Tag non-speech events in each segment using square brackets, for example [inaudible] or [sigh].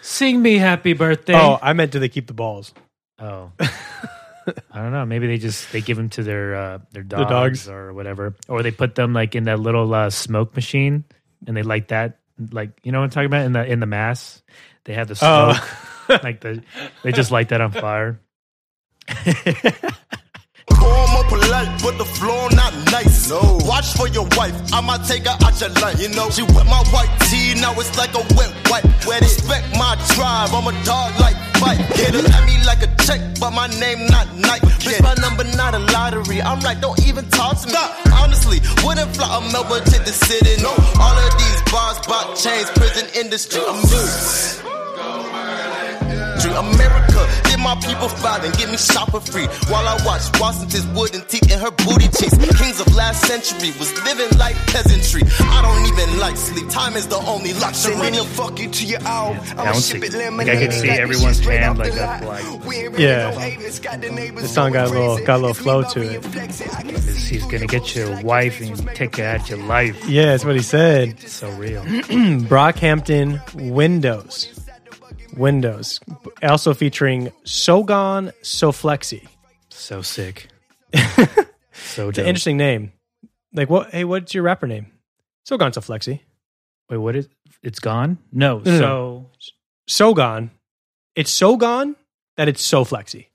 sing me happy birthday. Oh, I meant do they keep the balls? Oh. I don't know. Maybe they just they give them to their uh, their dogs, dogs. or whatever, or they put them like in that little uh, smoke machine, and they like that, like you know what I'm talking about in the in the mass. They have the smoke, like the they just light that on fire. Formal, polite, but the floor not nice. No. Watch for your wife. I might take her out your life. You know, she wet my white tee. Now it's like a wet wipe. Where respect my tribe. I'm a dog like fight. Get it at me like a check, but my name not Nike. Bitch, my number not a lottery. I'm like, don't even talk to me. Honestly, wouldn't fly a Melbourne to the city. No. All of these bars, bought chains, prison industry. I'm loose. Street America, did my people fight and get me shopping free. While I watch Washington's wooden teeth and her booty cheeks. Kings of last century was living like peasantry. I don't even like sleep. Time is the only luxury. fuck you to your owl. I'ma bouncy. ship it lemonade. Like, I could see everyone's hand, like, up, like- Yeah. The song got a little got a little flow to it. He's gonna get your wife and take her out your life. Yeah, that's what he said. It's so real. Brockhampton Windows. Windows. Also featuring So Gone, So Flexy. So sick. so It's an dope. interesting name. Like what hey, what's your rapper name? So Gone, So Flexy. Wait, what is? It's gone. No. no, no. so So Gone. It's so gone that it's so flexy.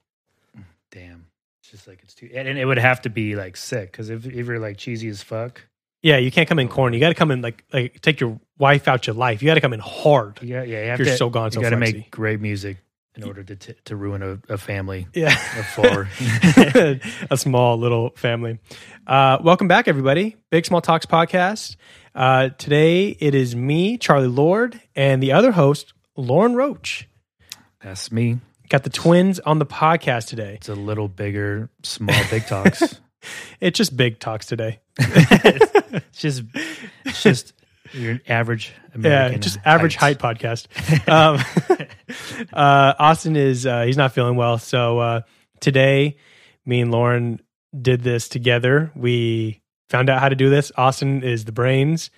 damn. It's just like it's too, and and it would have to be like sick because if, if you're like cheesy as fuck, Yeah, you can't come in corny. You got to come in like like take your wife out your life. You got to come in hard. yeah, yeah, you have You're to, so gone, You so gotta flexy. make great music in order to t- to ruin a, a family [laughs] Yeah. of four. [laughs] a small little family. Uh, welcome back, everybody. Big Small Talks podcast. Uh, today it is me, Charlie Lord, and the other host, Lauren Roach. That's me. Got the twins on the podcast today. It's a little bigger, small, big [laughs] talks. It's just big talks today. It's just, it's just your average American. [laughs] yeah, just average height, heights. podcast. Um, [laughs] uh, Austin is uh, he's not feeling well, so uh, today me and Lauren did this together. We found out how to do this. Austin is the brains,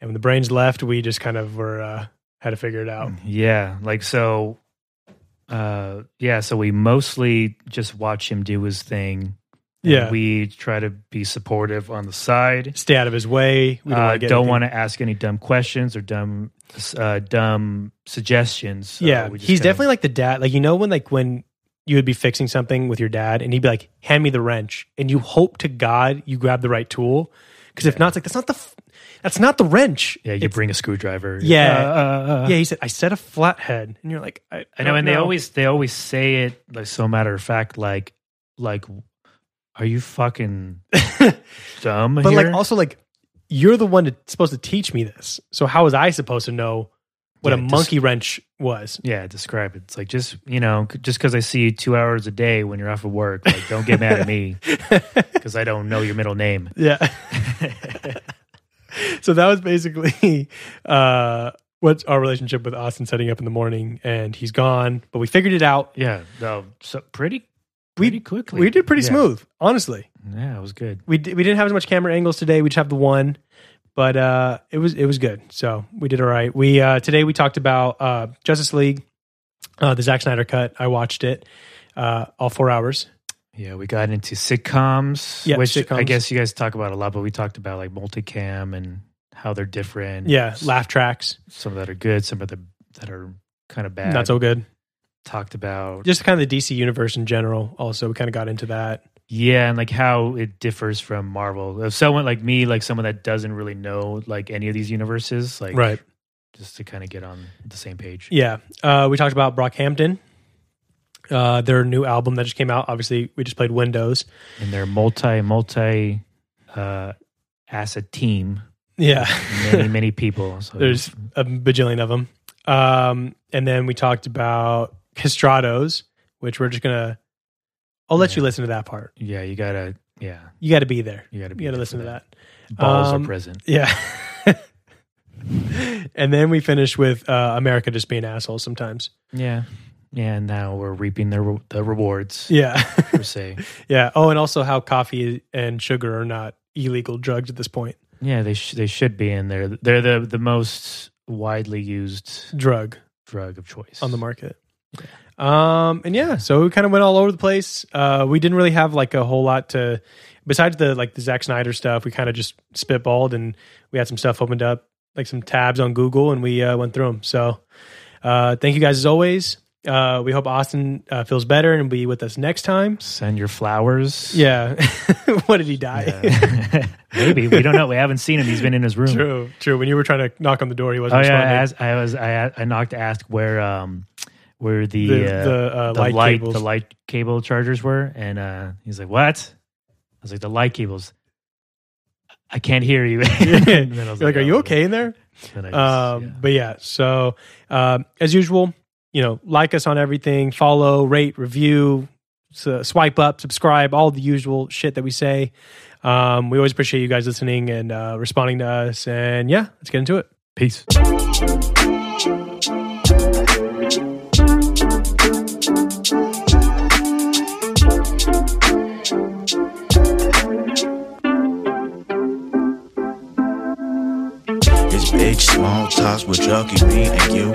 and when the brains left, we just kind of were uh, had to figure it Hmm. out. Yeah, like so. Uh, yeah, so we mostly just watch him do his thing. and Yeah. we try to be supportive on the side. Stay out of his way. We uh, wanna get don't anything- want to ask any dumb questions or dumb, uh, dumb suggestions. So yeah, we just he's kinda- definitely like the dad. Like you know when like when you would be fixing something with your dad, and he'd be like, "Hand me the wrench," and you hope to God you grab the right tool, because if not, it's like that's not the f- that's not the wrench. yeah. You It's- bring a screwdriver. Yeah. Uh, uh, uh. yeah. He said, "I said a flathead," and you're like, "I, I know, don't and they always they always say it like so matter of fact, like like, are you fucking [laughs] dumb? [laughs] but like here? also like you're the one that's supposed to teach me this. So how was I supposed to know what Yeah, a just- monkey wrench was? Yeah, describe it. It's like just you know, c- just because I see you two hours a day when you're off of work, like don't get mad at [laughs] me because I don't know your middle name. Yeah. [laughs] so that was basically [laughs] uh, what's our relationship with Austin setting up in the morning, and he's gone, but we figured it out. Yeah, no, so pretty, We- pretty quickly. We did pretty Yeah. smooth, honestly. Yeah, it was good. We di- we didn't have as much camera angles today. We just have the one, but uh, it was it was good. So we did all right. We uh, today we talked about uh, Justice League, uh, the Zack Snyder cut. I watched it uh, all four hours. Yeah, we got into sitcoms, Yeah, which I sitcoms. guess you guys talk about a lot, but we talked about like multicam and how they're different. Yeah, S- laugh tracks, some that are good, some of the that are kind of bad. not so good. talked about. Just kind of the DC universe in general. Also, we kind of got into that. Yeah, and like how it differs from Marvel. If someone like me, like someone that doesn't really know like any of these universes, like just to kind of get on the same page. Yeah. Uh, we talked about Brockhampton, uh, their new album that just came out. Obviously, we just played Windows. And they're multi multi uh as a team, Yeah. many many people. So [laughs] There's a bajillion of them. Um, and then we talked about Castratos, which we're just going to, I'll let you Yeah. listen to that part. yeah, you gotta yeah, You got to be there. you gotta be You got to there listen for to that. Balls Um, are present. Yeah. [laughs] and then we finished with uh, America just being assholes sometimes. Yeah, yeah. And now we're reaping the re- the rewards Yeah. [laughs] per se. yeah. Oh, and also how coffee and sugar are not illegal drugs at this point. Yeah, they sh- they should be in there. They're the the most widely used Drug. drug of choice on the market. Um, and yeah, so we kind of went all over the place. Uh, we didn't really have like a whole lot to, besides the like the Zack Snyder stuff. We kind of just spitballed and we had some stuff opened up, like some tabs on Google, and we uh, went through them. So, uh, thank you guys as always. Uh, we hope Austin uh, feels better and be with us next time. Send your flowers. Yeah, [laughs] what did he die? Yeah. [laughs] Maybe we don't know. We haven't seen him. He's been in his room. [laughs] True, true. When you were trying to knock on the door, he Oh wasn't yeah, I, responding. asked, I was I, I knocked to ask where um where the The- uh, the, uh, light cables. [laughs] the light [laughs] cable chargers were, and uh, he's like, "What?" I was like, "The light cables." I can't hear you. [laughs] And then I was You're like, are "Oh." you okay in there? Then I just- Um, yeah. But yeah, so um, as usual, you know, like us on everything, follow, rate, review, su- swipe up, subscribe, all the usual shit that we say. Um, we always appreciate you guys listening and uh, responding to us. And yeah, let's get into it. Peace. It's big small talks with Chucky, me and you.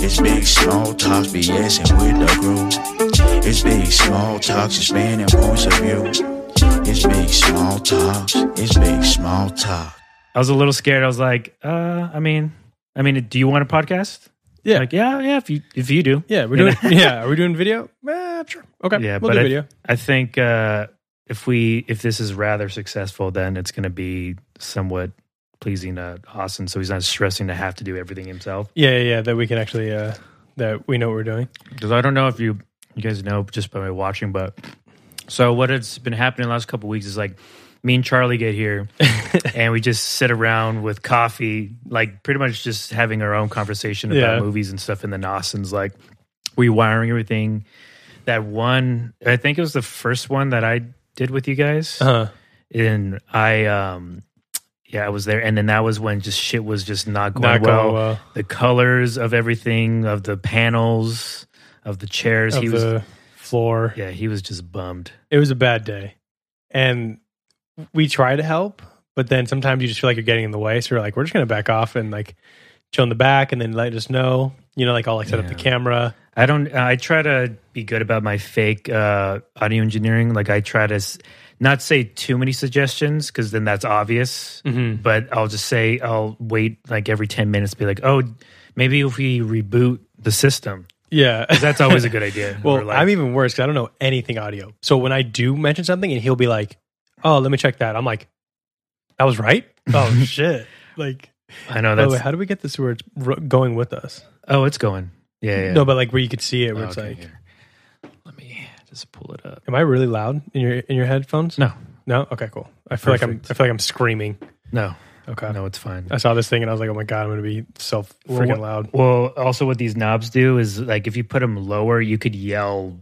It's big small talks, BSing with the group. It's big small talks, expanding points of view. It's big small talks. It's big small talk. I was a little scared. I was like, uh, I mean, I mean, do you want a podcast? Yeah. Like, yeah, yeah. If you if you do, Yeah, we're You [laughs] doing. yeah, are we doing video? Eh, sure. Okay. yeah. we'll but do I, video. I think uh, if we if this is rather successful, then it's going to be somewhat pleasing to Austin, so he's not stressing to have to do everything himself. Yeah, yeah, yeah. That we can actually. Uh, that we know what we're doing. Because I don't know if you you guys know just by my watching, but so what has been happening the last couple weeks is like me and Charlie get here and we just sit around with coffee, like pretty much just having our own conversation about Yeah. movies and stuff. And then Austin's like rewiring everything. That one, I think it was the first one that I did with you guys, Uh-huh. and I, um yeah, I was there. And then that was when just shit was just not going Not going well well. the colors of everything of the panels of the chairs Of he was the floor. yeah he was just bummed it was a bad day and we try to help but then sometimes you just feel like you're getting in the way so you're like we're just gonna back off and like chill in the back and then let us know you know like i'll like set up the Yeah. camera i don't i try to be good about my fake uh audio engineering like i try to s- not say too many suggestions because then that's obvious Mhm. but i'll just say i'll wait like every 10 minutes be like oh maybe if we reboot the system yeah 'Cause that's always a good idea Or [laughs] well like, i'm even worse because i don't know anything audio so when i do mention something and he'll be like oh let me check that i'm like that was right [laughs] oh shit like i know by the way Oh, that's how do we get this where it's r- going with us oh it's going yeah yeah no but like where you could see it where it's Okay, like here. let me just pull it up am i really loud in your in your headphones no no okay cool i feel like i'm Perfect. i feel like i'm screaming no Okay. no it's fine I saw this thing and I was like, oh my God, I'm going to be so Well, freaking what- loud. Well, also what these knobs do is like if you put them lower, you could yell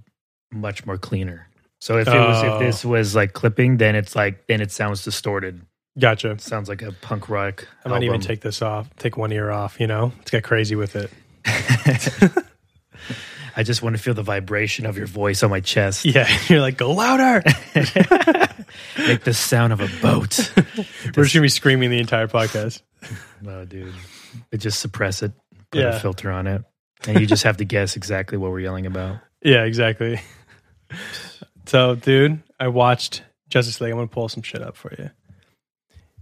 much more cleaner. So if it was Oh. if this was like clipping, then it's like then it sounds distorted. Gotcha. It sounds like a punk rock. I might even album. take this off, take one ear off, you know? Let's get crazy with it. I just want to feel the vibration of your voice on my chest, [laughs] Yeah. You're like, go [laughs] louder. like the sound of a [laughs] boat. We're just going to be screaming the entire podcast. no, dude, it just suppress it. Put Yeah. a filter on it, and you just have to guess exactly what we're yelling about. Yeah, exactly. [laughs] So, dude, I watched Justice League. I'm going to pull some shit up for you.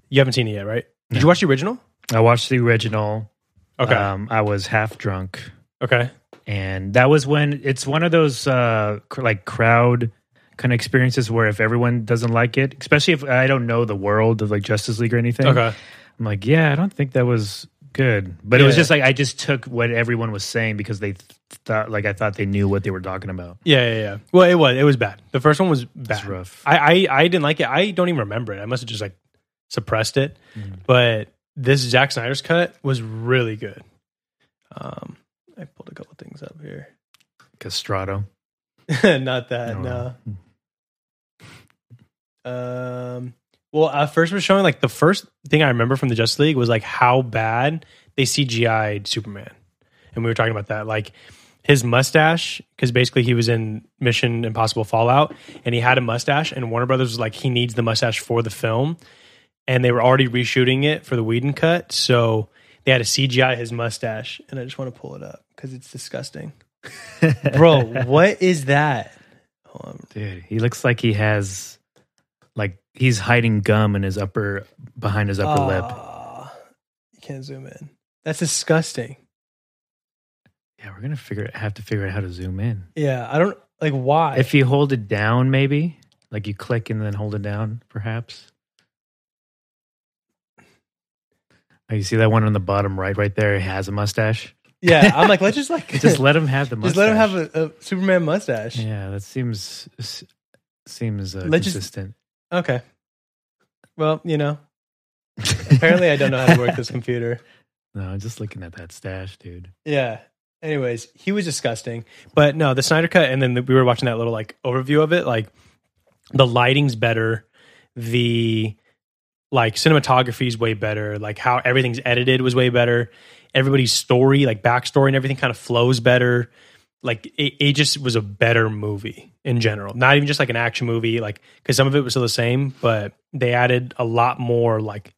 You haven't seen it yet, right? Did you watch the original? Uh, I watched the original. Okay. Um, I was half drunk. okay. and that was when it's one of those uh cr- like crowd kind of experiences where if everyone doesn't like it especially if i don't know the world of like justice league or anything Okay. i'm like yeah i don't think that was good but it was Yeah. just like i just took what everyone was saying because they th- thought like i thought they knew what they were talking about Yeah, yeah, yeah. Well, it was. It was bad. The first one was bad. rough. I, I, I didn't like it. I don't even remember it. I must have just like suppressed it. Mm-hmm. But this Zack Snyder's cut was really good. Um, I pulled a couple things up here. [laughs] castrato Oh. Not that. No. No. Um. Well, uh, first was showing like the first thing I remember from the Justice League was like how bad they CGI'd Superman, and we were talking about that like his mustache because basically he was in Mission Impossible Fallout and he had a mustache, and Warner Brothers was like he needs the mustache for the film, and they were already reshooting it for the Whedon cut, so they had to CGI his mustache, and I just want to pull it up 'cause because it's disgusting. [laughs] [laughs] Bro, what is that? Hold on. Dude, he looks like he has like he's hiding gum in his upper behind his upper Oh. lip. Ah, You can't zoom in. That's disgusting. Yeah, we're gonna figure have to figure out how to zoom in. Yeah, I don't like why. If you hold it down, maybe like you click and then hold it down, perhaps. Oh, you see that one on the bottom right, right there? He has a mustache. [laughs] yeah, I'm like, let's just like [laughs] Just let him have the [laughs] mustache. just let him have a, a Superman mustache. Yeah, that seems s- seems uh, Let's just- consistent. Okay. Well, you know, [laughs] apparently I don't know how to work this computer. [laughs] no, just looking at that stash, dude. Yeah. Anyways, he was disgusting. But no, the Snyder Cut, and then the, we were watching that little like overview of it. Like the lighting's better, the like cinematography is way better. Like how everything's edited was way better. Everybody's story, like backstory, and everything kind of flows better. Like it, it just was a better movie in general. Not even just like an action movie, like because some of it was still the same, but they added a lot more. Like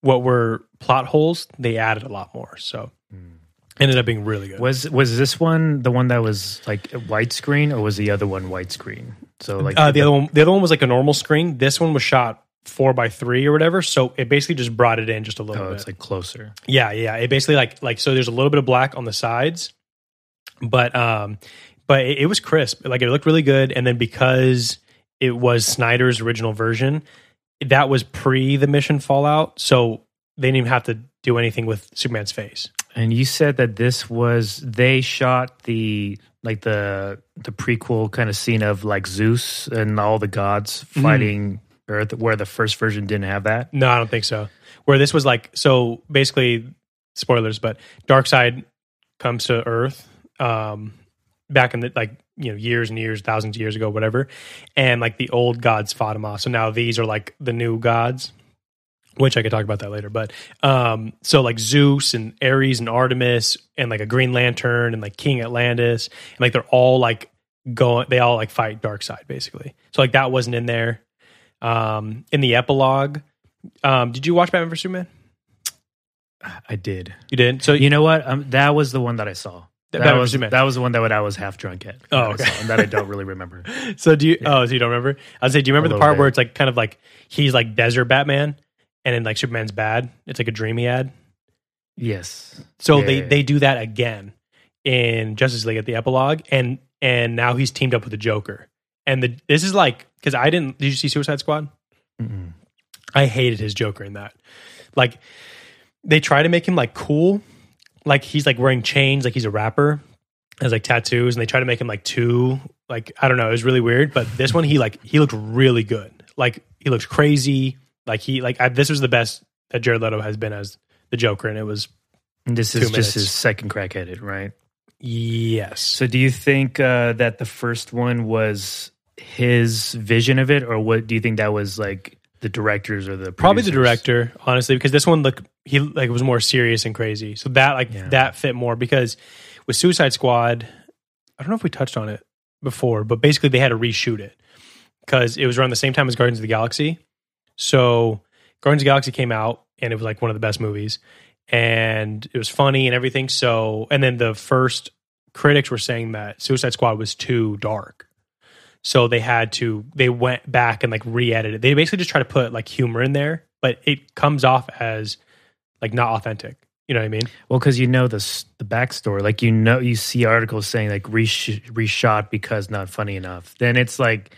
what were plot holes? They added a lot more. So ended up being really good. Was was this one the one that was like white screen, or was the other one white screen? So like oh, uh, the other one, the other one was like a normal screen. This one was shot four by three or whatever, so it basically just brought it in just a little oh, bit. it's like closer. yeah, yeah. It basically like like so. There's a little bit of black on the sides, but um, but it, it was crisp. Like it looked really good. And then because it was Snyder's original version, that was pre the mission Fallout, so they didn't even have to do anything with Superman's face. And you said that this was they shot the like the the prequel kind of scene of like Zeus and all the gods Mm-hmm. fighting Earth, where the first version didn't have that. No, I don't think so. Where this was like so basically spoilers, but Darkseid comes to Earth um back in the like you know years and years, thousands of years ago, whatever, and like the old gods fought him off. So now these are like the new gods, which I could talk about that later. But um so like Zeus and Ares and Artemis and like a Green Lantern and like King Atlantis and like they're all like going they all like fight Darkseid basically. So like that wasn't in there. Um in the epilogue um, did you watch Batman vs Superman? I did. You didn't. So You know what? Um, that was the one that I saw. That That, Batman was vs. Superman. that was the one that I was half drunk at. Oh, That I okay. saw, and that I [laughs] don't really remember. so do you? Oh, so you don't remember? I would say, do you remember the little part where bit. it's like kind of like he's like desert Batman, and then like Superman's bad. It's like a dream he had. Yes, So Yeah, they yeah, yeah. they do that again in Justice League at the epilogue, and and now he's teamed up with the Joker. And the this is like because I didn't. Did you see Suicide Squad? Mm-mm. I hated his Joker in that. Like they try to make him like cool, like he's like wearing chains, like he's a rapper, has like tattoos, and they try to make him like too like I don't know. It was really weird, but this one he like he looked really good. Like he looked crazy. Like he like I, this was the best that Jared Leto has been as the Joker, and it was And this Two is minutes. just his second crack at it, right? yes. So, do you think uh, that the first one was his vision of it, or what do you think that was like the directors or the probably producers? the director honestly because this one look he like was more serious and crazy so that like Yeah. that fit more because with suicide squad i don't know if we touched on it before but basically they had to reshoot it because it was around the same time as guardians of the galaxy so guardians of the galaxy came out and it was like one of the best movies and it was funny and everything so and then the first critics were saying that suicide squad was too dark so they had to they went back and like re-edited. They basically just try to put like humor in there, but it comes off as like not authentic. You know what I mean? Well, because you know the s- the backstory, like you know, you see articles saying like resh- reshot because not funny enough. Then it's like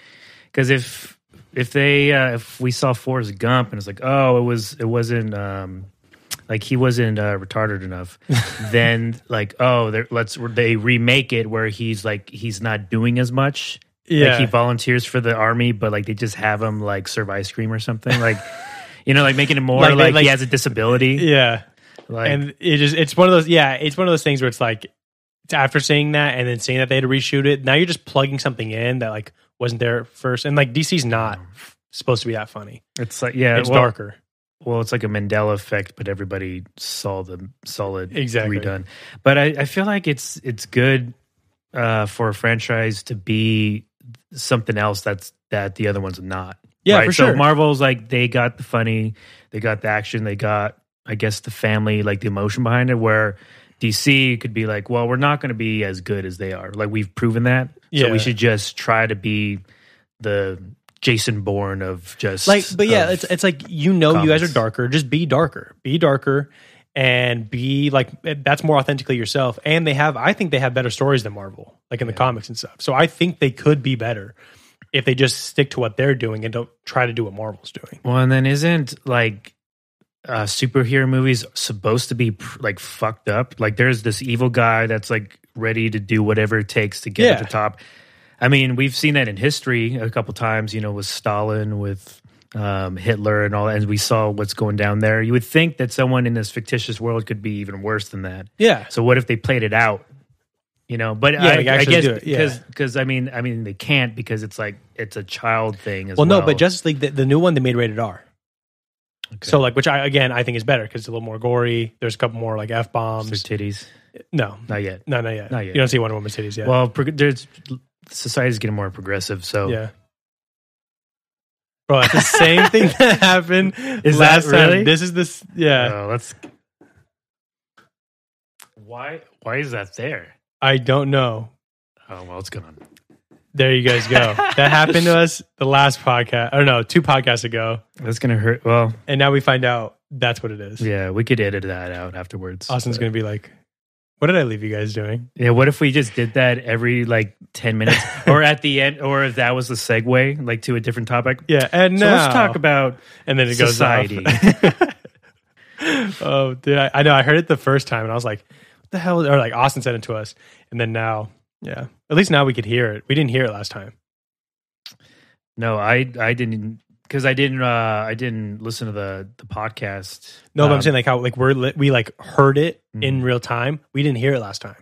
because if if they uh, if we saw Forrest Gump and it's like oh it was it wasn't um like he wasn't uh, retarded [laughs] enough, then like oh they're- let's they remake it where he's like he's not doing as much. Like he volunteers for the army, but like they just have him like serve ice cream or something. [laughs] Like, you know, like making it more Like, like, they- like- he has a disability. yeah. Like, and it just it's one of those yeah, it's one of those things where it's like it's after seeing that and then seeing that they had to reshoot it, now you're just plugging something in that like wasn't there at first. And like DC's not supposed to be that funny. it's like, yeah, it's well, darker. Well, it's like a Mandela effect, but everybody saw the solid Exactly. redone. But I, I feel like it's it's good uh, for a franchise to be something else that's that the other one's not. Yeah, right? for So sure. Marvel's like they got the funny, they got the action, they got I guess the family, like the emotion behind it. Where DC could be like, well, we're not going to be as good as they are. Like we've proven that, so Yeah. we should just try to be the Jason Bourne of just like but yeah of- it's it's like you know you guys comments. are darker just be darker be darker and be like that's more authentically yourself and they have i think they have better stories than marvel like in the comics and stuff so i think they could be better if they just stick to what they're doing and don't try to do what marvel's doing well, and then isn't like uh superhero movies supposed to be pr- like fucked up? Like there's this evil guy that's like ready to do whatever it takes to get Yeah. to the top. I mean, we've seen that in history a couple times. You know, with Stalin, with um, Hitler, and all that. And we saw what's going down there. You would think that someone in this fictitious world could be even worse than that. yeah So what if they played it out? You know, but Yeah, I, like I actually guess do it, yeah. because because I mean I mean they can't because it's like it's a child thing as well well. no but justice league the, the new one they made rated r so Okay. like which i again i think is better because it's a little more gory there's a couple more like Their f-bombs titties, no not yet. no not yet. Not yet. you don't see one woman's titties yet Well, prog- there's society's getting more progressive, so Yeah. Bro, it's the same [laughs] thing that happened Is that last time. really? This is this. Yeah, uh, let's. Why why is that there? I don't know. Oh well, it's gone. There you guys go. that happened to us the last podcast. Or no, two podcasts ago, That's gonna hurt. Well, and now we find out that's what it is. yeah, we could edit that out afterwards. Austin's but- gonna be like, "What did I leave you guys doing?" Yeah, what if we just did that every like ten [laughs] minutes, or at the end, or if that was the segue like to a different topic? Yeah, and So now let's talk about and then it goes society. off. [laughs] oh, dude, I, I know. I heard it the first time, and I was like, "What the hell?" Or like Austin said it to us, and then now, yeah, at least now we could hear it. We didn't hear it last time. no, I I didn't because I didn't uh I didn't listen to the the podcast. No, but Um, I'm saying like how like we're li- we like heard it in Mhm. real time. We didn't hear it last time.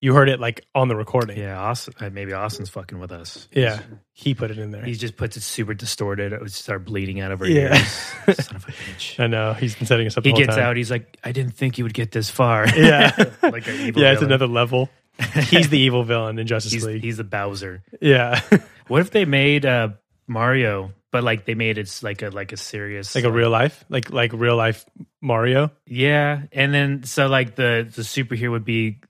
You heard it like on the recording. yeah, Austin, uh, maybe Austin's fucking with us. Yeah. He put it in there. He just puts it super distorted. It would start bleeding out of our Yeah. [laughs] ears. Son of a bitch. I know he's been setting us up. He the whole gets time. out. He's like, I didn't think you would get this far. [laughs] Yeah, [laughs] Like an evil yeah, it's villain. [laughs] another level. He's the evil villain in Justice he's, League. he's the Bowser. [laughs] [laughs] yeah, What if they made uh, Mario, but like they made it like a like a serious like a real life, like like real life Mario. yeah, and then so like the the superhero would be,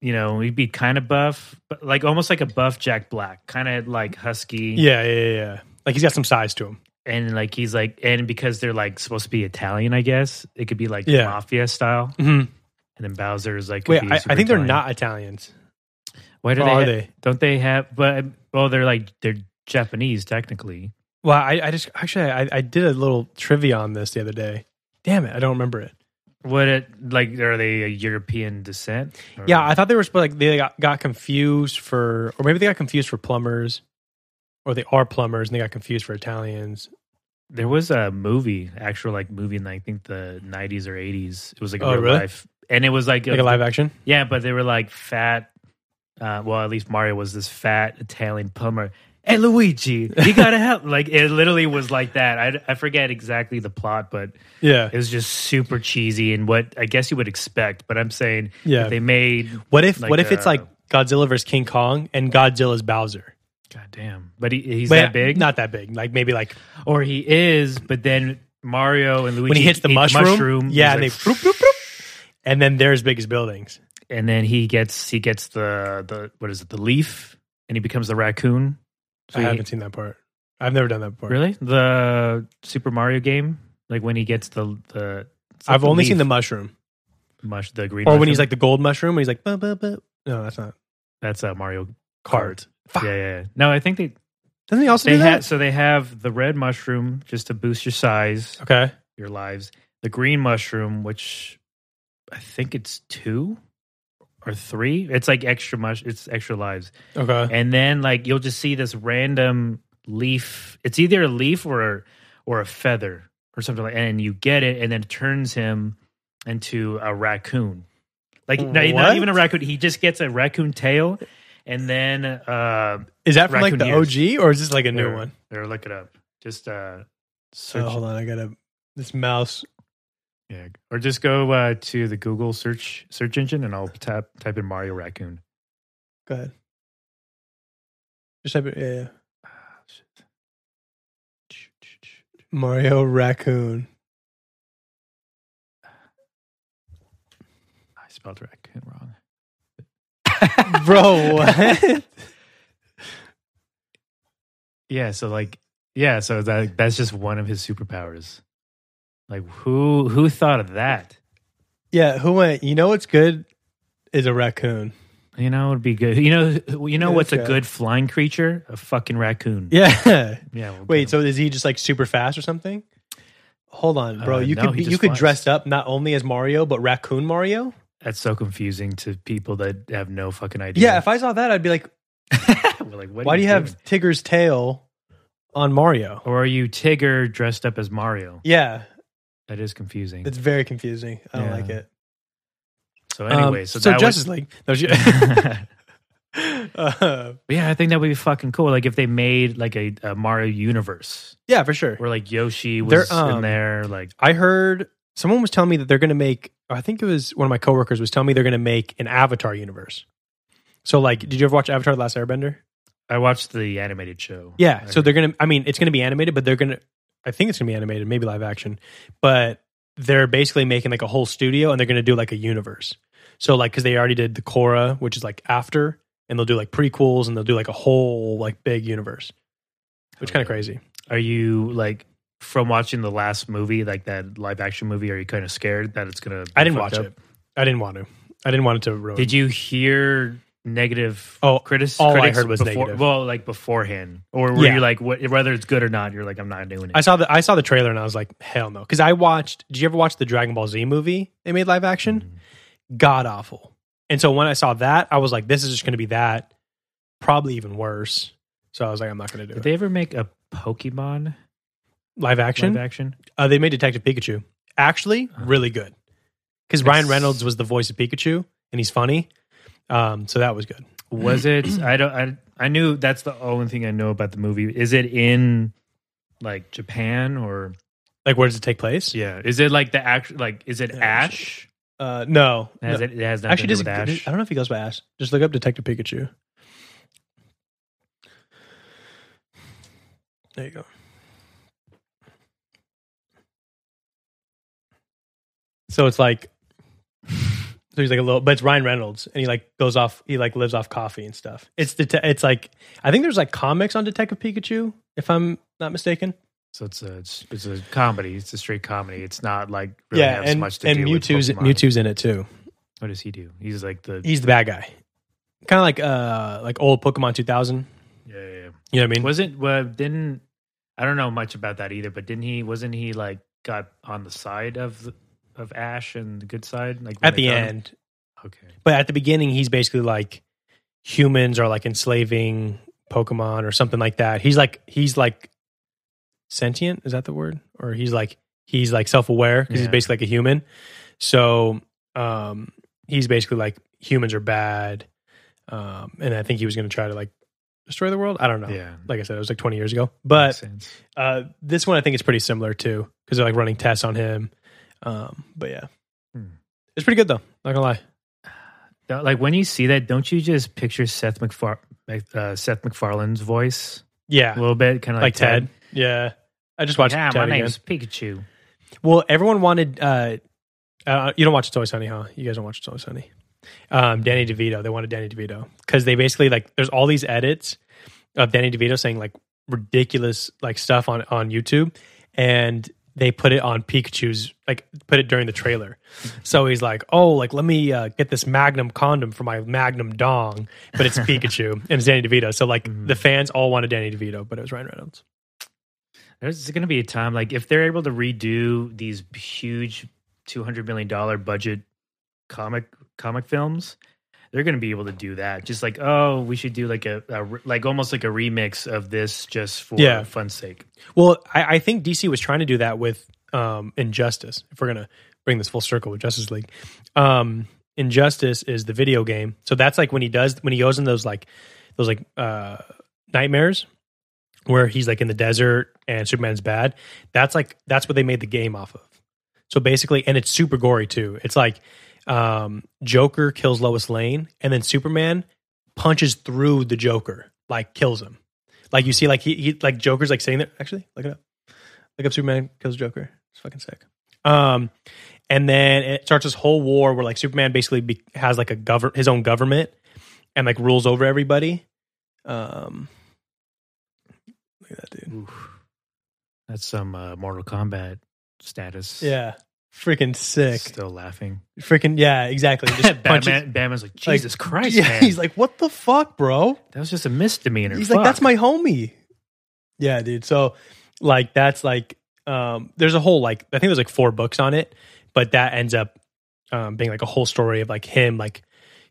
you know, he'd be kind of buff, but like almost like a buff Jack Black, kind of like husky, Yeah, yeah, yeah, yeah. Like he's got some size to him. and like he's like, and because they're like supposed to be Italian, I guess it could be like Yeah. mafia style, Mhm. and then Bowser is like, could Wait, be I, I super think they're Italian. not Italians. Why do Or they, are ha- they? Don't they have? But well, they're like they're Japanese technically. Well, I, I just actually I, I did a little trivia on this the other day. Damn it, I don't remember it. What it like? Are they a European descent? Or- Yeah, I thought they were supposed like they got, got confused for, or maybe they got confused for plumbers, or they are plumbers and they got confused for Italians. There was a movie, actual like movie in I think the nineties or eighties. It was like a Oh, real really? life, and it was like, Like a live action. Yeah, but they were like fat. Uh, well, at least Mario was this fat Italian plumber. Hey Luigi, you gotta help! Like it literally was like that. I, I forget exactly the plot, but Yeah, it was just super cheesy and what I guess you would expect. But I'm saying, Yeah. if they made What if what like, if it's uh, like Godzilla versus King Kong and Godzilla's Bowser? God damn, but he, he's But that big, Not that big. Like maybe like or he is, but then Mario and Luigi when he hits the eat mushroom. yeah, and he's they like, [laughs] bloop, bloop, bloop. and then they're as big as buildings. and then he gets he gets the the what is it the leaf and he becomes the raccoon. I he- haven't seen that part. I've never done that part. really the Super Mario game like when he gets the the it's like I've only seen the leaf mushroom, mush the green or when he's mushroom. like the gold mushroom. When he's like, buh, buh, buh. no, that's not that's a Mario card. yeah yeah, yeah. no I think they Doesn't he also they do have that? so they have the red mushroom just to boost your size okay. your lives the green mushroom which I think it's two or three it's like extra mush it's extra lives Okay. and then like you'll just see this random leaf. It's either a leaf or or a feather or something like, and you get it, and then it turns him into a raccoon. Like not, not What? even a raccoon. He just gets a raccoon tail, and then uh, Is that from like the Raccoon OG or is this like a new Here. one? or look it up. Just uh, Oh, search, hold on, I gotta this mouse. yeah. or just go uh, to the Google search search engine, and I'll tap type in Mario raccoon. Go ahead. Just type it. Yeah, yeah. Mario raccoon. I spelled rac. fucking wrong. [laughs] bro. What? Yeah, so like yeah, so that that's just one of his superpowers. Like who who thought of that? yeah, who went? You know what's good is a raccoon. You know, it'd be good. You know, you know Yeah, what's a okay. good flying creature? A fucking raccoon. Yeah. Yeah. we'll Wait, get him. so is he just like super fast or something? Hold on, bro. Uh, you no, could he be- just you could flies. dress up not only as Mario but Raccoon Mario. that's so confusing to people that have no fucking idea. Yeah, if I saw that, I'd be like, [laughs] We're like, what why are do you doing? have Tigger's tail on Mario? Or are you Tigger dressed up as Mario? Yeah, That is confusing. it's very confusing. I don't Yeah. like it. So, Um, anyway, so, so that Justice League. No, she- [laughs] was. Uh, But [laughs] yeah, I think that would be fucking cool. Like if they made like a, a Mario universe yeah, for sure. where like Yoshi was There, um, in there, like I heard someone was telling me that they're going to make. I think it was one of my coworkers was telling me they're going to make an Avatar universe. So, like, did you ever watch Avatar: The Last Airbender? I watched the animated show. Yeah. I So they're gonna. I mean, it's gonna be animated, but they're gonna. I think it's gonna be animated, maybe live action. But they're basically making like a whole studio, and they're gonna do like a universe. So like, because they already did the Korra, which is like after, and they'll do like prequels, and they'll do like a whole like big universe, which kind of Okay. crazy. Are you like from watching the last movie, like that live action movie? Are you kind of scared that it's gonna? be I didn't fucked watch up? it. I didn't want to. I didn't want it to ruin. Did you hear negative? Oh, criticism. all I heard was before, negative. Well, like beforehand, or were Yeah. you like, what, whether it's good or not, you're like, I'm not doing it. I saw the I saw the trailer and I was like, hell no. Because I watched. Did you ever watch the Dragon Ball Z movie? They made live action. Mm. Mm-hmm. god awful. And so when I saw that, I was like, this is just going to be that, probably even worse. So I was like, I'm not going to do Did it. they ever make a Pokemon live action? live Uh-huh. action? uh, they made Detective Pikachu. Actually, really good. Because Ryan Reynolds was the voice of Pikachu and he's funny. Um, so that was good. Was [clears throat] it? I don't. I, I knew that's the only thing I know about the movie. Is it in like Japan or Like, where does it take place? yeah? Is it like the act? Like is it Yeah, Ash? Uh, no. It has No. it, it has nothing to Actually, do does with I Ash. don't know if he goes by Ash. Just look up Detective Pikachu. There you go. So it's like, so he's like a little, but it's Ryan Reynolds, and he like goes off, he like lives off coffee and stuff. It's det- it's like I think there's like comics on Detective Pikachu, if I'm not mistaken. So it's a it's, it's a comedy. It's a straight comedy. It's not like really yeah, has and much to and do Mewtwo's with Pokemon. Hmm. Mewtwo's in it too. What does he do? He's like the He's the bad guy, kind of like uh like old Pokemon 2000. yeah. yeah, You know what I yeah. mean? Wasn't well, didn't I don't know much about that either. But didn't he? Wasn't he like got on the side of the- of Ash and the good side? Like when at they the found him? end. Okay. But at the beginning, he's basically like humans are like enslaving Pokemon or something like that. He's like he's like sentient. Is that the word? Or he's like he's like self aware because he's Yeah. basically like a human. So um, he's basically like humans are bad. Um, and I think he was going to try to like destroy the world. I don't know. Yeah. Like I said, it was like 20 years ago. Makes But sense. uh, this one I think is pretty similar too because they're like running tests on him. Um, but yeah, Hmm. it's pretty good though. Not gonna lie. Now, Like when you see that, don't you just picture Seth MacFar- Mac- uh, Seth MacFarlane's voice Yeah, a little bit, kind of like, like, Ted. Yeah, I just watched Yeah, Ted my again. name's Pikachu. Well, everyone wanted. Uh, uh, you don't watch It's Always Sunny, huh? You guys don't watch It's Always Sunny. Um, Danny DeVito. They wanted Danny DeVito because they basically like. There's all these edits of Danny DeVito saying like ridiculous like stuff on on YouTube, and they put it on Pikachu's like put it during the trailer. So he's like, "Oh, like let me uh, get this Magnum condom for my Magnum dong," but [laughs] it's Pikachu and it's Danny DeVito. So like the Hmm. fans all wanted Danny DeVito, but it was Ryan Reynolds. There's going to be a time like if they're able to redo these huge two hundred million dollar budget comic comic films, they're going to be able to do that. Just like oh, we should do like a, a re- like almost like a remix of this just for Yeah. fun's sake. Well, I, I think DC was trying to do that with um, Injustice. If we're gonna bring this full circle with Justice League, um, Injustice is the video game. So that's like when he does when he goes in those like those like uh, nightmares where he's like in the desert and Superman's bad. That's like that's what they made the game off of. So basically, and it's super gory too. It's like um, Joker kills Lois Lane, and then Superman punches through the Joker, like kills him. Like you see, like he, he like Joker's like sitting there. Actually, look it up. Look up Superman kills Joker. It's fucking sick. Um, and then it starts this whole war where like Superman basically be- has like a govern his own government and like rules over everybody. Um, look at that dude. That's some uh, Mortal Kombat status. Yeah, freaking sick. Still laughing. Freaking yeah, exactly. [laughs] [laughs] Just punches- Batman, Batman's like, like, Jesus Christ, [laughs] Yeah, man. he's like, what the fuck, bro? that was just a misdemeanor. He's like, Fuck." that's my homie. Yeah, dude. So, like, that's like, um, there's a whole like, I think there's like four books on it, but that ends up um, being like a whole story of like him, like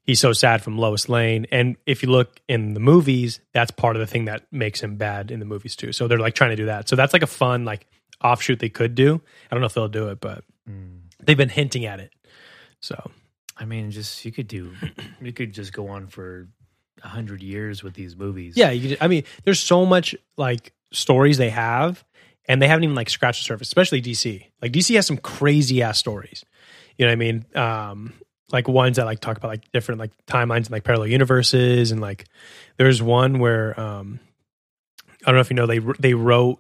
he's so sad from Lois Lane, and if you look in the movies, that's part of the thing that makes him bad in the movies too. So they're like trying to do that. So that's like a fun like offshoot they could do. I don't know if they'll do it, but Mm. they've been hinting at it. So I mean, just you could do, you could just go on for a hundred years with these movies. Yeah, you, could- I mean, there's so much like stories they have, and they haven't even like scratched the surface. Especially DC. Like DC has some crazy ass stories. You know what I mean? Um, like ones that like talk about like different like timelines and like parallel universes, and like there's one where um, I don't know if you know they they wrote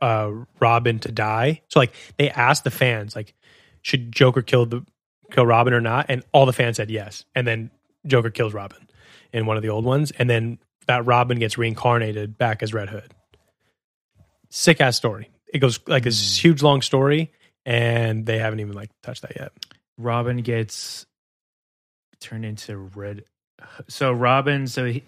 uh Robin to die. So like they asked the fans like, should Joker kill the kill Robin or not? And all the fans said yes. And then Joker kills Robin in one of the old ones, and then that Robin gets reincarnated back as Red Hood. Sick ass story. It goes like this huge long story, and they haven't even like touched that yet. Robin gets turned into red. So Robin, so he,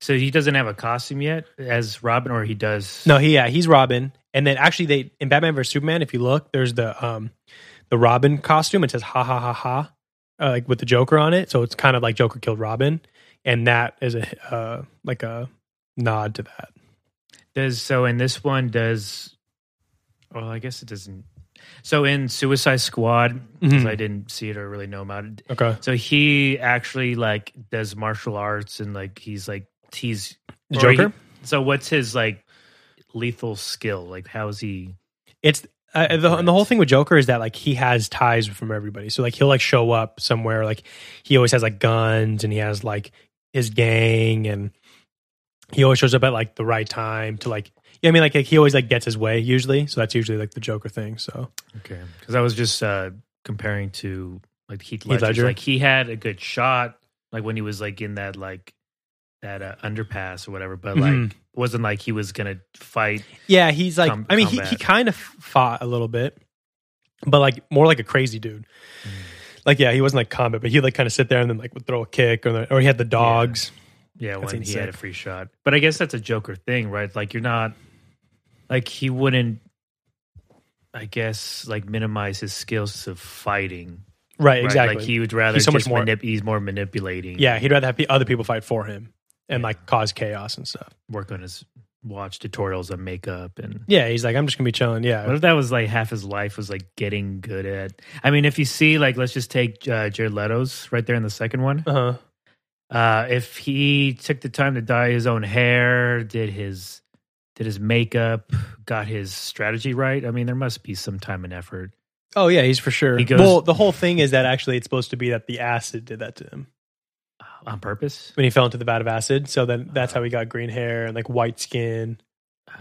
so he doesn't have a costume yet as Robin, or he does. No, he yeah, he's Robin, and then actually they in Batman vs Superman, if you look, there's the um the Robin costume. It says ha ha ha ha, uh, like with the Joker on it. So it's kind of like Joker killed Robin, and that is a uh, like a nod to that. does so in this one does. Well, I guess it doesn't. So in Suicide Squad, because Mhm. I didn't see it or really know about it, Okay, So he actually like does martial arts and like he's like he's the or he- Joker. so what's his like lethal skill? Like how is he? It's uh, the and the whole thing with Joker is that like he has ties from everybody. So like he'll like show up somewhere like he always has like guns and he has like his gang and he always shows up at like the right time to like yeah, I mean like, like he always like gets his way usually. So that's usually like the Joker thing. So Okay, because I was just uh comparing to like Heath Heath Ledger. Ledger. Like he had a good shot, like when he was like in that like that uh, underpass or whatever, but like Mhm. it wasn't like he was gonna fight. yeah, he's like Com- I mean he, he combat. kind of fought a little bit, but like more like a crazy dude. Mm. Like yeah, he wasn't like combat, but he like kind of sit there and then like would throw a kick or the, or he had the dogs. Yeah, That's when he had insane. a free shot. But I guess that's a Joker thing, right? Like you're not like he wouldn't I guess like minimize his skills to fighting. Right, right? exactly. Like he would rather He's so much just more- manip- he's more manipulating. Yeah, he'd rather have pe- other people fight for him and like cause chaos and stuff. Work on his watch tutorials on makeup and Yeah, he's like, I'm just gonna be chilling. Yeah, what if that was like half his life was like getting good at? I mean, if you see, like, let's just take uh, Jared Leto's right there in the second one. uh huh. uh, if he took the time to dye his own hair, did his did his makeup, got his strategy right. I mean, there must be some time and effort. Oh yeah, he's for sure. He goes- well, the whole thing is that actually it's supposed to be that the acid did that to him On purpose? when he fell into the vat of acid. So then that's how he got green hair and like white skin, Oh.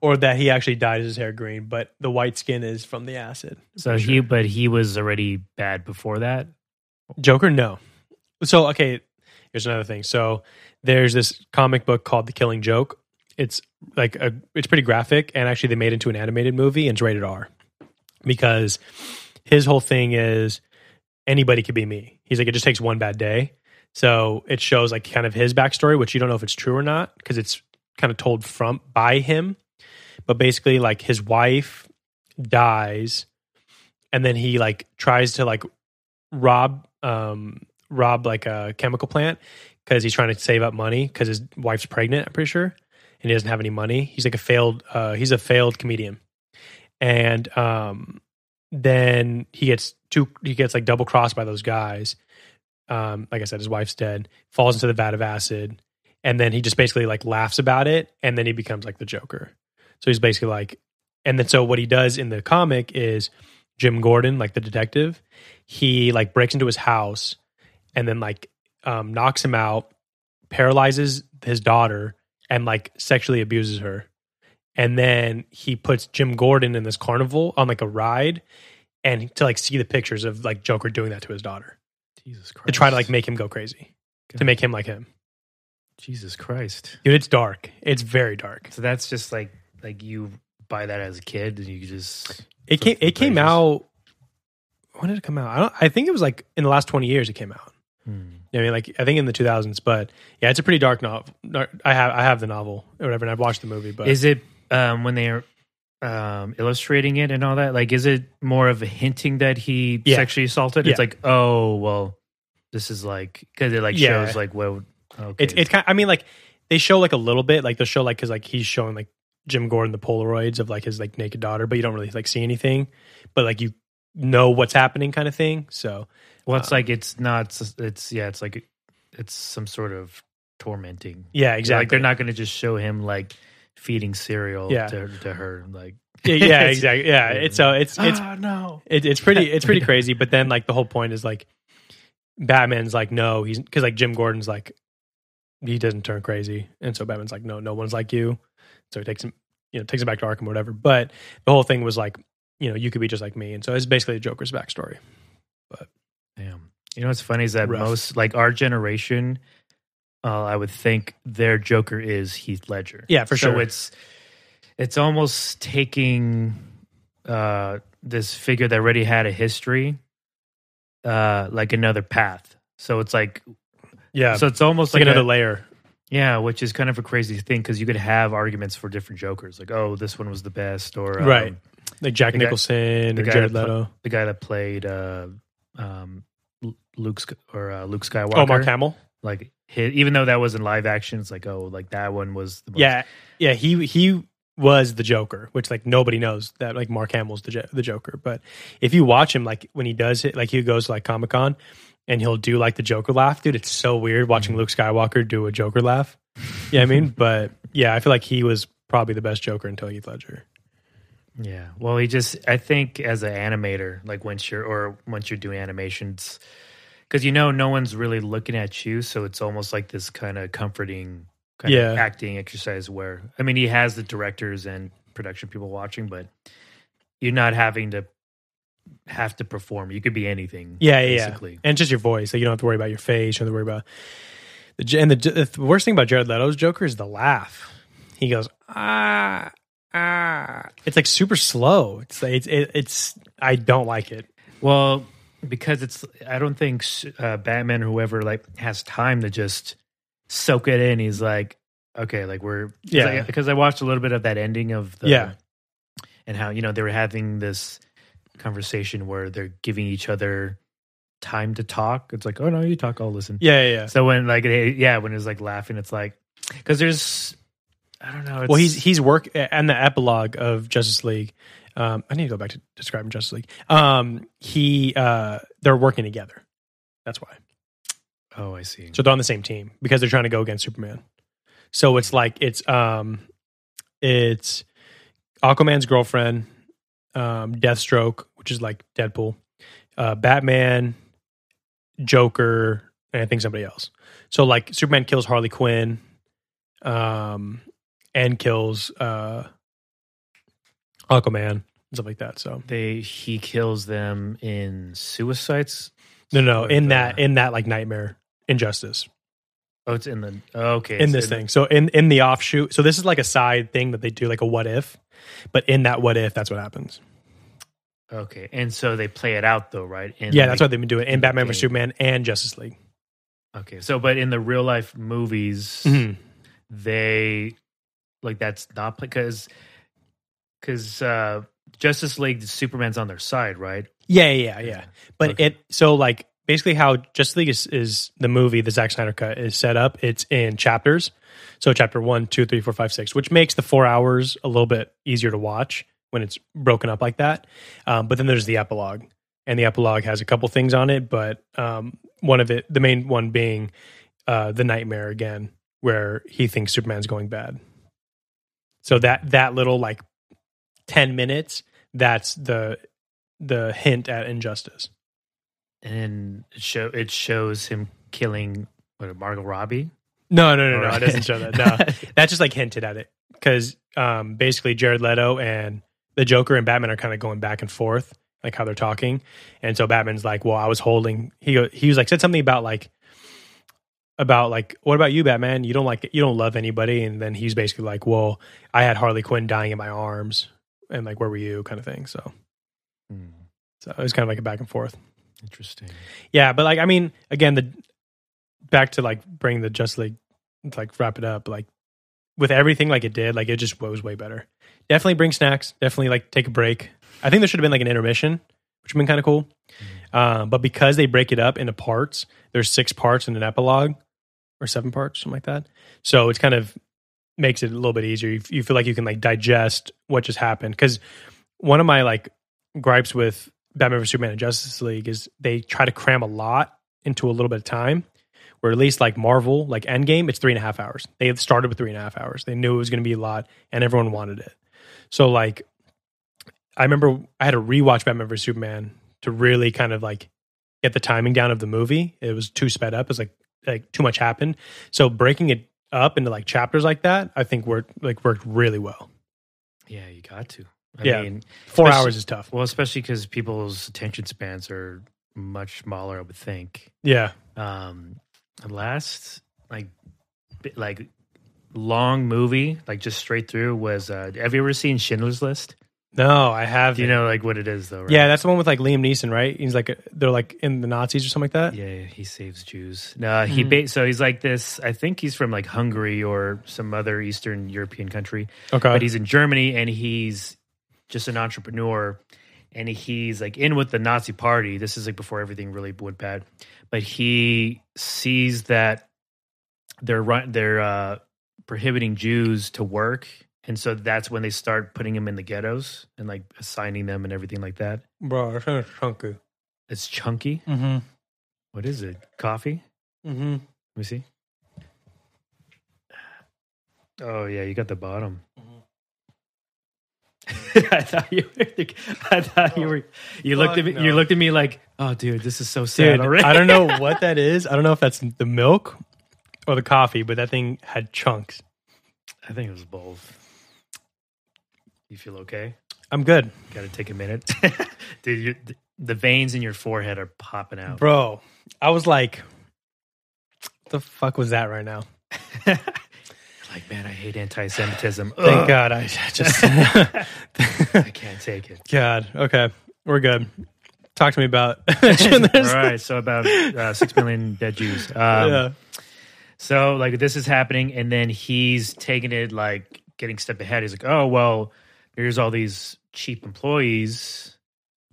or that he actually dyed his hair green, but the white skin is from the acid. So he but he was already bad before that. Joker, no. So okay, here's another thing. So there's this comic book called The Killing Joke. It's like a, it's pretty graphic, and actually they made it into an animated movie, and it's rated R because his whole thing is anybody could be me. He's like, it just takes one bad day. So it shows like kind of his backstory, which you don't know if it's true or not because it's kind of told from by him. But basically, like his wife dies, and then he like tries to like rob um rob like a chemical plant because he's trying to save up money because his wife's pregnant i'm pretty sure and he doesn't have any money he's like a failed uh he's a failed comedian and um then he gets two he gets like double crossed by those guys um like i said his wife's dead falls into the vat of acid and then he just basically like laughs about it and then he becomes like the joker so he's basically like and then so what he does in the comic is jim gordon like the detective he like breaks into his house and then like um, knocks him out, paralyzes his daughter, and like sexually abuses her. And then he puts Jim Gordon in this carnival on like a ride, and to like see the pictures of like Joker doing that to his daughter Jesus Christ. to try to like make him go crazy, to God. make him like him. Jesus Christ. Dude, it's dark. It's very dark. So that's just like like you buy that as a kid and you just It For- came. for It came Blazers. out. When did it come out? I don't. I think it was like in the last twenty years. It came out. hmm. You know what I mean, like I think in the two thousands. But yeah, it's a pretty dark novel. I have. I have the novel or whatever, and I've watched the movie. But is it um when they're um illustrating it and all that? Like is it more of a hinting that he Yeah. sexually assaulted? It's Yeah. like, oh well, this is like because it like Yeah. shows like well okay. it's it's kind. I mean, like they show like a little bit. Like they'll show like because like he's showing like Jim Gordon the Polaroids of like his like naked daughter, but you don't really like see anything. But like you know what's happening, kind of thing. So well um, it's like it's not it's yeah, it's like it's some sort of tormenting. yeah, Like exactly. they're not gonna just show him like feeding cereal Yeah. to, to her like [laughs] yeah, yeah, exactly. Yeah, it's [gasps] so it's Ah, it's Ah, no. it, it's pretty [laughs] it's pretty crazy but then like the whole point is like batman's like no he's because like jim gordon's like he doesn't turn crazy and so batman's like no no one's like you so he takes him you know takes him back to arkham or whatever but the whole thing was like you know you could be just like me and so it's basically the joker's backstory Damn. You know what's funny is that Rough. most like our generation, uh, I would think their Joker is Heath Ledger. Yeah, for so sure. It's it's almost taking uh, this figure that already had a history, uh, like another path. So it's like yeah so so it's almost it's like like, another a- layer yeah, which is kind of a crazy thing because you could have arguments for different Jokers, like oh this one was the best, or um, Right. like jack the guy- nicholson the or guy jared that put- leto the guy that played uh, um, Lu- Luke Sk- or uh, Luke Skywalker. oh mark hamill like hit, even though that wasn't live action, it's like oh, like that one was the most, yeah yeah he he was the joker which like nobody knows that like mark hamill's the, Jo- the joker but if you watch him like when he does it like he goes to like comic-con and he'll do like the joker laugh dude it's so weird watching luke skywalker do a joker laugh yeah i mean but yeah i feel like he was probably the best joker until heath ledger yeah. Well, he just I think as an animator, like once you're or once you're doing animations, because you know no one's really looking at you, so it's almost like this kind of comforting kind Yeah. of acting exercise. Where I mean, he has the directors and production people watching, but you're not having to have to perform. You could be anything. yeah yeah, yeah. basically. and just your voice like you don't have to worry about your face you don't have to worry about the J- and the, J- the worst thing about jared leto's joker is the laugh he goes ah ah it's like super slow it's like it's it, it's i don't like it Well, because it's I don't think uh, Batman or whoever like has time to just soak it in. He's like, okay, like we're Yeah. Because I watched a little bit of that ending of the Yeah. and how you know they were having this conversation where they're giving each other time to talk. It's like, oh no, you talk, I'll listen. yeah yeah, yeah. So when like they- yeah, when it's like laughing, it's like because there's I don't know. It's, well he's he's work and the epilogue of justice league um i need to go back to describing justice league um he uh they're working together that's why oh I see. So they're on the same team because they're trying to go against Superman. So it's like it's um it's Aquaman's girlfriend, um, Deathstroke, which is like Deadpool, uh, Batman, Joker, and I think somebody else. So like Superman kills Harley Quinn, um, and kills uh Aquaman and stuff like that. So They he kills them in suicides. no, no, in that Uh, in that like nightmare injustice. Oh, it's in the oh, okay. in it's this thing. So in in the offshoot, so this is like a side thing that they do, like a what if. But in that what if, that's what happens. Okay, and so they play it out though, right? In yeah, the- that's what they've been doing in in the Batman vs game. Superman and Justice League. Okay, so but in the real life movies, Mhm. they like that's not because because uh, Justice League, Superman's on their side, right? Yeah, yeah, yeah, yeah. But Okay. it so like basically how Justice League is, is the movie the Zack Snyder cut is set up. It's in chapters, so chapter one, two, three, four, five, six, which makes the four hours a little bit easier to watch when it's broken up like that. Um, but then there's the epilogue, and the epilogue has a couple things on it, but um, one of it, the main one being uh, the nightmare again, where he thinks Superman's going bad. So that that little like ten minutes, that's the the hint at injustice. And it show it shows him killing what Margot Robbie. No, no, no, no. Or- It doesn't show that. [laughs] No, that just like hinted at it because um, basically Jared Leto and the Joker and Batman are kind of going back and forth like how they're talking. And so Batman's like, "Well, I was holding." He go, he was like said something about like about like what about you, Batman? You don't like you don't love anybody. And then he's basically like, "Well, I had Harley Quinn dying in my arms, and like where were you?" kind of thing. So Hmm, so it was kind of like a back and forth. interesting. Yeah, but like I mean, again, the back to like bring the Just League, like wrap it up, like with everything like it did, like it just was way better. Definitely bring snacks. Definitely like take a break. I think there should have been like an intermission, which would have been kind of cool. Um, but because they break it up into parts, there's six parts and an epilogue, or seven parts, something like that. So it's kind of makes it a little bit easier. You, you feel like you can like digest what just happened. Because one of my like gripes with Batman vs Superman and Justice League is they try to cram a lot into a little bit of time. Where at least like Marvel, like Endgame, it's three and a half hours. They had started with three and a half hours. They knew it was going to be a lot, and everyone wanted it. So like, I remember I had to rewatch Batman vs Superman to really kind of like get the timing down of the movie. It was too sped up. It's like like too much happened. So breaking it up into like chapters like that, I think worked like worked really well. Yeah, you got to. I Yeah. mean, Four Especially- hours is tough. well, especially because people's attention spans are much smaller, I would think. Yeah, Um, the last like bi- like long movie, like just straight through, was uh, have you ever seen Schindler's List? no, I have. Do you know like what it is though? Right? Yeah, that's the one with like Liam Neeson, right? He's like they're like in the Nazis or something like that. Yeah, he saves Jews. No, he ba- so he's like this. I think he's from like Hungary or some other Eastern European country, Okay. but he's in Germany and he's just an entrepreneur, and he's like in with the Nazi Party. This is like before everything really went bad, but he sees that they're run- they're uh, prohibiting Jews to work, and so that's when they start putting them in the ghettos and like assigning them and everything like that. Bro, chunky. It's chunky. Mm-hmm. What is it? Coffee. Mm-hmm. Let me see. Oh yeah, you got the bottom. Mm-hmm. [laughs] I thought you were. I thought you were. You looked at me. fuck You no. looked at me like, "Oh, dude, this is so sad Dude, already." I don't know what that is. I don't know if that's the milk or the coffee, but that thing had chunks. I think it [laughs] was both. You feel okay? I'm good, Got to take a [laughs] minute, dude. You, the veins in your forehead are popping out. bro. I was like, what the fuck was that right now? Like, man, I hate anti-Semitism. Thank Ugh, God, I [laughs] just I can't take it. God. Okay, we're good. Talk to me about [laughs] All [laughs] right, Um, so about uh, six million dead [laughs] Jews. Um, Yeah. So like this is happening, and then he's taking it like getting a step ahead. He's like, oh well, here's all these cheap employees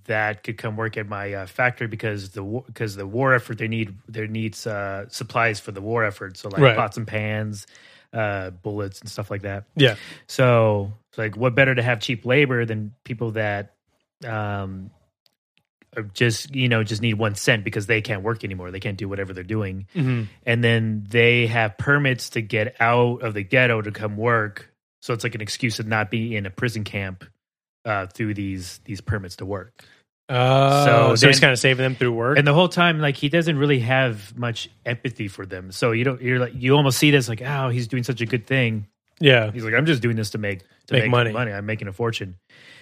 that could come work at my uh, factory because the wa- because the war effort they need there needs uh, supplies for the war effort. So like Right. pots and pans, uh, bullets and stuff like that. Yeah. So it's like, what better to have cheap labor than people that um, are just you know just need one cent because they can't work anymore. They can't do whatever they're doing Mhm. and then they have permits to get out of the ghetto to come work. So it's like an excuse to not be in a prison camp uh, through these these permits to work. Oh, So so, then- he's kind of saving them through work. And the whole time, like he doesn't really have much empathy for them. So you don't you're like you almost see this like oh he's doing such a good thing. yeah. He's like I'm just doing this to make to Make money. money. I'm making a fortune.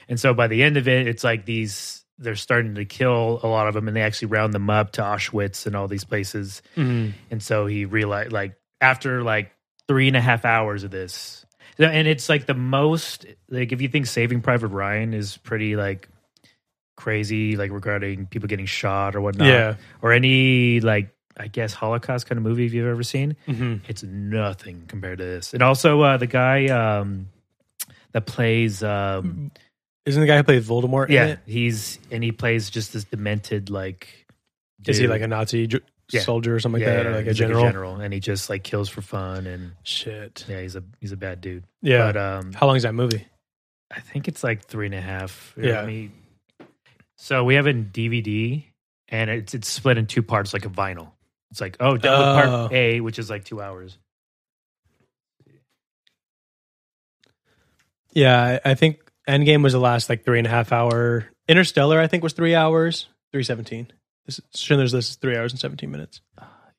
And so by the end of it, it's like these they're starting to kill a lot of them, and they actually round them up to Auschwitz and all these places. Mhm. And so he realized, like, after like three and a half hours of this, and it's like the most, like, if you think Saving Private Ryan is pretty, like, crazy, like, regarding people getting shot or whatnot, Yeah. or any, like, I guess Holocaust kind of movie if you've ever seen, Mhm. it's nothing compared to this. And also, uh, the guy um, that plays, um, Isn't the guy who played Voldemort? in yeah, it? he's, and he plays just this demented, like, Is he dude. like a Nazi ju- Yeah. soldier or something like Yeah, that, or like a he's general? general, and he just like kills for fun, and Shit. yeah, he's a he's a bad dude. Yeah. But um, How long is that movie? I think it's like three and a half. Yeah. I mean, so we have it in DVD, and it's it's split in two parts, like a vinyl. It's like oh, download Oh. part A, which is like two hours. Yeah, I, I think Endgame was the last like three and a half hour. Interstellar, I think, was three hours, three seventeen. This is- Schindler's List is three hours and seventeen minutes.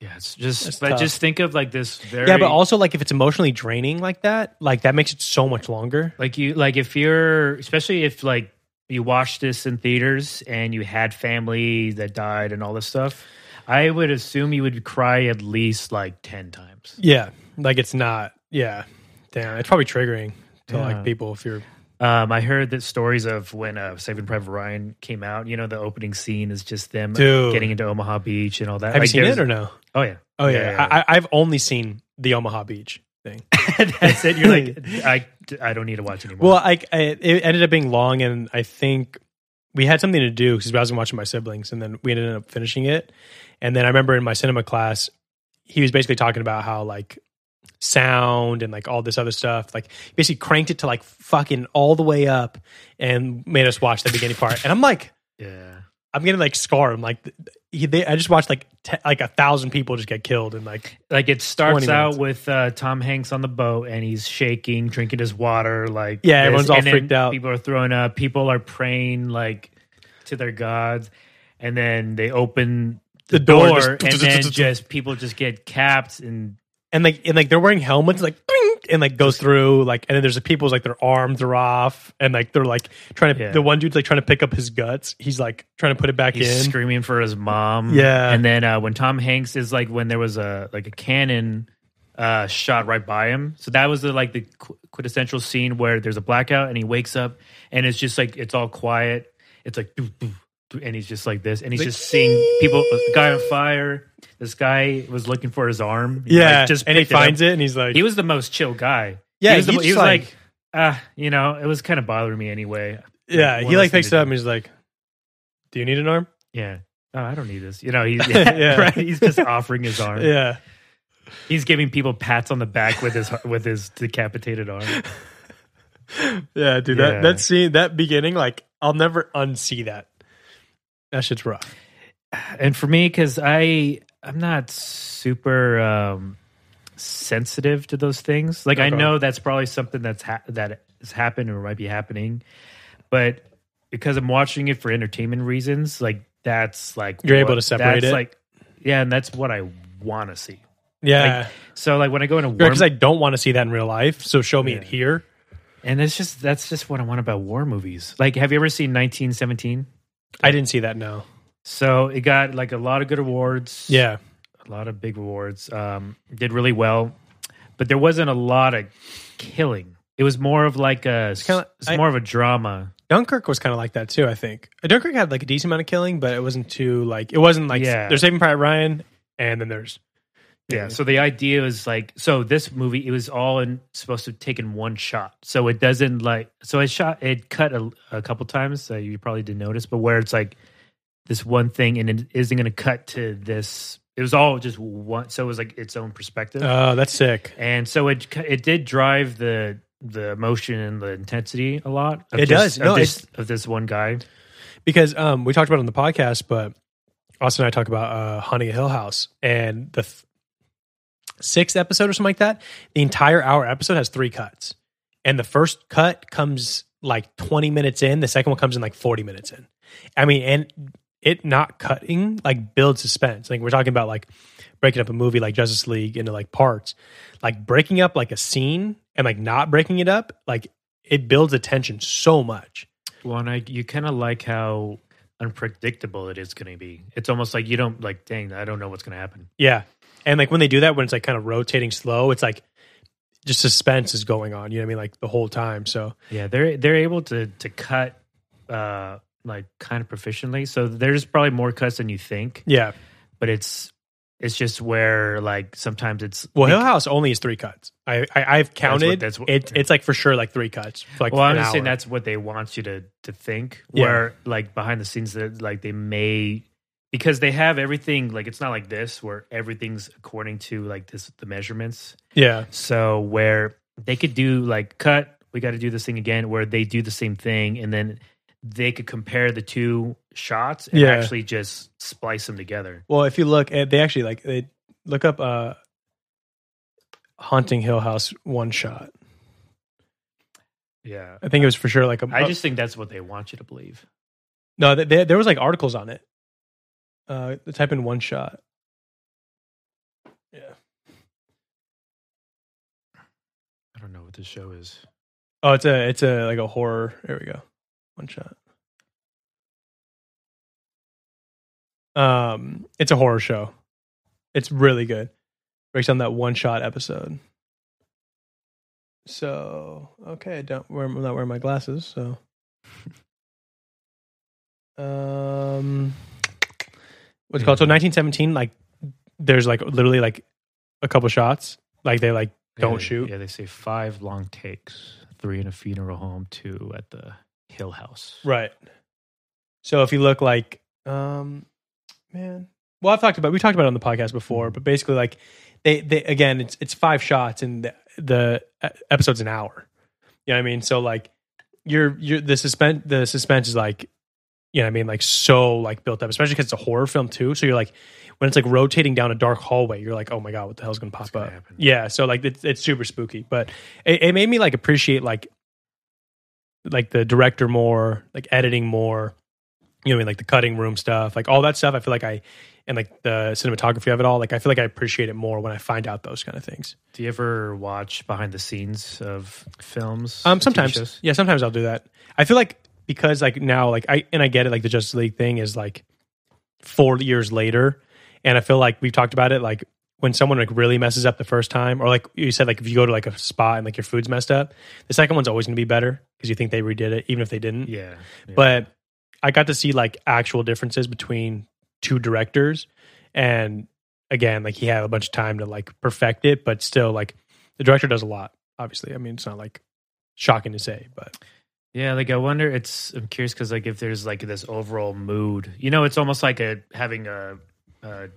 Yeah, it's just That's but tough. just think of like this very yeah, but also like if it's emotionally draining like that, like that makes it so much longer. like you like if you're especially if like you watched this in theaters and you had family that died and all this stuff, I would assume you would cry at least like ten times. Yeah, like it's not. Yeah, damn, it's probably triggering to Yeah. like people if you're. Um, I heard that stories of when uh, Saving Private Ryan came out. You know, the opening scene is just them Dude. getting into Omaha Beach and all that. Have you seen there's- it or no? Oh yeah. Oh yeah, I, I, I've only seen the Omaha Beach thing. [laughs] that's it. You're [laughs] like, I, I don't need to watch anymore. Well, I, I it ended up being long, and I think we had something to do because I was watching my siblings, and then we ended up finishing it. And then I remember in my cinema class, he was basically talking about how like sound and like all this other stuff, like basically cranked it to like fucking all the way up, and made us watch the beginning part. And I'm like, yeah. I'm getting like scarred. I'm like, th- he, they, I just watched like te- like a thousand people just get killed, and like Like it starts 20 out minutes. with uh, Tom Hanks on the boat and he's shaking, drinking his water. Like Yeah, this, everyone's all and then freaked out. People are throwing up. People are praying like to their gods, and then they open the, The door door, just- and [laughs] then just people just get capped and and like and like they're wearing helmets like bing, and like goes through like and then there's the people's like their arms are off and like they're like trying to Yeah. the one dude's like trying to pick up his guts he's like trying to put it back he's in screaming for his mom. Yeah. and then uh, when Tom Hanks is like when there was a like a cannon uh, shot right by him, so that was the like the qu- quintessential scene where there's a blackout and he wakes up and it's just like it's all quiet. It's like doo, doo, doo, and he's just like this, and he's Like, just seeing people. A guy on fire. This guy was looking for his arm. He, like, yeah and he picked it up. finds it, and he's like He was the most chill guy. yeah he was, the, he mo- he just, was like, ah, you know, it was kind of bothering me anyway. yeah one he less like thing picks it to up do. and he's like do you need an arm Yeah. Oh, I don't need this. You know, [laughs] he's Yeah. right. He's just offering his arm. yeah He's giving people pats on the back with his with his decapitated arm. yeah dude Yeah. that that scene that beginning like I'll never unsee that that shit's rough And for me, because I I'm not super um, sensitive to those things. Like I Okay. know that's probably something that's ha- that has happened or might be happening, but because I'm watching it for entertainment reasons, like that's like You're able what- to separate that's it? Like yeah, and that's what I want to see. yeah So like when I go into war, because I don't want to see that in real life so show me Yeah. it here And it's just that's just what I want about war movies. Like, have you ever seen 1917? I didn't see that no So it got like a lot of good awards. yeah a lot of big awards. Um, did really well, but there wasn't a lot of killing. It was more of like a it's, kinda- I- more of a drama. Dunkirk was kind of like that too. I think Dunkirk had like a decent amount of killing, but it wasn't too like it wasn't like Yeah. there's Saving Private Ryan, and then there's Yeah. So the idea is like, so this movie it was all in supposed to take in one shot. So it doesn't like so it shot it cut a, a couple times. So you probably didn't notice, but where it's like this one thing and it isn't going to cut to this. It was all just one. So it was like its own perspective. oh that's sick. and so it it did drive the the emotion and the intensity a lot. of It this- does. No, of this, of this one guy. because um, we talked about it on the podcast, but Austin and I talk about uh, Haunting a Hill House, and the th- sixth episode or something like that. The entire hour episode has three cuts, and the first cut comes like twenty minutes in. The second one comes in like forty minutes in. I mean, and it not cutting like builds suspense. Like we're talking about like breaking up a movie like Justice League into like parts, like breaking up like a scene and like not breaking it up, like it builds the tension so much. Well, and I, you kind of like how unpredictable it is going to be. It's almost like you don't like, dang, I don't know what's going to happen. Yeah. And like when they do that, when it's like kind of rotating slow, it's like just suspense is going on. You know what I mean? Like the whole time. So Yeah, they're they're able to to cut uh like kind of proficiently. So there's probably more cuts than you think, yeah. but it's it's just where like sometimes it's Well, like, Hill House only is three cuts. I, I I've counted. that's what- it, it's like for sure like three cuts. for, Like well, I'm an just saying hour. that's what they want you to to think. Yeah. Where like behind the scenes that like they may because they have everything like it's not like this where everything's according to like this the measurements. yeah. So where they could do like cut, we got to do this thing again. Where they do the same thing and then they could compare the two shots and Yeah. actually just splice them together. Well, if you look at they actually like they look up uh Haunting Hill House one shot. Yeah. I think it was for sure like a I just think that's what they want you to believe. no. They, they, there was like articles on it. Uh, type in one shot. I don't know what this show is. Oh, it's a it's a like a horror. There we go. One shot. Um, it's a horror show. It's really good. Breaks down that one shot episode. So okay, I don't wear, I'm not wearing my glasses. So, um, what's it called so 1917? Like, there's like literally like a couple shots. Like they like don't Yeah, shoot. Yeah, they say five long takes, three in a funeral home, two at the Hill House. Right. So if you look like, um, man, well, I've talked about we talked about it on the podcast before, but basically, like they they again, it's it's five shots and the, the uh, episode's an hour. You know what I mean? So like, you're you're the suspense the suspense is like, you know what I mean? Like so like built up, especially because it's a horror film too. So you're like, when it's like rotating down a dark hallway, you're like, oh my god, what the hell's gonna pop gonna up? happen? Yeah. So like, it's, it's super spooky, but it, it made me like appreciate like like the director more, like editing more, you know, what I mean, like the cutting room stuff, like all that stuff. I feel like I and like the cinematography of it all. Like I feel like I appreciate it more when I find out those kind of things. Do you ever watch behind the scenes of films? Um, TV sometimes, shows? yeah, sometimes I'll do that. I feel like because like now, like I and I get it. Like the Justice League thing is like four years later, and I feel like we've talked about it. Like when someone like really messes up the first time, or like you said, like if you go to like a spot and like your food's messed up, the second one's always going to be better because you think they redid it, even if they didn't. yeah, yeah. but I got to see like actual differences between two directors, and again, like he had a bunch of time to like perfect it, but still, like the director does a lot. Obviously, I mean, it's not like shocking to say, but Yeah, like I wonder. It's I'm curious because like if there's like this overall mood, you know, it's almost like a having a, a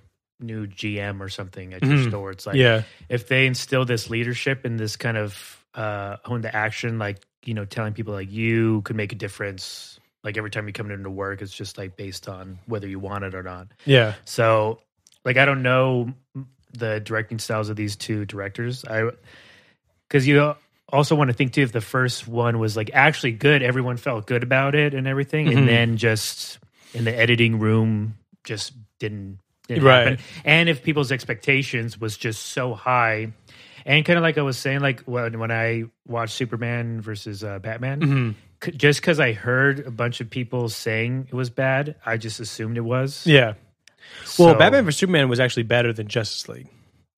new GM or something at your Mhm. store. It's like yeah, if they instill this leadership and this kind of uh hone the action, like you know, telling people like you could make a difference. Like every time you come into work, it's just like based on whether you want it or not. yeah, So, like, I don't know the directing styles of these two directors. I because you also want to think too if the first one was like actually good, everyone felt good about it and everything, Mhm. and then just in the editing room just didn't, didn't Right. happen. And if people's expectations was just so high, and kind of like I was saying, like when when I watched Superman versus uh, Batman Mhm. c- just because I heard a bunch of people saying it was bad, I just assumed it was. yeah. So- Well, Batman vs Superman was actually better than Justice League.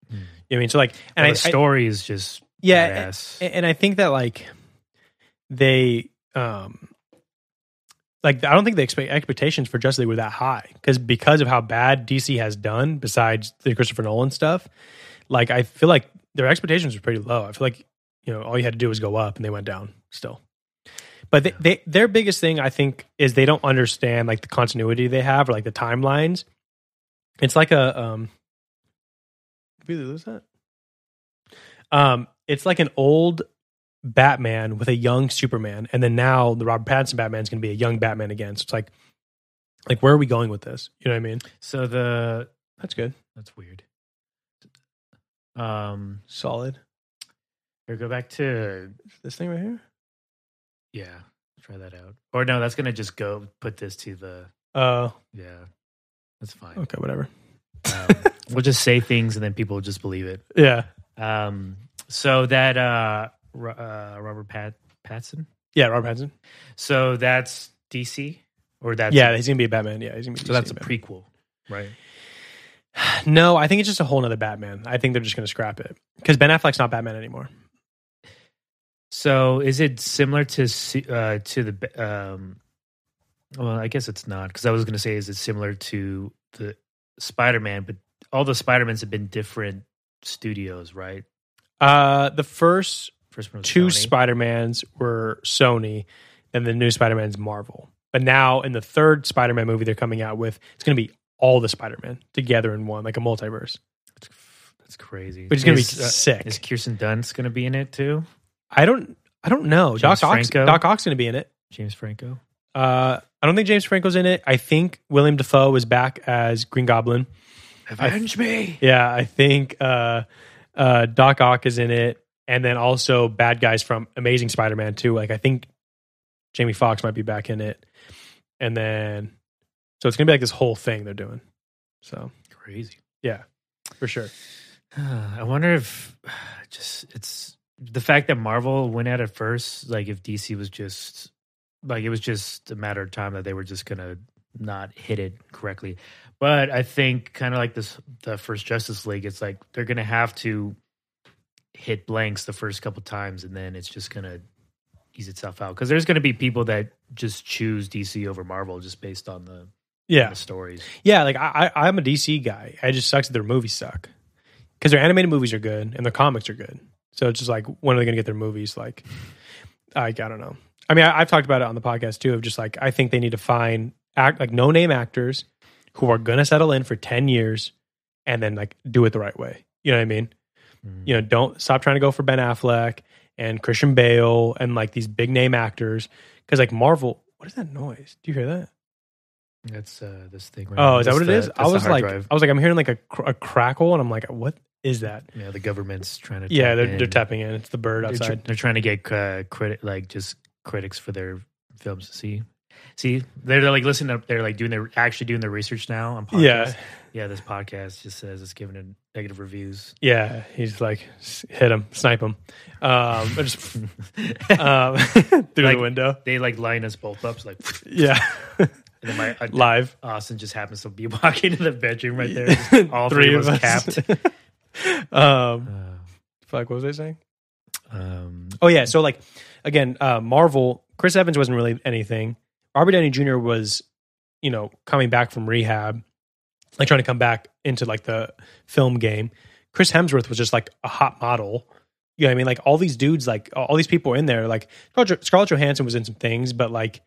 You know what I mean, so like, Well, and I, the I- story is just yeah, badass. A- and I think that like they um like I don't think the expect expectations for Justice League were that high because because of how bad DC has done besides the Christopher Nolan stuff like I feel like their expectations were pretty low I feel like you know all you had to do was go up and they went down still but they, they their biggest thing I think is they don't understand like the continuity they have or like the timelines it's like a um did we lose that um, it's like an old Batman with a young Superman, and then now the Robert Pattinson Batman's going to be a young Batman again. So it's like, like where are we going with this? You know what I mean? so the That's good, that's weird. Um, solid. here, go back to This thing right here. yeah. Try that out. Or no, that's gonna just go put this to the Uh, yeah. That's fine. okay, whatever. Um, we'll just say things and then people will just believe it. Yeah, Um, so that uh, Ro- uh Robert Pat Patson. yeah, Robert Pattinson. So that's DC or that's yeah, he's gonna be a Batman. Yeah, he's gonna be. so that's a DC prequel, right? Batman. No, I think it's just a whole nother Batman. I think they're just gonna scrap it because Ben Affleck's not Batman anymore. So is it similar to se- uh, to the? b- Um, well, I guess it's not because I was going to say, is it similar to the Spider Man? But all the Spider Mans have been different studios, right? Uh, the first First one was two Sony. Spider Mans were Sony, and the new Spider Man's Marvel. But now in the third Spider Man movie, they're coming out with it's going to be all the Spider Man together in one, like a multiverse, That's crazy. which is going to be uh, sick. is Kirsten Dunst going to be in it too? I don't, I don't know. James Doc Ock's, Franco? Doc Ock's going to be in it. James Franco. Uh, I don't think James Franco's in it. I think William Defoe is back as Green Goblin. Avenge me. Yeah, I think uh, uh, Doc Ock is in it, and then also bad guys from Amazing Spider-Man too. Like I think Jamie Foxx might be back in it, and then so it's gonna be like this whole thing they're doing. So Crazy. for sure, [sighs] I wonder if [sighs] just it's the fact that Marvel went at it first, like if DC was just like it was just a matter of time that they were just gonna not hit it correctly. But I think kind of like this the first Justice League, it's like they're gonna have to hit blanks the first couple times and then it's just gonna ease itself out. Because there's gonna be people that just choose DC over Marvel just based on the, Yeah. the stories. Yeah, like I, I, I'm a DC guy. I just sucks that their movies suck because their animated movies are good and their comics are good. So it's just like, when are they going to get their movies? Like, like I don't know. I mean, I, I've talked about it on the podcast too. Of just like, I think they need to find act like no name actors who are going to settle in for ten years and then like do it the right way. You know what I mean? Mm-hmm. You know, don't stop trying to go for Ben Affleck and Christian Bale and like these big name actors because like Marvel. What is that noise? Do you hear that? That's uh, this thing. Right Oh, now. is that That's what it the- is? that's I the was hard like, drive. I was like, I'm hearing like a, cr- a crackle, and I'm like, what is that? yeah, the government's trying to. yeah, tap they're in. they're tapping in. It's the bird They're, tr- outside. they're trying to get uh, credit, like just critics for their films to see. See, they're, they're like listening up. They're like doing their actually doing their research now on podcasts. yeah, yeah. This podcast just says it's giving it negative reviews. [laughs] yeah. He's like, s- hit him, snipe him, um, [laughs] or just um, [laughs] through Like- the window. they like line us both up, so like, and [laughs] Yeah, then my uh, [laughs] live. Austin just happens to be [laughs] walking to the bedroom right there. [laughs] Just All three, of us capped. um, Uh, fuck, what was I saying? um, Oh yeah, so like again, uh, Marvel. Chris Evans wasn't really anything. Robert Downey Jr. was, you know, coming back from rehab, like trying to come back into like the film game. Chris Hemsworth was just like a hot model. You know what I mean? Like all these dudes, like all these people in there, like Scarlett Scarlett Johansson was in some things, but like,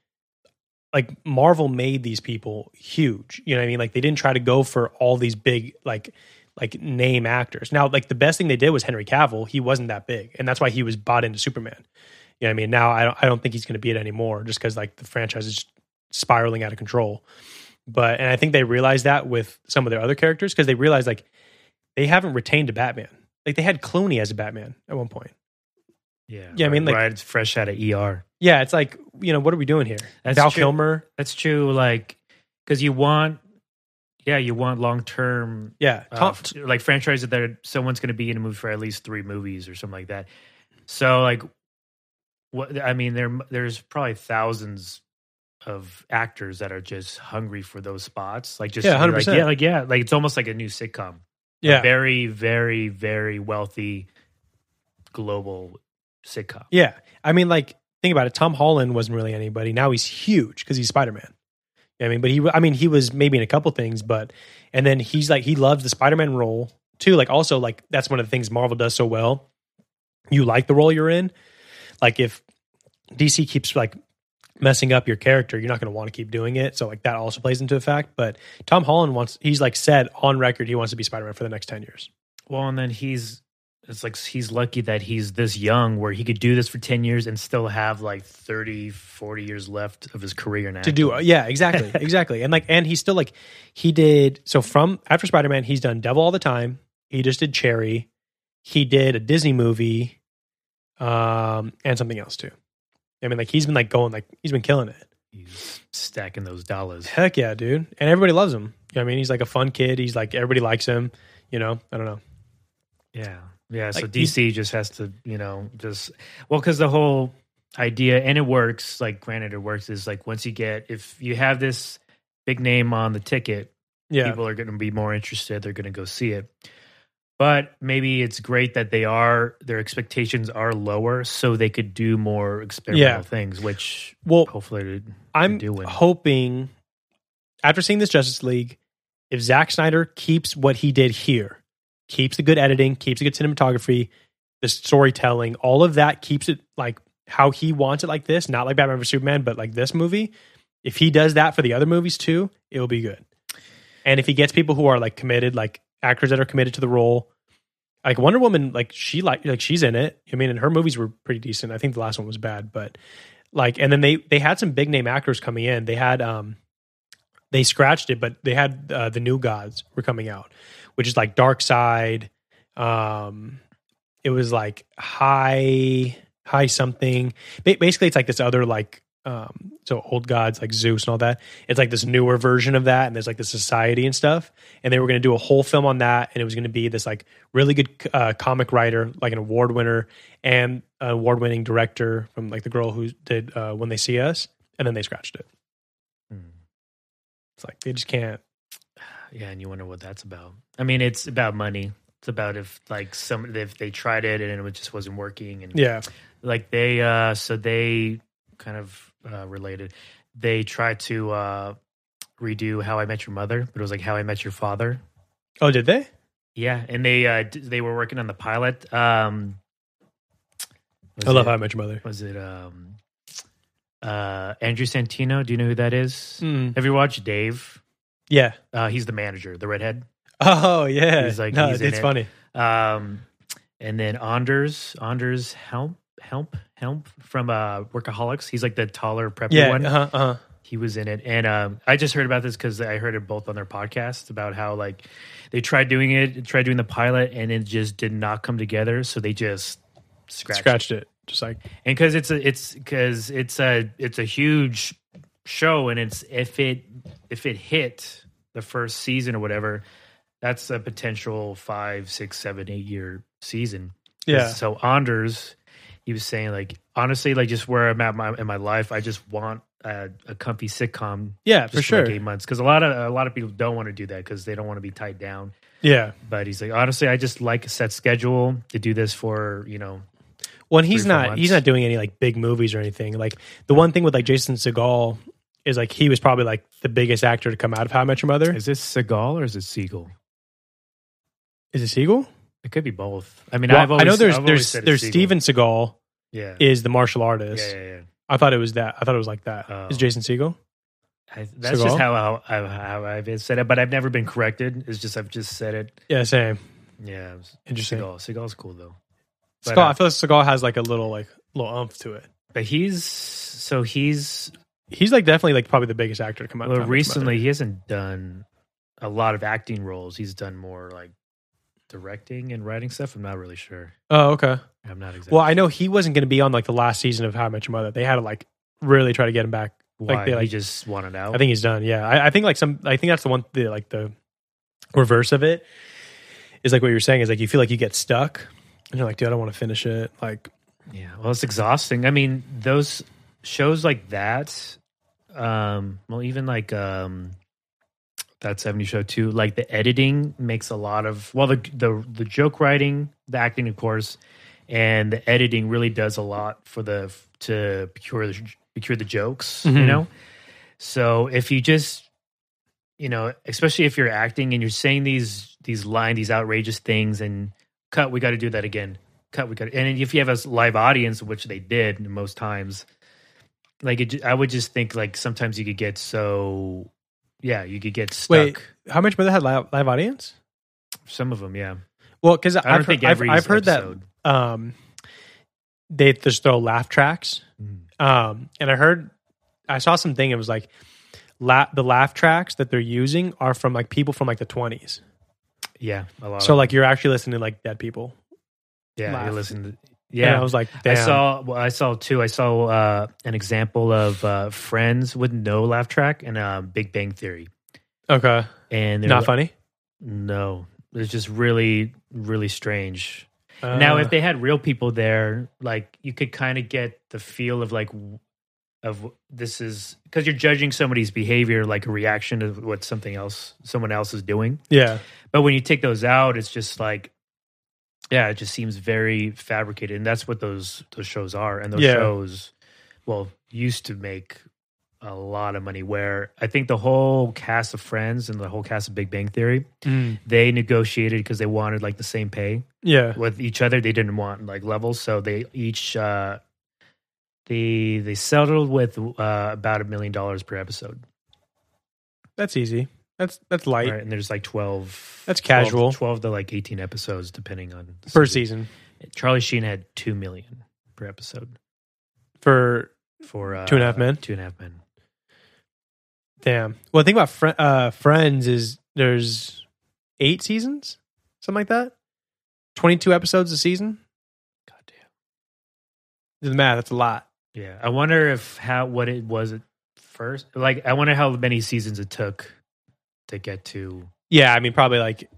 like Marvel made these people huge. You know what I mean? Like they didn't try to go for all these big like like name actors. Now, like the best thing they did was Henry Cavill. He wasn't that big, and that's why he was bought into Superman. You know what I mean? Now I don't I don't think he's going to be it anymore, just because like the franchise is spiraling out of control. But and I think they realized that with some of their other characters because they realized like they haven't retained a Batman. Like they had Clooney as a Batman at one point. yeah, Yeah, I mean, like- right, fresh out of ER. Yeah, it's like you know what are we doing here? That's Val true. Kilmer. That's true. Like, because you want, yeah, you want long term, Yeah, uh, Tom, f- like franchises that are, someone's going to be in a movie for at least three movies or something like that. So, like, what I mean, there there's probably thousands of actors that are just hungry for those spots. Like, just Yeah, to be like 100%. yeah, like yeah, like it's almost like a new sitcom. A yeah, very, very, very wealthy global sitcom. Yeah. I mean, like, think about it. Tom Holland wasn't really anybody. Now he's huge because he's Spider Man. I mean, but he, I mean, he was maybe in a couple things, but, and then he's like, he loves the Spider Man role too. Like, also, like, that's one of the things Marvel does so well. You like the role you're in. Like, if DC keeps like messing up your character, you're not going to want to keep doing it. So, like, that also plays into effect. But Tom Holland wants, he's like said on record, he wants to be Spider Man for the next 10 years. Well, and then he's it's like he's lucky that he's this young where he could do this for 10 years and still have like 30, 40 years left of his career now. to do yeah exactly exactly and like and he's still like he did so from after spider-man he's done devil all the time he just did cherry he did a disney movie um and something else too i mean like he's been like going like he's been killing it He's stacking those dollars. heck yeah dude and everybody loves him you know what i mean he's like a fun kid he's like everybody likes him you know i don't know Yeah. Yeah. So Like, he- DC just has to, you know, just, well, because the whole idea, and it works, like, granted, it works, is like once you get, if you have this big name on the ticket, yeah people are going to be more interested they're going to go see it but maybe it's great that they are their expectations are lower so they could do more experimental Yeah. things which well hopefully they- they I'm do win. hoping after seeing this Justice League, if Zack Snyder keeps what he did here, keeps the good editing, keeps the good cinematography, the storytelling, all of that keeps it like how he wants it like this, not like Batman vs Superman, but like this movie. If he does that for the other movies too, it'll be good. And if he gets people who are like committed, like actors that are committed to the role, like Wonder Woman, like she like like she's in it. I mean, and her movies were pretty decent. I think the last one was bad, but like and then they they had some big name actors coming in they had um they scratched it but they had uh, the new gods were coming out which is like dark side um it was like high high something Ba- basically it's like this other like um so old gods like zeus and all that it's like this newer version of that and there's like the society and stuff and they were going to do a whole film on that and it was going to be this like really good uh, comic writer like an award winner and an award winning director hmm, from like the girl who did uh, when they see us and then they scratched it It's like they just can't. Yeah, and you wonder what that's about. I mean, it's about money. It's about if like some if they tried it and it just wasn't working and Yeah. like they uh so they kind of uh related. They tried to uh redo How I Met Your Mother, but it was like How I Met Your Father. Oh, did they? Yeah, and they uh d- they were working on the pilot. Um was I love it, How I Met Your Mother. was it um uh Andrew Santino, do you know who that is? Mm. Have you watched Dave? Yeah. Uh he's the manager, the redhead. Oh yeah. He's like- no, he's in it's it. funny. Um, and then Anders, Anders Help, Help, Help from uh, Workaholics. He's like the taller, preppy Yeah. one. Uh huh. Uh-huh. He was in it, and um, I just heard about this because I heard it both on their podcast about how like they tried doing it, tried doing the pilot, and it just did not come together. So they just scratched, it. Scratched it. Just like and because it's a, it's because it's a, it's a huge show, and it's if it if it hit the first season or whatever, that's a potential five, six, seven, eight year season. yeah. So Anders, he was saying like honestly, like just where I'm at my, in my life, I just want a, a comfy sitcom. Yeah, just for sure. like eight months because a lot of a lot of people don't want to do that because they don't want to be tied down. yeah. But he's like, honestly, I just like a set schedule to do this for you know. Well, and he's three or four not months. he's not doing any like big movies or anything. Like the one thing with like Jason Segal is like he was probably like the biggest actor to come out of How I Met Your Mother. Is, this Seagal or is it Siegel? it Segal? It could be both. I mean, Well, I've always, I know there's I've always there's said it's there's Siegel. Steven Seagal Yeah. is the martial yeah, artist. yeah, yeah. I thought it was that. I thought it was like that. Is Oh. Jason Segal? I, that's just Seagal? how, how how how I've said it, but I've never been corrected. It's just I've just said it. Yeah, same. Yeah, it was Interesting. Seagal. Seagal's cool though. But, Seagal, uh, I feel like Seagal has like a little like little umph to it. But he's so he's He's like definitely like probably the biggest actor to come out. of well, How I Met Your recently Mother. he hasn't done a lot of acting roles. He's done more like directing and writing stuff. I'm not really sure. Oh, okay. I'm not exactly. Well, I know he wasn't going to be on like the last season of How I Met Your Mother. They had to like really try to get him back. why Like they he like just wanted out. I think he's done. Yeah, I, I think like some. I think that's the one. The like the reverse of it is like what you're saying is like you feel like you get stuck, and you're like, dude, I don't want to finish it. Like, Yeah, well, it's exhausting. I mean, those shows like that, um, well, even like um, that seventy show too. Like the editing makes a lot of well, the the the joke writing, the acting, of course, and the editing really does a lot for the to procure the procure the jokes. You Mhm. know, so if you just you know, especially if you're acting and you're saying these these line, these outrageous things, and cut, we got to do that again. Cut, we got, to and if you have a s- live audience, which they did most times, like it, ju- I would just think like sometimes you could get so, yeah, you could get stuck. Wait. how much mother had live, live audience? Some of them, yeah. Well, because I've I don't heard, think I've- every I've, heard episode. that um, they just throw laugh tracks, Mm. um, and I heard I saw something. It was like la- the laugh tracks that they're using are from like people from like the 20s. Yeah, a lot. So of like you're actually listening to like dead people. them. yeah, you laugh. listen. To, And I yeah, was like, I damn. saw. Well, I saw too. I saw uh, an example of uh, Friends with no laugh track and uh, Big Bang Theory, okay, and they're not like- funny. No, it's just really, really strange. now, Uh, if they had real people there, like you could kind of get the feel of like w- of this is because you're judging somebody's behavior like a reaction to what something else someone else is doing. yeah, But when you take those out, it's just like, yeah, it just seems very fabricated, and that's what those those shows are. And those Yeah. shows, well, used to make a lot of money. Where I think the whole cast of Friends and the whole cast of Big Bang Theory, they negotiated because they wanted like the same pay yeah, with each other. They didn't want like levels, so they each uh, they they settled with uh, about a million dollars per episode. that's easy. That's that's light Right, and there's like twelve. That's 12 casual. Twelve to like eighteen episodes, depending on the per season Charlie Sheen had two million per episode for for uh, Two and a Half Men? Two and a half men. damn. Well, the thing about fr- uh, Friends is there's eight seasons, something like that. Twenty two episodes a season. God damn. Do the math. That's a lot. Yeah, I wonder if how what it was at first. Like, I wonder how many seasons it took to get to. Yeah, I mean probably like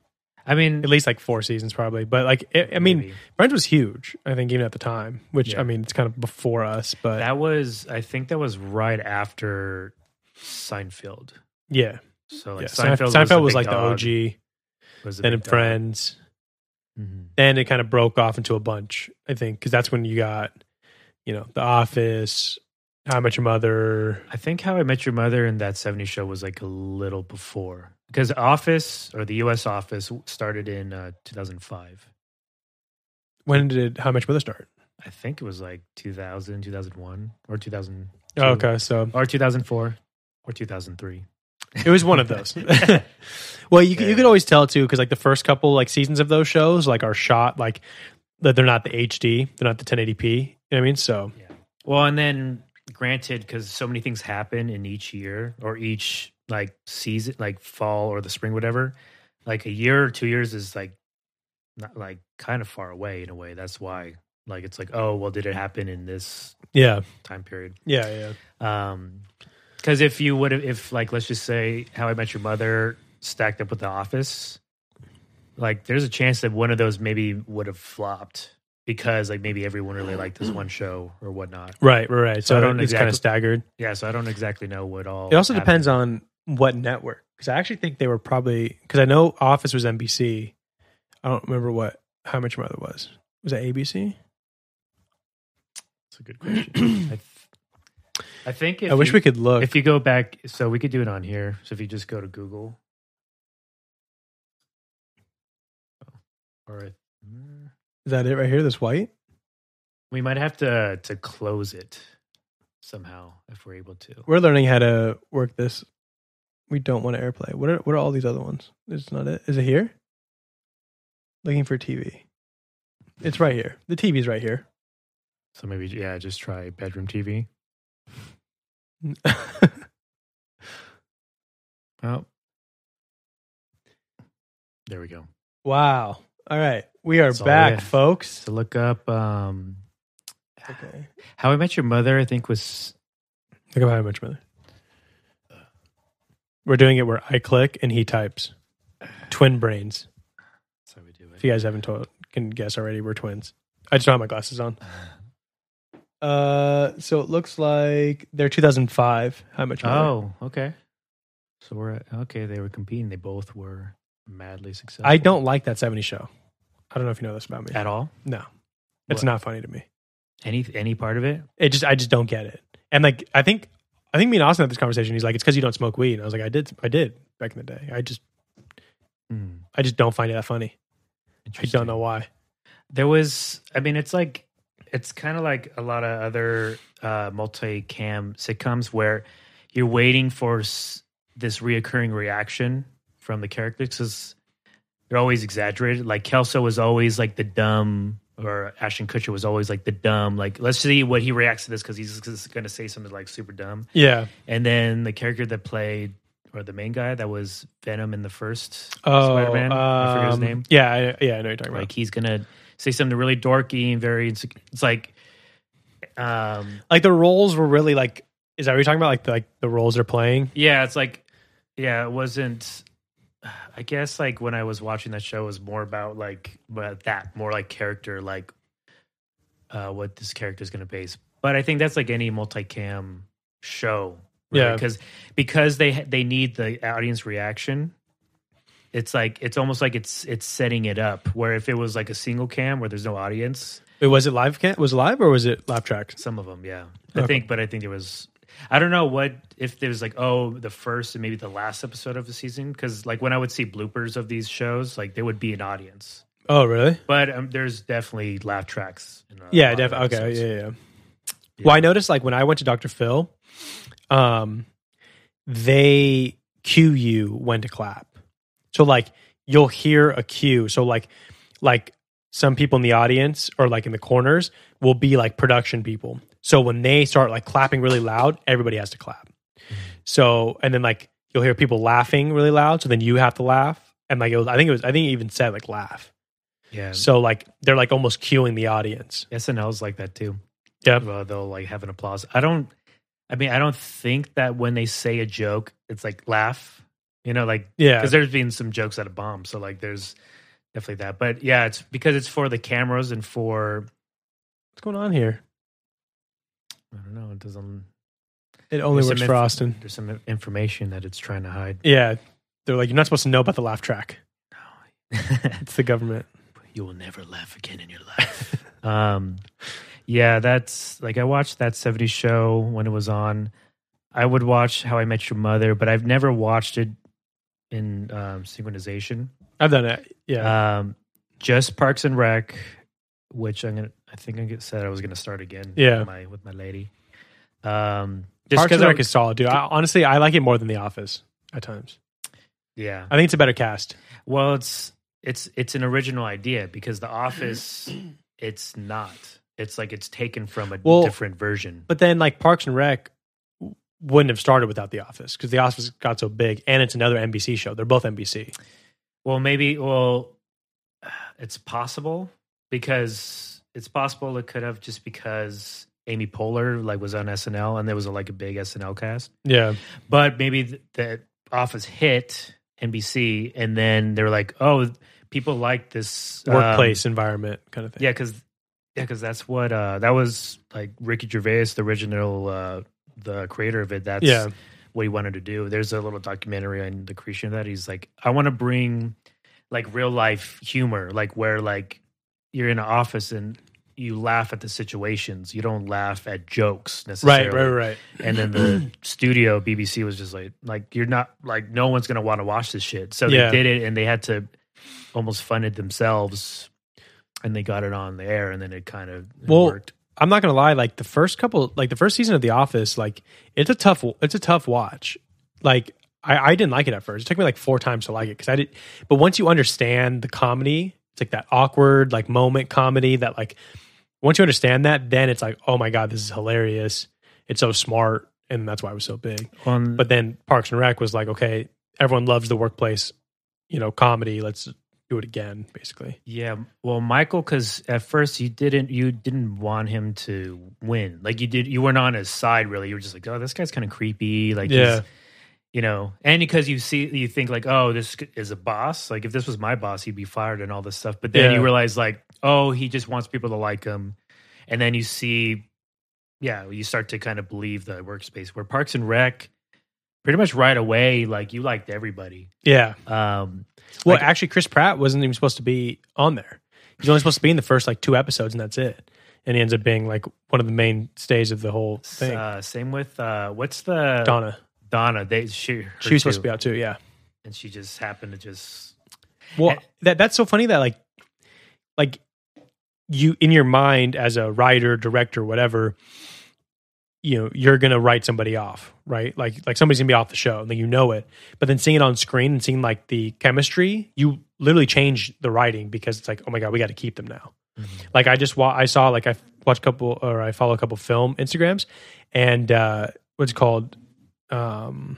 I mean, at least like four seasons probably, but like it, I mean maybe. Friends was huge. I think even at the time, which Yeah. I mean it's kind of before us, but that was I think that was right after Seinfeld. yeah, So like Yeah, Seinfeld, Seinfeld, Seinfeld was, was, like the OG, OG then Friends. Mm-hmm. Then it kind of broke off into a bunch, I think, because that's when you got, you know, The Office, How I Met Your Mother. I think How I Met Your Mother and that 70s show was like a little before because Office or the US Office started in uh, 2005. When did How I Met Your Mother start? I think it was like 2000, 2001 or 2000 Oh, okay, so or 2004 or 2003. it was one of [laughs] those. well, you c you Yeah. could always tell too, because like the first couple like seasons of those shows like are shot like that they're not the HD, they're not the 1080p. You know what I mean? So Well, and then granted, because so many things happen in each year or each like season, like fall or the spring, whatever. Like a year or two years is like not like kind of far away in a way. That's why like it's like oh well, did it happen in this yeah, time period? yeah, yeah. Um, because if you would have, if like let's just say How I Met Your Mother stacked up with The Office, like there's a chance that one of those maybe would have flopped because like maybe everyone really liked this one show or whatnot. Right, right, right. So I don't it's kind of exactly- staggered. Yeah, so I don't exactly know what all. It also happened. depends on what network, because I actually think they were probably because I know Office was NBC. I don't remember what How Much Mother was. Was that ABC? That's a good [clears throat] question. I, th- I think. If I wish you, we could look. If you go back, so we could do it on here. So if you just go to Google, or if- Is that it right here? This white? We might have to to close it somehow if we're able to. We're learning how to work this. We don't want to AirPlay. What are what are all these other ones? It's not it. Is it here? Looking for TV. It's right here. The TV's right here. So maybe yeah, just try bedroom [laughs] TV. Oh, there we go. wow. All right. We are That's all we back, have. folks. So look up um Okay. How I Met Your Mother. I think was Think about how much mother. We're doing it where I click and he types. Twin brains. that's how we do If it. you guys haven't told, can guess already, we're twins. I just don't have my [sighs] glasses on. Uh, so it looks like they're 2005. How much? Mother. Oh, okay. So we're at, okay. They were competing. They both were madly successful. I don't like that 70 show. I don't know if you know this about me. at all. No, it's What? not funny to me. Any any part of it? It just, I just don't get it. And like, I think, I think me and Austin had this conversation. He's like, it's because you don't smoke weed. And I was like, I did, I did back in the day. I just, Hmm, I just don't find it that funny. I interesting. don't know why. There was, I mean, it's like, it's kind of like a lot of other uh, multi cam sitcoms where you're waiting for s- this reoccurring reaction from the characters because they're always exaggerated. Like Kelso was always like the dumb, or Ashton Kutcher was always like the dumb. Like, let's see what he reacts to this because he's going to say something like super dumb. Yeah. And then the character that played, or the main guy that was Venom in the first Oh, Spider Man, I forget his um, name. Yeah. I, yeah. I know what you're talking Like about. he's gonna say something really dorky and very. insec- It's like, um, Like the roles were really like, is that what you're talking about? Like, the, like the roles they're playing? yeah, it's like, yeah, it wasn't. I guess like when I was watching that show, it was more about like about that, more like character, like uh, what this character is gonna base. But I think that's like any multicam show, Yeah. because because they ha- they need the audience reaction. It's like it's almost like it's it's setting it up. Where if it was like a single cam where there's no audience, Wait, was it live? Can- was it live or was it lap tracks? Some of them, yeah. I Okay. think, but I think there was. I don't know what if there was like oh the first and maybe the last episode of the season because like when I would see bloopers of these shows like there would be an audience Oh, really? but um, there's definitely laugh tracks. In a lot Yeah, of definitely. Okay, episodes. yeah, yeah, yeah. Well, I noticed like when I went to Dr. Phil, um, they cue you when to clap. So like you'll hear a cue. So like like some people in the audience or like in the corners will be like production people. So when they start like clapping really loud, everybody has to clap. So and then like you'll hear people laughing really loud. So then you have to laugh. And like it was, I think it was, I think it even said like laugh. yeah. So like they're like almost cueing the audience. SNL's like that too. Yeah. Well, they'll like have an applause. I don't. I mean, I don't think that when they say a joke, it's like laugh. You know, like Yeah. because there's been some jokes that have bombed. So like, there's definitely that. But yeah, it's because it's for the cameras and for What's going on here? I don't know. It doesn't. It only There's works some for inf- Austin. There's some information that it's trying to hide. [laughs] Yeah. They're like, you're not supposed to know about the laugh track. It's the government. you will never laugh again in your [laughs] life. um, yeah, that's like I watched that 70s show when it was on. I would watch How I Met Your Mother, but I've never watched it in um, synchronization. I've done it. Yeah. Um, just Parks and Rec, which I'm gonna. I think I get said I was gonna start again. Yeah. with my, with my lady. Um, just Parks because and I Rec is solid, dude. I, honestly, I like it more than The Office at times. yeah. I think it's a better cast. Well, it's it's it's an original idea because The Office, it's not. It's like it's taken from a Well, different version. But then, like, Parks and Rec w- wouldn't have started without The Office because The Office got so big and it's another NBC show. They're both NBC. Well, maybe. Well, [sighs] it's possible because it's possible it could have just because Amy Poehler like was on SNL and there was a, like a big SNL cast. Yeah. But maybe th- the Office hit NBC, and then they were like, "Oh, people like this um, Workplace environment kind of thing. Yeah, because yeah, because that's what uh, that was like. Ricky Gervais, the original, uh, the creator of it. That's Yeah. what he wanted to do. There's a little documentary on the creation of that. He's like, I want to bring like real life humor, like where like you're in an office and you laugh at the situations. You don't laugh at jokes necessarily. Right, right, right. And then [clears throat] the studio BBC was just like, like you're not like no one's gonna want to watch this shit. So Yeah. they did it, and they had to almost fund it themselves, and they got it on the air, and then it kind of it Well, worked. I'm not gonna lie. Like the first couple, like the first season of The Office, like it's a tough, it's a tough watch. Like I, I didn't like it at first. It took me like four times to like it because I did. But once you understand the comedy, it's like that awkward like moment comedy that like once you understand that, then it's like oh my god, this is hilarious. It's so smart, and that's why it was so big. On, But then Parks and Rec was like, okay, everyone loves the workplace, you know, comedy. Let's do it again, basically. yeah, well, Michael, because at first you didn't you didn't want him to win. Like you did, you weren't on his side really. You were just like, oh, this guy's kind of creepy. Like, Yeah. he's, you know, and because you see, you think like, oh, this is a boss. Like, if this was my boss, he'd be fired and all this stuff. But then Yeah. you realize, like, oh, he just wants people to like him. And then you see, yeah, you start to kind of believe the workspace where Parks and Rec, pretty much right away, like you liked everybody. Yeah. Um, Well, Like- actually, Chris Pratt wasn't even supposed to be on there. He's only supposed to be in the first like two episodes, and that's it. And he ends up being like one of the main stays of the whole thing. uh, same with uh, what's the Donna, Donna? They she her she was supposed too. to be out too. Yeah. and she just happened to just Well, And- that that's so funny that like, like you in your mind as a writer, director, whatever, you know, you're gonna write somebody off, right? Like like somebody's gonna be off the show, and then you know it. But then seeing it on screen and seeing like the chemistry, you literally change the writing because it's like, oh my god, we got to keep them now. Like I just wa- I saw like I watched a couple or I follow a couple film Instagrams, and uh, what's it called um,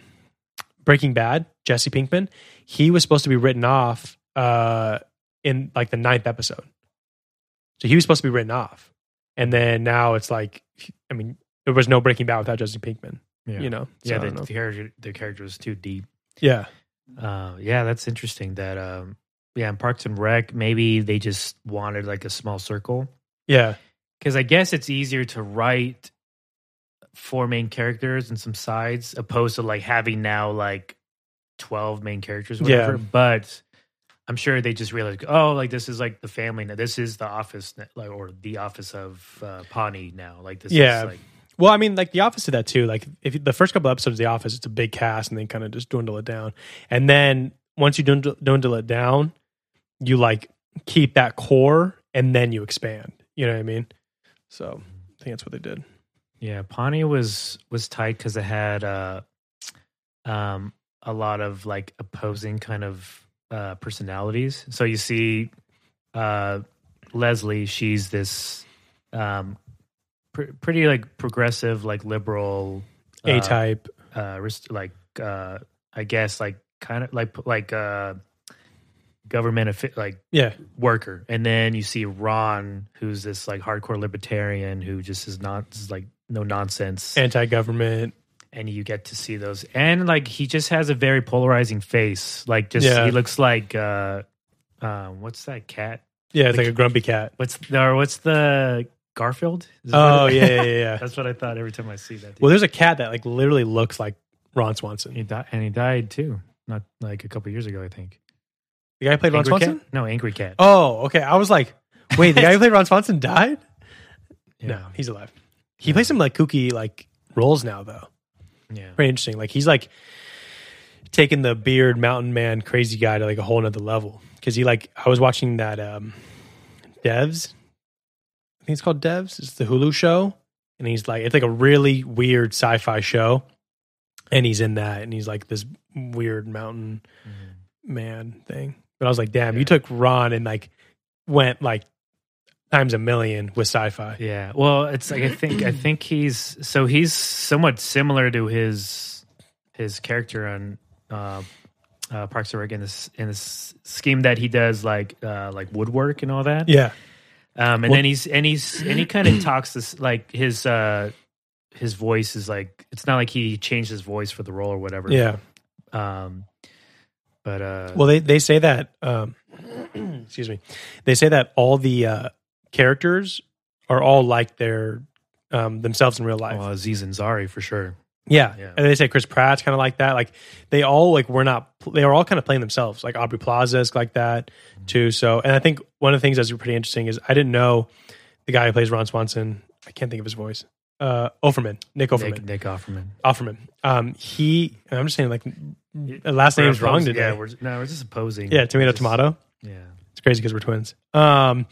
Breaking Bad, Jesse Pinkman, he was supposed to be written off uh, in like the ninth episode. So he was supposed to be written off. And then now it's like, I mean, there was no Breaking Bad without Jesse Pinkman, yeah you know? So yeah I the, don't know. the character the character was too deep. yeah. Uh, yeah, that's interesting. That um, yeah, in Parks and Rec, maybe they just wanted like a small circle Yeah. because I guess it's easier to write four main characters and some sides opposed to like having now like twelve main characters, or Yeah. whatever. But I'm sure they just realized, oh, like this is like the family now. This is the office, now, like or the office of uh, Pawnee now. Like this, Yeah. is like Well, I mean, like The Office did that too. Like if you- the first couple episodes of The Office, it's a big cast, and they kind of just dwindle it down. And then once you dwindle, dwindle it down, you like keep that core, and then you expand. You know what I mean? So I think that's what they did. Yeah, Pawnee was was tight because it had uh, um, a lot of like opposing kind of uh, personalities. So you see, uh, Leslie, she's this um, pr- pretty like progressive, like liberal, uh, A type. uh, arist- like uh, I guess like kind of like like uh, government affi- like Yeah. worker. And then you see Ron, who's this like hardcore libertarian who just is not is like no nonsense. And, Anti government. you get to see those. And like he just has a very polarizing face. Like just Yeah. he looks like uh um what's that cat? Yeah. It's like, Like- a grumpy cat. What's the or what's the Garfield? Is that Oh what it- [laughs] yeah, yeah, yeah, [laughs] yeah. That's what I thought every time I see that. well, Well, there's a cat that like literally looks like Ron Swanson. he died, and he died too. Not like a couple years ago, I think. The guy who played Ron Angry Swanson. Cat? No, Angry Cat. Oh, okay. I was like, wait, the guy [laughs] who played Ron Swanson died? No, he's alive. He plays some like kooky like roles now though. Yeah. Pretty interesting. Like he's like taking the beard mountain man crazy guy to like a whole nother level. Cause he like I was watching that um Devs. I think it's called Devs. It's the Hulu show. And he's like it's like a really weird sci-fi show. And he's in that and he's like this weird mountain Mhm. man thing. But I was like, damn, you Yeah. took Ron and like went like times a million with sci-fi. Yeah. Well, it's like I think I think he's so he's somewhat similar to his his character on uh, uh, Parks and Rec in this in this scheme that he does like uh, like woodwork and all that. Yeah. Um, and Well- then he's and he's and he kind of talks this like his uh his voice is like it's not like he changed his voice for the role or whatever. Yeah. Um, but uh, Well, they they say that um [clears throat] excuse me. They say that all the uh characters are all like their um themselves in real life. well, Aziz Ansari for sure. yeah. yeah. And they say Chris Pratt's kind of like that. Like they all like were not they are all kind of playing themselves. Like Aubrey Plaza's like that Mm-hmm. too. So, and I think one of the things that's pretty interesting is I didn't know the guy who plays Ron Swanson, I can't think of his voice. Uh Offerman, Nick Offerman. Nick, Nick Offerman. Offerman. Um, he, and I'm just saying, like, the last name's We're wrong opposing- today. Yeah, we're, no, we're just opposing. Yeah, tomato, Just- tomato. Yeah. It's crazy because we're twins. Um,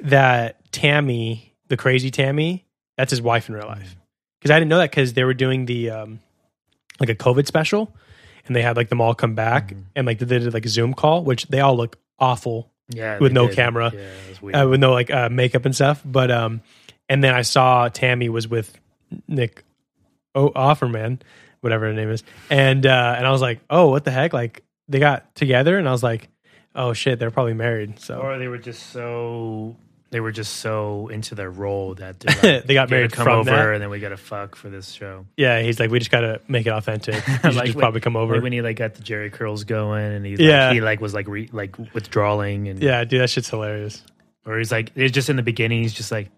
that Tammy, the crazy Tammy, that's his wife in real life. Because I didn't know that because they were doing the um, like a COVID special, and they had like them all come back and like they did like a Zoom call, which they all look awful Yeah, With they no camera. Yeah, that's weird. uh, with no like uh, makeup and stuff. But um, and then I saw Tammy was with Nick o- Offerman, whatever her name is, and uh, and I was like, oh, what the heck? Like they got together, and I was like, oh shit, they're probably married. So or they were just so they were just so into their role that [laughs] they're like, They got "You're married gonna Come from over, that? and then we got to fuck for this show. yeah, he's like, we just gotta make [laughs] it authentic. You should Like just when- probably come over. Like when he like got the Jerry curls going, and he like, Yeah. he like was like re, like withdrawing, and yeah, dude, that shit's hilarious. or he's like it's just in the beginning, he's just like,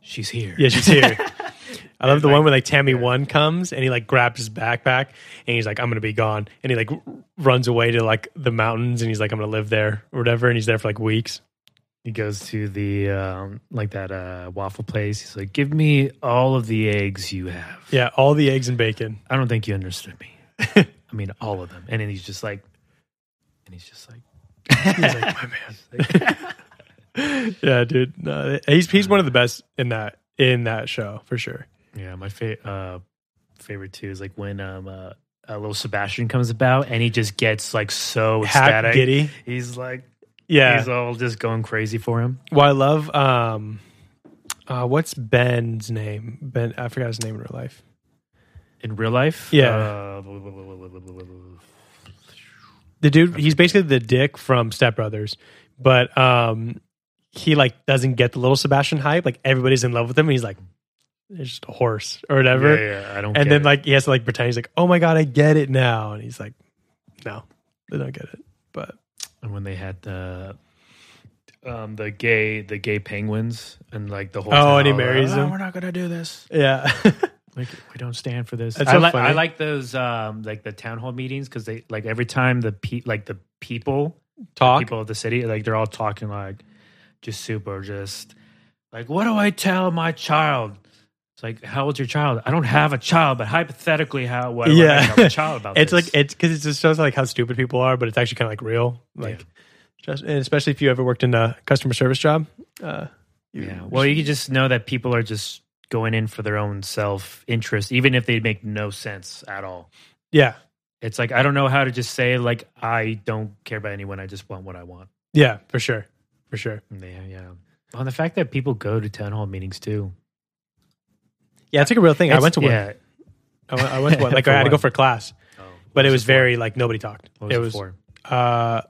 she's here. Yeah, she's here. [laughs] I love the like- one where like Tammy one comes and he like grabs his backpack and he's like, I'm gonna be gone. And he like r- runs away to like the mountains and he's like, I'm gonna live there or whatever. And he's there for like weeks. He goes to the um, like that uh, waffle place. He's like, give me all of the eggs you have. Yeah, all the eggs and bacon. I don't think you understood me. I mean, all of them. And then he's just like, and he's just like, he's like, my [laughs] man. Yeah, dude. No, he's he's one of the best in that in that show for sure. yeah, my fa- uh, favorite too is like when um, uh, a little Sebastian comes about and he just gets like so Hack ecstatic. giddy. He's like, Yeah. he's all just going crazy for him. well, I love um uh what's Ben's name? Ben I forgot his name in real life. In real life, Yeah. uh, blah, blah, blah, blah, blah, blah, blah, blah. The dude he's basically the dick from Step Brothers, but um he like doesn't get the little Sebastian hype. Like everybody's in love with him and he's like it's just a horse or whatever. Yeah, yeah, I don't. and get then it. like he has to like pretend he's like, Oh my god, I get it now and he's like, No, they don't get it. But and when they had the. Um, the gay, the gay penguins, and like the whole. Oh, town, and he all like, marries "Oh, them." We're not gonna do this. yeah. [laughs] Like we don't stand for this. That's I, so like funny. I like those um like the town hall meetings because they like every time the pe- like the people Talk. people of the city like they're all talking like just super just like what do I tell my child? It's like how old's your child? I don't have a child, but hypothetically, how what yeah. Yeah. tell my child about [laughs] it's this? like it's because it just shows like how stupid people are, but it's actually kind of like real, like just and especially if you ever worked in a customer service job. Uh, you- yeah. Well, you just know that people are just going in for their own self interest, even if they make no sense at all. yeah, It's like I don't know how to just say like I don't care about anyone. I just want what I want. yeah, for sure, for sure. Yeah, yeah. Well, the fact that people go to town hall meetings too. Yeah, it's like a real thing. I went to one. yeah. I went, I [laughs] went to one. Like For I had to go one. for class, Oh, but it was very like nobody talked. What was it it, was for? uh,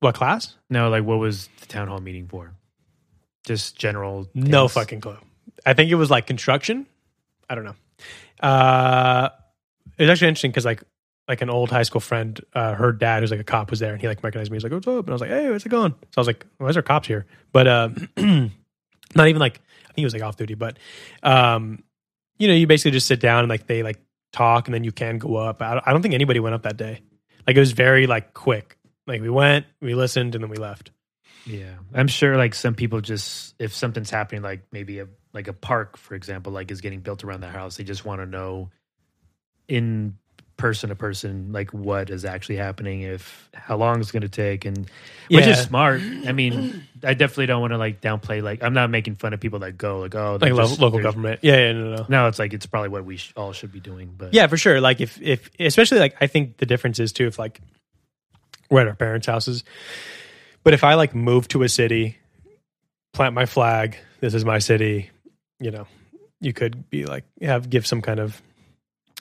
what class? No, like what was the town hall meeting for? Just general. No things. fucking clue. I think it was like construction. I don't know. Uh, it was actually interesting because like like an old high school friend, uh, her dad who's like a cop was there, and he like recognized me. He's like, "What's up?" And I was like, "Hey, what's it going?" So I was like, "Why is there cops here?" But uh, [clears throat] not even like I think he was like off duty, but um, you know, you basically just sit down and like they like talk, and then you can go up. I, I don't think anybody went up that day. Like it was very like quick. Like we went, we listened, and then we left. Yeah, I'm sure. Like some people just, if something's happening, like maybe a like a park, for example, like is getting built around the house, they just want to know in person to person, like what is actually happening, if how long it's going to take, and which is Yeah. smart. I mean, I definitely don't want to like downplay. Like I'm not making fun of people that go, like oh, Like they're lo- just- local they're- government. Yeah, yeah, no, no, no. No, it's like it's probably what we sh- all should be doing. But Yeah, for sure. Like if if especially like I think the difference is too if like we're at our parents' houses, but if I like move to a city, plant my flag, this is my city, you know, you could be like have give some kind of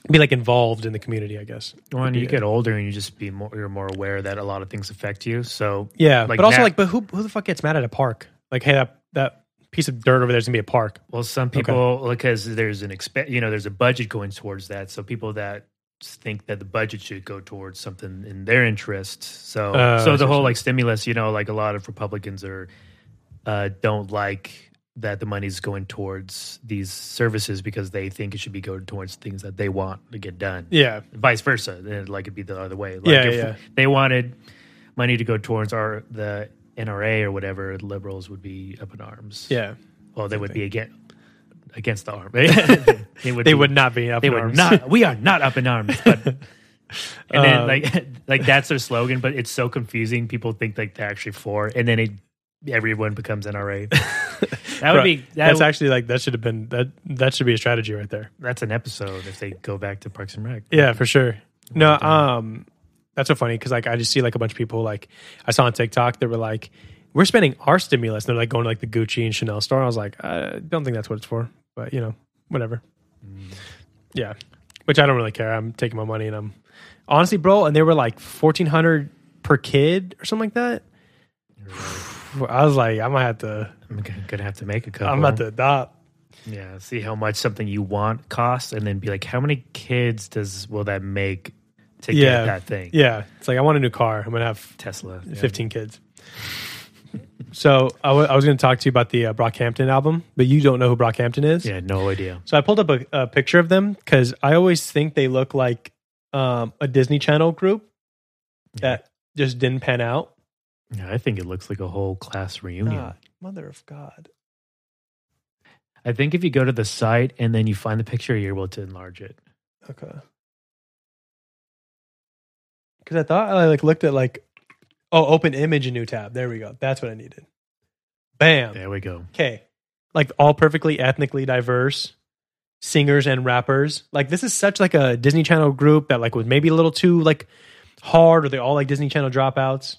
be like involved in the community, I guess. when would be you it. get older and you just be more, you're more aware that a lot of things affect you. So Yeah, Like but also now- like, but who who the fuck gets mad at a park? Like, hey, that that piece of dirt over there is gonna be a park. Well, some Okay. people because there's an expe- you know, there's a budget going towards that. So people that think that the budget should go towards something in their interest. So Uh, I see so what the you're whole saying. like stimulus, you know, like a lot of Republicans are uh, don't like that the money's going towards these services because they think it should be going towards things that they want to get done. Yeah, Vice versa, then, like it'd be the other way. Like Yeah, if yeah. they wanted money to go towards our the NRA or whatever, liberals would be up in arms. yeah. Well, they would be against against the army. [laughs] they would. They be- would not be up. They in would arms. not. We are not up in arms. [laughs] But, and then Um, like [laughs] like that's their slogan, but it's so confusing. People think like they're actually for, and then it everyone becomes [laughs] NRA. [laughs] That would Right. be that that's would- actually like that should have been that that should be a strategy right there. that's an episode if they go back to Parks and Rec. Yeah, for sure. No, Well done. um, that's so funny because like I just see like a bunch of people like I saw on TikTok that were like, "We're spending our stimulus." And they're like going to like the Gucci and Chanel store. I was like, I don't think that's what it's for, but you know, whatever. Yeah, which I don't really care. I'm taking my money and I'm honestly, bro. And they were like fourteen hundred per kid or something like that. [sighs] I was like, I might have to. I'm g- gonna have to make a couple. I'm about to adopt. yeah see how much something you want costs, and then be like, how many kids does will that make to get Yeah. that thing? Yeah, it's like I want a new car. I'm gonna have Tesla. yeah. 15 kids. so I wa- I was going to talk to you about the uh, Brockhampton album, but you don't know who Brockhampton is. Yeah, no idea. So I pulled up a, a picture of them because I always think they look like um, a Disney Channel group that just didn't pan out. Yeah, I think it looks like a whole class reunion. God, Ah, mother of God. I think if you go to the site and then you find the picture, you're able to enlarge it. Okay. Because I thought I like looked at like, oh, open image in new tab. There we go. That's what I needed. Bam. There we go. okay, like all perfectly ethnically diverse singers and rappers. Like this is such like a Disney Channel group that like was maybe a little too like hard, or they all like Disney Channel dropouts.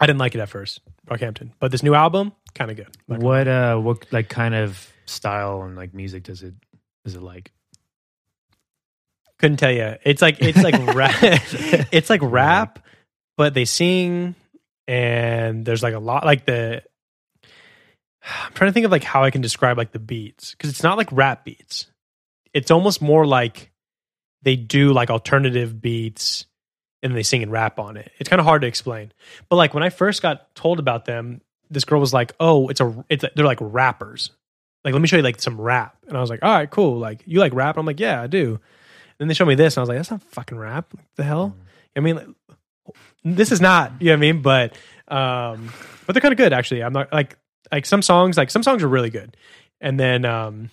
I didn't like it at first, Brockhampton, but this new album kind of good. Like, What uh, what like kind of style and like music does it is it like? couldn't tell you. It's like it's like rap. [laughs] it's like rap, but they sing, and there's like a lot like the. I'm trying to think of like how I can describe like the beats because it's not like rap beats. It's almost more like they do like alternative beats and they sing and rap on it. It's kind of hard to explain. But like when I first got told about them, this girl was like, "Oh, it's a it's a, they're like rappers." Like, let me show you like some rap. And I was like, "All right, cool. Like, you like rap?" I'm like, "Yeah, I do." Then they showed me this, and I was like, "That's not fucking rap. What the hell?" I mean, like, this is not. You know what I mean? But, um, but they're kind of good actually. I'm not like like some songs. Like some songs are really good, and then um,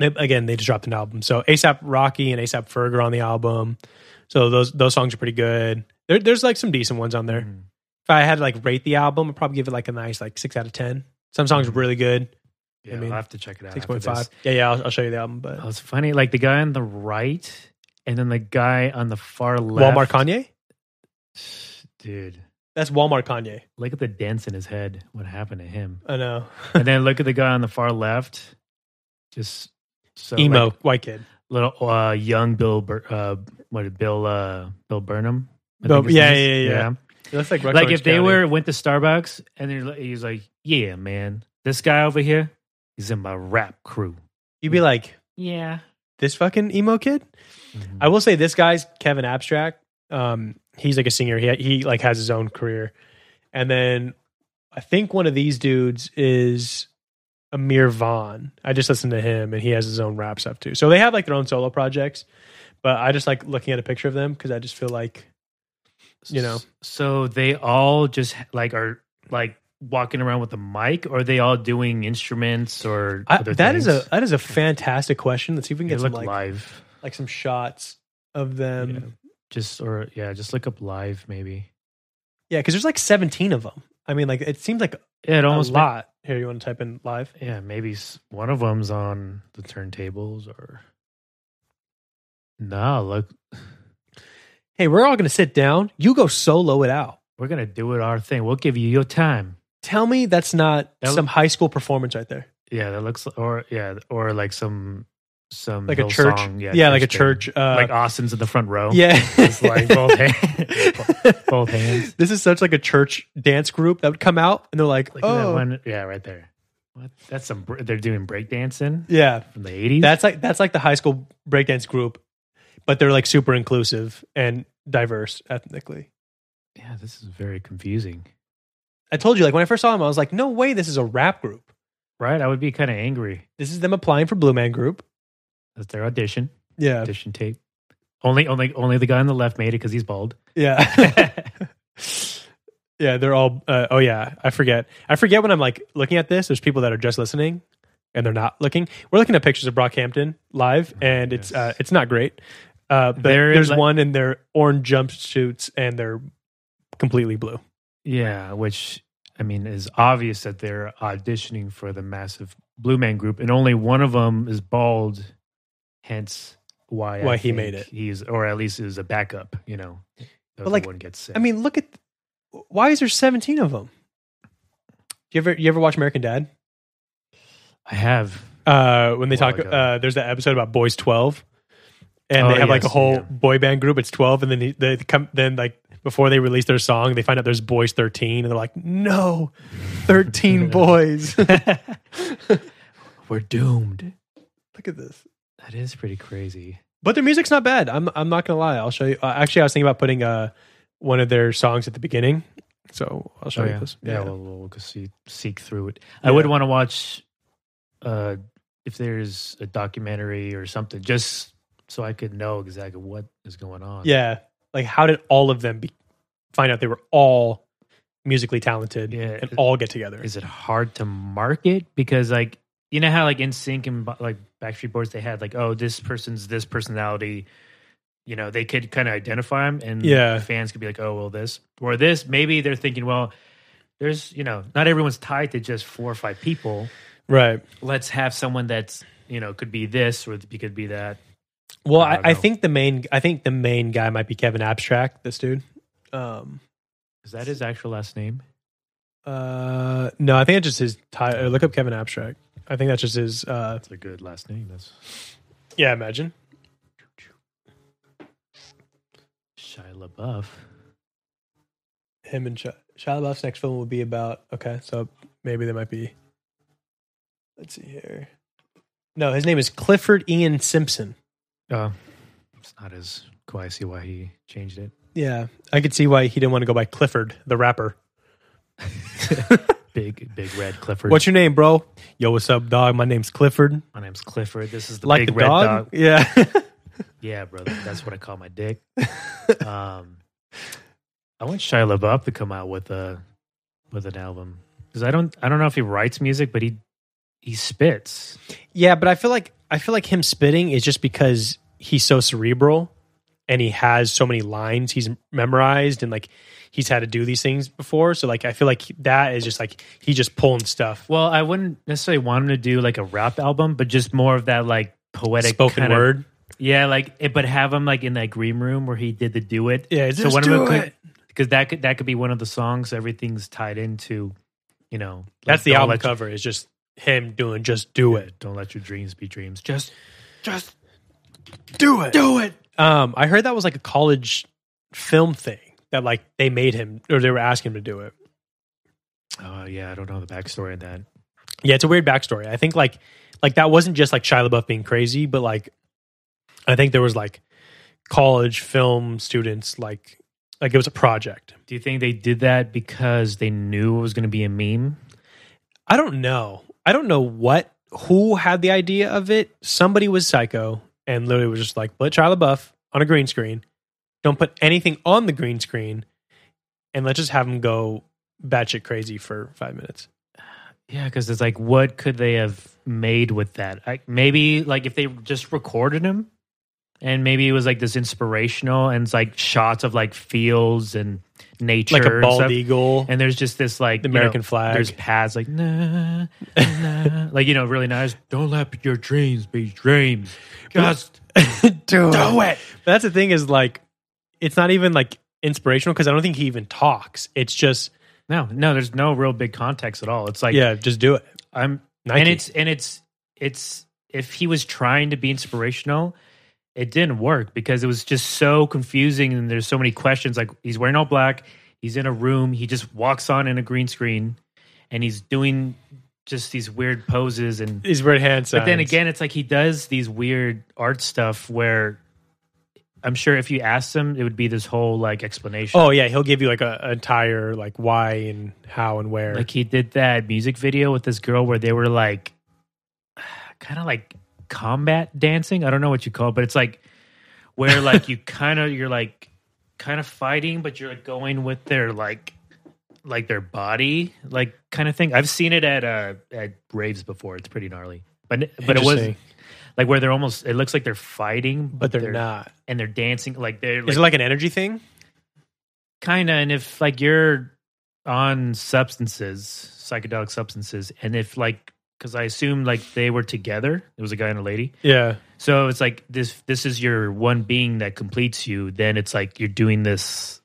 they, again they just dropped an album. So ASAP Rocky and ASAP Ferg are on the album. So those those songs are pretty good. There, there's like some decent ones on there. Mm. Hmm. If I had to like rate the album, I'd probably give it like a nice like six out of ten. Some songs are really good. Yeah, I I mean, will have to check it out. Six after point this. five. Yeah, yeah. I'll, I'll show you the album. But Oh, it's funny. Like the guy on the right, and then the guy on the far left. Walmart Kanye. Dude, That's Walmart Kanye. look at the dents in his head. What happened to [laughs] him? I know. and then look at the guy on the far left. Just so Emo like, white kid. little uh, young Bill. Bur- uh, what Bill? Uh, Bill Burnham. I Bill- think his yeah, name is. yeah, yeah. It looks like like if they were went to Starbucks and they're like- he's like, "Yeah, man, this guy over here, he's in my rap crew." you'd be like Yeah, this fucking emo kid. Mhm. I will say this guy's Kevin Abstract. Um, he's like a singer. He he like has his own career, and then I think one of these dudes is Amir Vaughn. I just listened to him, and he has his own rap stuff too. So they have like their own solo projects, but I just like looking at a picture of them because I just feel like you know. So they all just like are like walking around with a mic, or are they all doing instruments or I, other that is things? a that is a fantastic question. Let's see if we can Yeah, get some look like um, live, like some shots of Yeah. them. just or yeah, just look up live maybe. Yeah, because there's like 17 of them. I mean, like it seems like Yeah, it a almost ma- lot. Here, you want to type in live? yeah, maybe s- one of them's on the turntables or. No, look, Hey, we're all gonna sit down. You go solo it out. we're gonna do it our thing. We'll give you your time. Tell me that's not That some high school performance right there, Yeah, that looks or yeah, or like some some like a church. Hillsong, yeah, like a thing. church. Uh, like Austin's in the front row. yeah, Just like both [laughs] hands. Both hands. This is such like a church dance group that would come out and they're like, Like that oh, one. Yeah, right there. What? That's some. br- They're doing breakdancing yeah. from the eighties. That's like that's like the high school breakdance group, but they're like super inclusive and diverse ethnically. yeah. This is very confusing, I told you, like when I first saw them, I was like, no way, this is a rap group. right? I would be kind of angry. This is them applying for Blue Man Group. That's their audition Yeah, audition tape. Only, only, only the guy on the left made it because he's bald. yeah, [laughs] yeah. They're all. Uh, oh yeah, I forget. I forget when I'm like looking at this. There's people that are just listening and they're not looking. We're looking at pictures of Brockhampton live, and it's uh, Yes. it's not great. Uh, but They're in, there's like- one in their orange jumpsuits and they're completely blue. Yeah, which I mean is obvious that they're auditioning for the massive Blue Man group, and only one of them is bald. Hence, why I Why he think made it. He's or at least is a backup. You know, but like, one gets sick. I mean, look at why is there 17 of them? You ever you ever watch American Dad? I have. Uh, when they Well, talk, I got it. uh, there's that episode about Boys 12, and Oh, they have like a yes, whole yeah. boy band group. It's 12, and then they, they come then like before they release their song, they find out there's Boys 13, and they're like, no, [laughs] 13 boys. look We're doomed. at this. That is pretty crazy. But their music's not bad. I'm I'm not gonna lie. I'll show you. Uh, actually, I was thinking about putting uh one of their songs at the beginning. So I'll show you Oh, yeah, this. yeah. We'll, we'll go see, seek through it. I would want to watch, uh, if there's a documentary or something, just so I could know exactly what is going on. Yeah. Like, how did all of them be, find out they were all musically talented Yeah. and all get together? is it hard to market because like you know how like in sync and Ba- like backstreet boys they had like oh this person's this personality you know they could kind of identify them and Yeah. fans could be like oh well this or this maybe they're thinking well there's you know not everyone's tied to just four or five people right. let's have someone that's you know could be this or th- could be that Well, I I, don't I know. think the main I think the main guy might be Kevin Abstract, this dude. Um is that his actual last name uh no, I think it's just his title. Look up Kevin Abstract. I think that's just his uh that's a good last name that's yeah, imagine. Shia LaBeouf Him and Shia, Shia LaBeouf's next film will be about okay, so maybe they might be Let's see here. No, his name is Clifford Ian Simpson. uh, it's not as cool I see why he changed it Yeah, I could see why he didn't want to go by Clifford, the rapper. big big red Clifford What's your name, bro? Yo, what's up, dog? My name's Clifford. My name's Clifford. This is the Like big the red dog? dog? [laughs] Yeah. Yeah, brother. That's what I call my dick. um, I want Shia LaBeouf to come out with a with an album because I don't I don't know if he writes music, but he he spits. yeah, but I feel like I feel like him spitting is just because he's so cerebral and he has so many lines he's memorized and like he's had to do these things before. So like I feel like that is just like he just pulling stuff. Well, I wouldn't necessarily want him to do like a rap album, but just more of that like poetic Spoken kinda- word. Yeah, like it, but have him like in that green room where he did the do it. Yeah, just do it. because that could that could be one of the songs. Everything's tied into, you know, like, That's the don't album let your- cover. Is just him doing just do it. Don't let your dreams be dreams. Just do it do it um i heard that was like a college film thing that like they made him or they were asking him to do it Oh yeah, I don't know the backstory of that. yeah it's a weird backstory i think like like that wasn't just like shia labeouf being crazy but like i think there was like college film students like like it was a project Do you think they did that because they knew it was going to be a meme? i don't know I don't know what who had the idea of it. Somebody was psycho and literally was just like, "Put Shia LaBeouf on a green screen. Don't put anything on the green screen, and let's just have him go batshit crazy for five minutes." Yeah, because it's like, what could they have made with that? I, maybe like if they just recorded him, and maybe it was like this inspirational and it's like shots of like fields and nature, Like a and, stuff. bald eagle, and there's just this like the you know, American flag. There's pads like nah, [laughs] nah. like you know, really nice. Don't let your dreams be dreams. Just do it. But that's the thing is like, it's not even like inspirational because I don't think he even talks. It's just no, no. There's no real big context at all. It's like yeah, just do it. I'm Nike. and it's and it's it's if he was trying to be inspirational it didn't work because it was just so confusing and there's so many questions like he's wearing all black he's in a room he just walks on in a green screen and he's doing just these weird poses and these weird hand signs. but then again it's like he does these weird art stuff where i'm sure if you asked him it would be this whole like explanation oh yeah, he'll give you like a an entire like why and how and where. Like he did that music video with this girl where they were like [sighs] kind of like combat dancing. I don't know what you call it, but it's like [laughs] where like you kind of you're like kind of fighting, but you're like going with their like like their body, like kind of thing. I've seen it at uh at raves before. It's pretty gnarly. But but it was Interesting. like where they're almost it looks like they're fighting, but they're not. and they're dancing like they're Is like, it like an energy thing? kind of and if like you're on substances psychedelic substances and if like because i assume like they were together it was a guy and a lady Yeah. so it's like this this is your one being that completes you then it's like you're doing this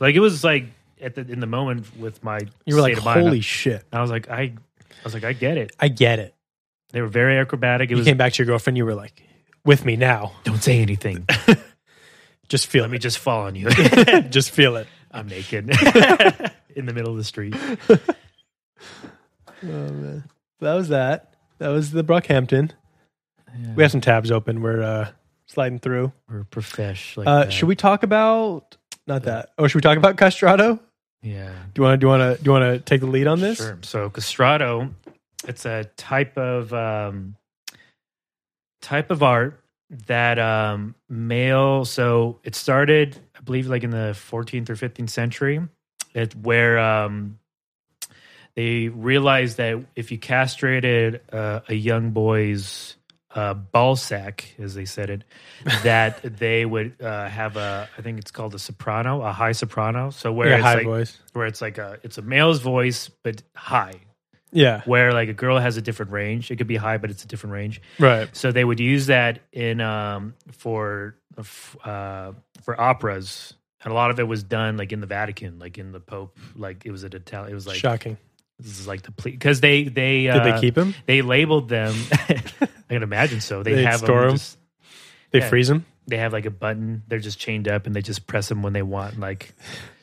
like it was like at the in the moment with my You were like, state of mind, holy shit. I, was like i i was like i get it I get it. they were very acrobatic it you was came back to your girlfriend, you were like, with me now. don't say [laughs] anything Just feel let me it. just fall [laughs] on you just feel it. i'm [laughs] naked [laughs] in the middle of the street That was that. That was the Brockhampton. We have some tabs open. We're uh, sliding through. or profesh like Uh, that. should we talk about not that? Or should we talk about Castrato? yeah Do you want to? Do you want to? Do you want to take the lead on this? Sure. So castrato, it's a type of um, type of art that um, male. So it started, I believe, like in the 14th or 15th century, it, where um, they realized that if you castrated uh, a young boy's uh, ball sack, as they said it, [laughs] that they would uh, have a, I think it's called a soprano, a high soprano. So where Yeah, it's high like, voice. where it's like a it's a male's voice but high Yeah. where like a girl has a different range it could be high but it's a different range Right. so they would use that in um for uh for operas and a lot of it was done like in the Vatican like in the Pope like it was an Italian it was like Shocking. this is like the plea because they they Did uh, they keep [laughs] him? they labeled them [laughs] I can imagine so they, They'd have store them 'em? just, They yeah. freeze him. they have like a button they're just chained up and they just press them when they want like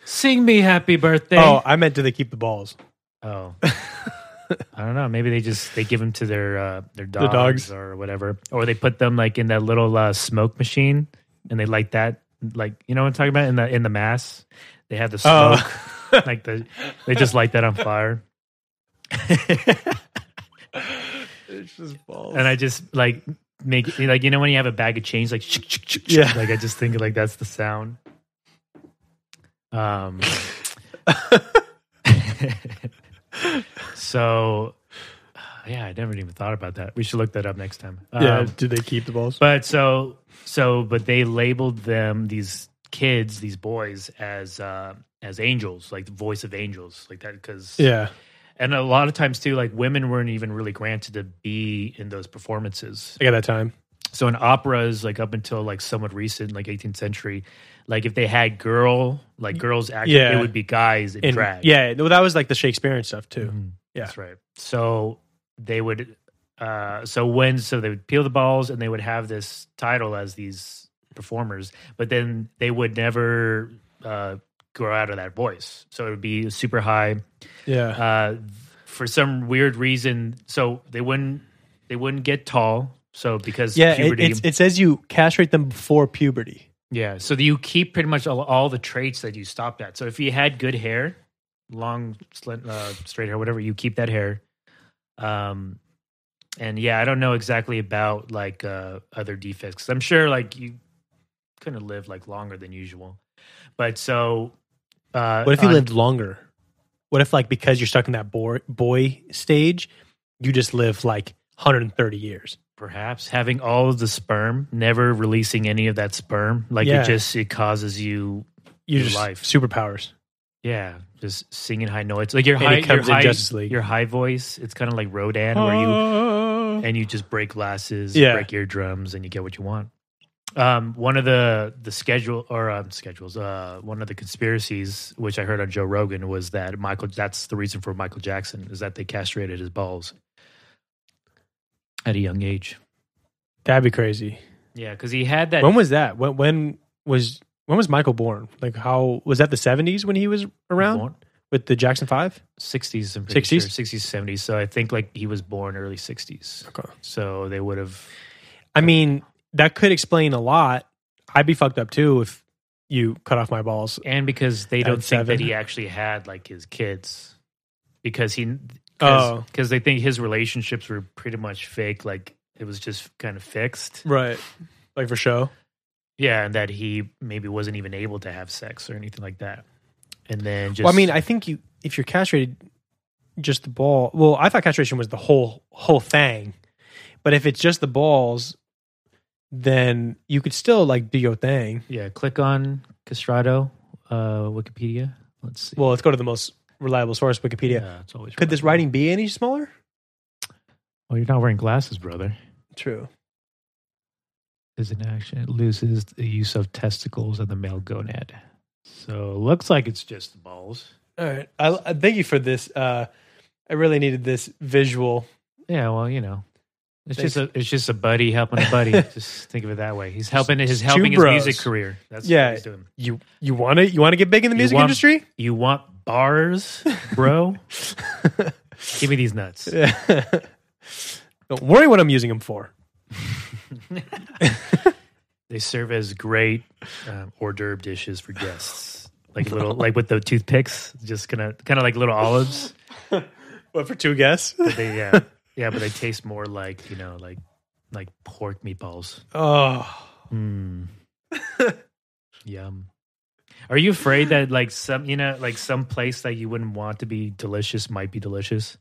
sing me happy birthday Oh, I meant do they keep the balls? Oh, I don't know. Maybe they just they give them to their uh, their dogs, dogs. or whatever, or they put them like in that little uh, smoke machine and they light that. Like you know what I'm talking about in the in the mass, they have the [laughs] Oh. smoke. [laughs] like the they just light that on fire. it's just balls. And I just like make like you know when you have a bag of change like shk, shk, shk, shk, Yeah. like I just think like that's the sound. Um. [laughs] so, yeah, I never even thought about that. We should look that up next time. yeah. Um, do they keep the balls? but so so but they labeled them these kids, these boys as uh as angels, like the voice of angels, like that because Yeah. and a lot of times too like women weren't even really granted to be in those performances I got that time. so in operas like up until like somewhat recent like 18th century like if they had girl like girls acting Yeah. it would be guys in, And- drag Yeah. Well, that was like the Shakespearean stuff too. Mhm. Yeah. that's right so they would uh so when so they would peel the balls and they would have this title as these performers but then they would never uh grow out of that voice so it would be super high Yeah. uh, for some weird reason, so they wouldn't they wouldn't get tall. So because yeah. It, puberty, it's, it says you castrate them before puberty. yeah. So you keep pretty much all, all the traits that you stopped at. So if you had good hair, long, slent, uh, straight hair, whatever, you keep that hair. Um, and yeah, I don't know exactly about like uh, other defects. 'Cause I'm sure like you couldn't live like longer than usual. But so, uh, What if you on- lived longer? What if, like, because you're stuck in that boy, boy stage, you just live like 130 years? perhaps having all of the sperm, never releasing any of that sperm, like Yeah. it just it causes you, You Your just life. superpowers. yeah, just singing high notes. Like your And it high, your comes in high, Justice League. your high voice. It's kind of like Rodan, where you Uh. and you just break glasses, Oh. Yeah. break eardrums, and you get what you want. Um, one of the the schedule or um, schedules, uh, one of the conspiracies which I heard on Joe Rogan was that Michael. That's the reason for Michael Jackson is that they castrated his balls at a young age. That'd be crazy. Yeah, because he had that. when was that? When, when was when was Michael born? Like, how was that the 70s when he was around with the Jackson Five? sixties, 60s? sixties, seventies. So I think like he was born early sixties. Okay. So they would have. I mean, that could explain a lot. I'd be fucked up too if you cut off my balls. and because they don't At think that seven. he actually had like his kids because he Oh. because they think his relationships were pretty much fake like it was just kind of fixed Right. Like for show. yeah and that he maybe wasn't even able to have sex or anything like that and then just well, I mean, I think you if you're castrated, just the ball. Well, I thought castration was the whole whole thing, but if it's just the balls, then you could still like do your thing. yeah click on castrato uh wikipedia let's see Well, let's go to the most reliable source, Wikipedia. it's always Could this writing be any smaller? well Oh, you're not wearing glasses brother True. is an action it loses the use of testicles and the male gonad so looks like it's just the balls All right. I, I thank you for this. Uh, I really needed this visual. Yeah, well, you know, it's Thanks. just a it's just a buddy helping a [laughs] buddy. just think of it that way. He's helping his helping his bros. music career. That's Yeah. what he's doing. You you want to you want to get big in the You music want- [laughs] industry? You want bars, [laughs] bro? Give me these nuts. Don't worry what I'm using them for. They serve as great um, hors d'oeuvre dishes for guests. [laughs] Like little, like with the toothpicks, just kind of, kind of like little olives. What for two guests? But they, yeah, yeah, but they taste more like you know, like like pork meatballs. [laughs] oh, Mm. Yum. Are you afraid that like some you know like some place that you wouldn't want to be delicious might be delicious?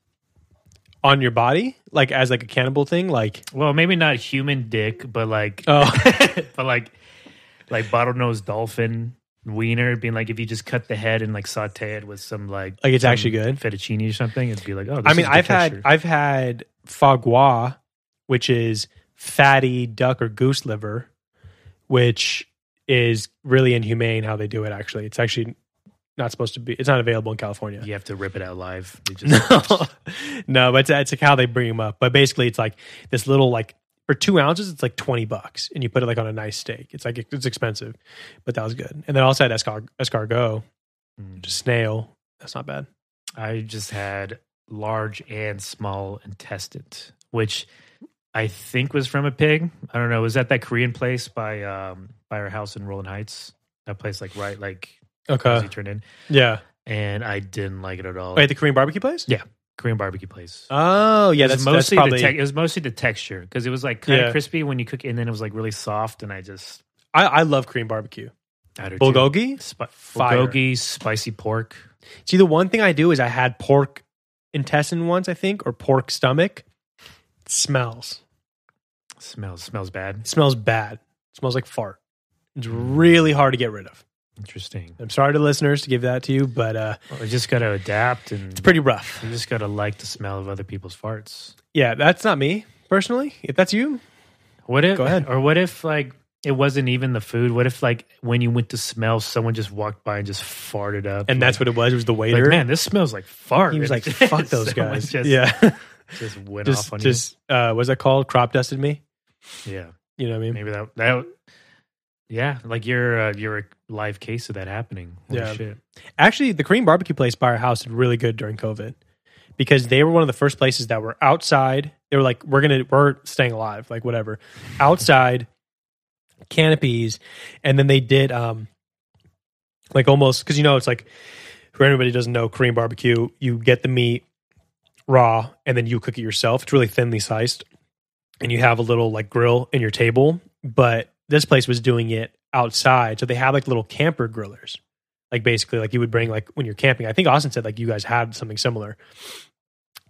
on your body, like as like a cannibal thing, like Well, maybe not human dick, but like [laughs] oh, but like like bottlenose dolphin wiener being like if you just cut the head and like saute it with some like like it's some actually good. fettuccine or something, it'd be like oh. This I mean, is good I've had texture. I've had foie gras, which is fatty duck or goose liver, which is really inhumane how they do it. Actually, it's actually not supposed to be. It's not available in California. you have to rip it out live. They just, [laughs] No, no, but it's, it's like how they bring them up. But basically, it's like this little like for two ounces, it's like twenty bucks, and you put it like on a nice steak. It's like it's expensive, but that was good. And then I also had escar- escargot, Mm. just snail. That's not bad. I just had large and small intestine, which I think was from a pig. I don't know. Was that that Korean place by um by our house in Rolling Heights? That place, like right, like as Okay, you turned in, yeah. and I didn't like it at all. Wait, the Korean barbecue place? Yeah. Korean barbecue place. Oh, yeah. It That's was mostly mostly that's probably. the te- it was mostly the texture because it was like kind of Yeah. crispy when you cook it, and then it was like really soft. And I just I, I love Korean barbecue. I don't know. Bulgogi. Spi- Fire. bulgogi, spicy pork. See, the one thing I do is I had pork intestine once, I think, or pork stomach. It smells. Smells smells bad. It smells bad. It smells like fart. It's really hard to get rid of. Interesting. I'm sorry to listeners to give that to you, but uh, Well, I just got to adapt and it's pretty rough. You just gotta like the smell of other people's farts. Yeah, that's not me personally. If that's you, What if? Go ahead. Or what if like it wasn't even the food? What if like when you went to smell, someone just walked by and just farted up, and that's what it was. It was the Like, waiter. like man, this smells like fart. he [laughs] was And like, just- "Fuck those someone guys." Just, yeah, just went [laughs] just off on just uh, was that called crop dusted me? you. Yeah, You know what I mean? maybe that that. Yeah, like you're uh, you're a live case of that happening. Holy Yeah. shit. Actually, the Korean barbecue place by our house did really good during COVID because they were one of the first places that were outside. They were like, we're gonna we're staying alive, like whatever. Outside canopies, and then they did um like almost because you know it's like for anybody who doesn't know Korean barbecue, you get the meat, raw and then you cook it yourself. It's really thinly sliced. And you have a little like grill in your table, but this place was doing it outside. So they had like little camper grillers. Like basically like you would bring like when you're camping. I think Austin said like you guys had something similar.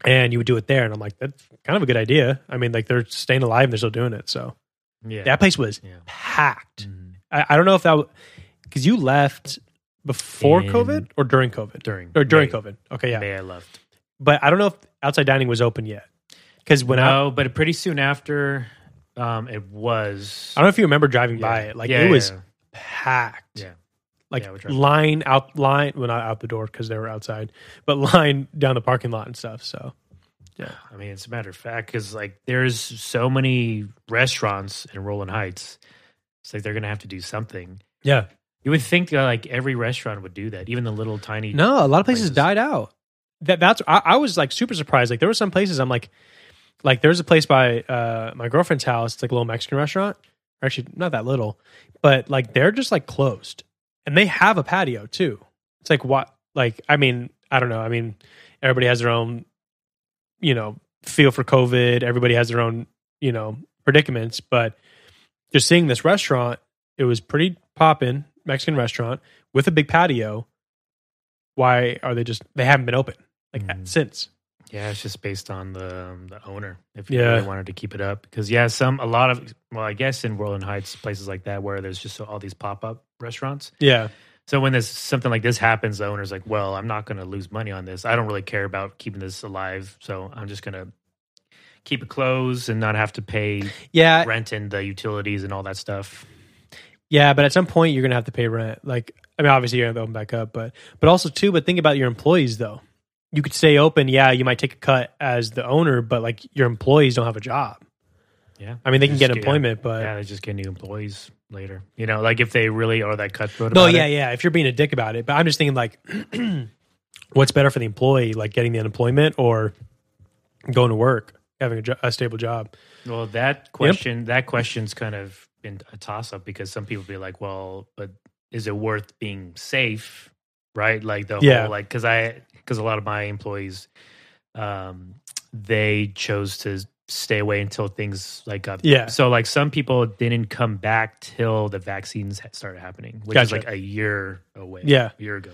And you would do it there and I'm like that's kind of a good idea. I mean like they're staying alive and they're still doing it. So Yeah. that place was Yeah. packed. Mhm. I, I don't know if that because you left before In- COVID or during COVID During or during May. COVID. Okay, yeah, May I left. but I don't know if outside dining was open yet because when I No, Oh, but pretty soon after, um, it was. I don't know if you remember driving Yeah. by it, like Yeah, it yeah, was yeah. packed. Yeah. Like Yeah, we tried. line out line, well not out the door because they were outside, but [laughs] line down the parking lot and stuff. So I mean, it's a matter of fact because like there's so many restaurants in Roland Heights. It's like they're gonna have to do something. yeah, You would think uh, like every restaurant would do that, even the little tiny. no, a lot of places, Places. died out. That that's I, I was like super surprised. Like there were some places I'm like, like there's a place by uh my girlfriend's house. It's like a little Mexican restaurant. Or Actually, not that little, but like they're just like closed, and they have a patio too. It's like what? Like I mean, I don't know. I mean, everybody has their own, you know, feel for COVID. Everybody has their own, you know, predicaments. But just seeing this restaurant, it was pretty poppin' Mexican restaurant with a big patio. Why are they just? They haven't been open like Mhm. since. Yeah, it's just based on the um, the owner if you Yeah. really wanted to keep it up. Because yeah, some a lot of well, I guess in Roland Heights places like that where there's just all these pop up restaurants. Yeah, So when there's something like this happens, the owner's like, "Well, I'm not going to lose money on this. I don't really care about keeping this alive, so I'm just going to keep it closed and not have to pay yeah, rent and the utilities and all that stuff." yeah. But at some point, you're gonna have to pay rent. Like, I mean, obviously, you're gonna open back up, but but also too. But think about your employees though. You could stay open. Yeah, you might take a cut as the owner, but like your employees don't have a job. Yeah, I mean, they can Just get get- employment, but yeah, they just get new employees later. You know, like if they really are that cutthroat. No, about yeah, it. yeah. If you're being a dick about it, but I'm just thinking like, [clears throat] what's better for the employee, like getting the unemployment or going to work, having a, jo- a stable job? Well, that question, that question's kind of been a toss up because some people be like, "Well, but is it worth being safe?" Right? Like the Yeah. whole like because I because a lot of my employees, um, they chose to stay away until things like got Yeah. So like some people didn't come back till the vaccines ha- started happening, which is Gotcha. like a year away. Yeah. a year ago.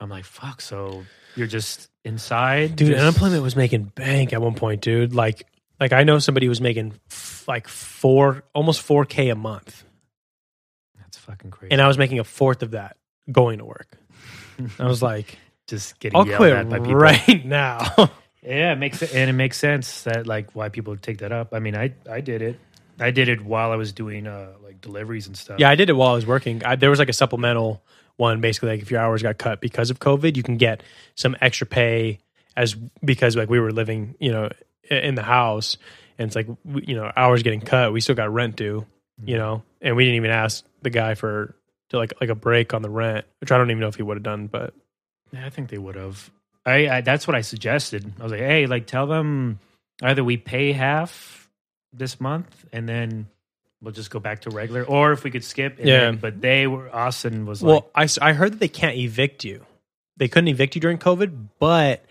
I'm like, fuck. So you're just inside, Dude, just- unemployment was making bank at one point, dude. Like, like I know somebody was making f- like four, almost four k a month, That's fucking crazy. and I was making a fourth of that going to work. I was like, just getting I'll yelled quit at by people. right [laughs] now. Yeah, it makes and it makes sense that like why people take that up. I mean, I I did it. I did it while I was doing uh like deliveries and stuff. Yeah, I did it while I was working. I, there was like a supplemental one, basically, like if your hours got cut because of COVID, you can get some extra pay as because like we were living, you know, i- in the house, and it's like we- you know hours getting cut, we still got rent due, you know, and we didn't even ask the guy for to like like a break on the rent, which I don't even know if he would have done, but Yeah, I think they would have. I, I that's what I suggested. I was like, hey, like tell them either we pay half this month and then we'll just go back to regular, or if we could skip. and Yeah. then- but they were Austin was like, well, I s- I heard that they can't evict you. They couldn't evict you during COVID, but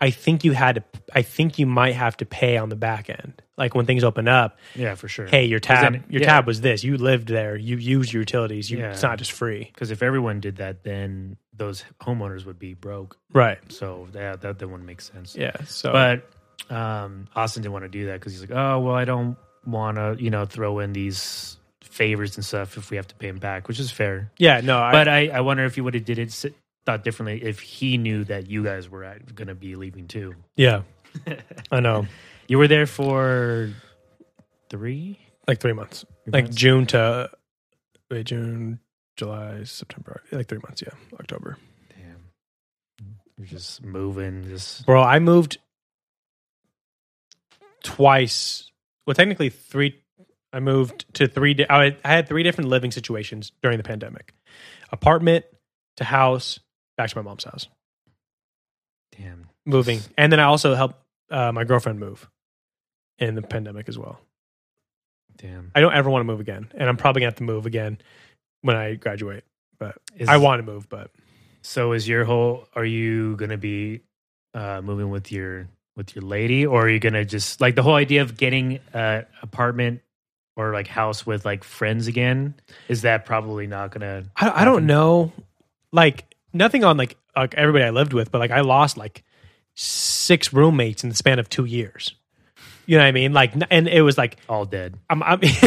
I think you had to. I think you might have to pay on the back end, like when things open up. yeah, for sure. hey, your Because tab, then- your yeah. tab was this. You lived there. You used your utilities. You, It's Yeah. not just free. because if everyone did that, then those homeowners would be broke. Right. So that that, that wouldn't make sense. Yeah. So, But um, Austin didn't want to do that because he's like, oh well, I don't want to, you know, throw in these favors and stuff if we have to pay him back, which is fair. yeah, no, I, but I, I wonder if he would have did it s- thought differently if he knew that you guys were going to be leaving too. [laughs] yeah, I know. You were there for three. Like three months, like months? June to wait, June, July, September, like three months. Yeah, October. Damn, you're just moving. Just Bro, I moved twice. Well, technically three. I moved to three. Di- I I had three different living situations during the pandemic: apartment to house, back to my mom's house. damn. moving, and then I also helped uh, my girlfriend move in the pandemic as well. Damn. I don't ever want to move again, and I'm probably gonna have to move again when I graduate. Is- I want to move, but So is your whole? Are you going to be uh, moving with your with your lady, or are you gonna just like the whole idea of getting an apartment or like house with like friends again? Is that probably not gonna? I, I don't know. Like nothing on like, like everybody I lived with, but like I lost like six roommates in the span of two years. You know what I mean? Like, n- and it was like All dead. I'm, I'm, [laughs]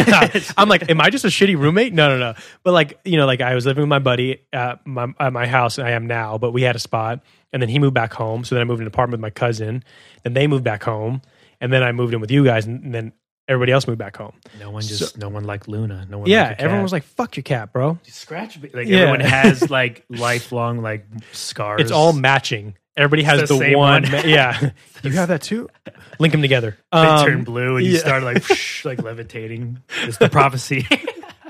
I'm like, am I just a shitty roommate? No, no, no. But like, you know, like I was living with my buddy at my, at my house, and I am now. But we had a spot, and then he moved back home. So then I moved in an apartment with my cousin, and they moved back home, and then I moved in with you guys, and, and then everybody else moved back home. No one just. no one liked Luna. No one. yeah, liked your everyone cat. was like, "Fuck your cat, bro." scratch. Like Yeah. everyone has [laughs] like lifelong like scars. It's all matching. Everybody has the the, same one. one. ma- [laughs] yeah, you have that too. Link them together. They Um, turn blue and you yeah. start [laughs] like whoosh, like levitating. It's the prophecy.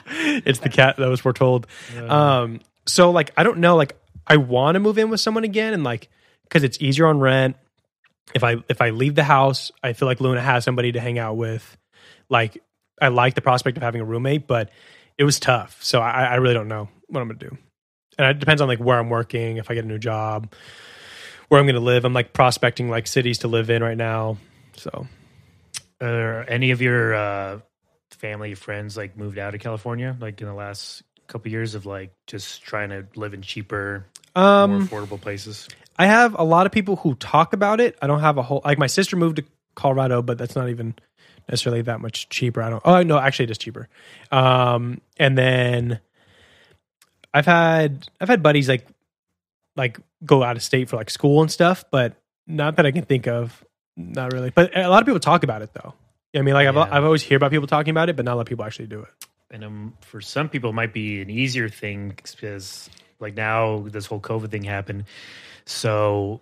it's the cat that was foretold. Um, so like I don't know, like I want to move in with someone again, and like because it's easier on rent. If I if I leave the house, I feel like Luna has somebody to hang out with. Like I like the prospect of having a roommate, but it was tough. So I, I really don't know what I'm gonna do, and it depends on like where I'm working, if I get a new job, where I'm gonna live. I'm like prospecting like cities to live in right now. So Are any of your uh, family friends like moved out of California like in the last couple years of like just trying to live in cheaper, um, more affordable places? I have a lot of people who talk about it. I don't have a whole like my sister moved to Colorado, but that's not even necessarily that much cheaper. I don't. Oh no, actually, it is cheaper. Um, and then I've had I've had buddies like like go out of state for like school and stuff, but not that I can think of. Not really, but a lot of people talk about it though. I mean, like I've Yeah. I've always hear about people talking about it, but not a lot of people actually do it. And um, for some people, it might be an easier thing because like now this whole COVID thing happened, so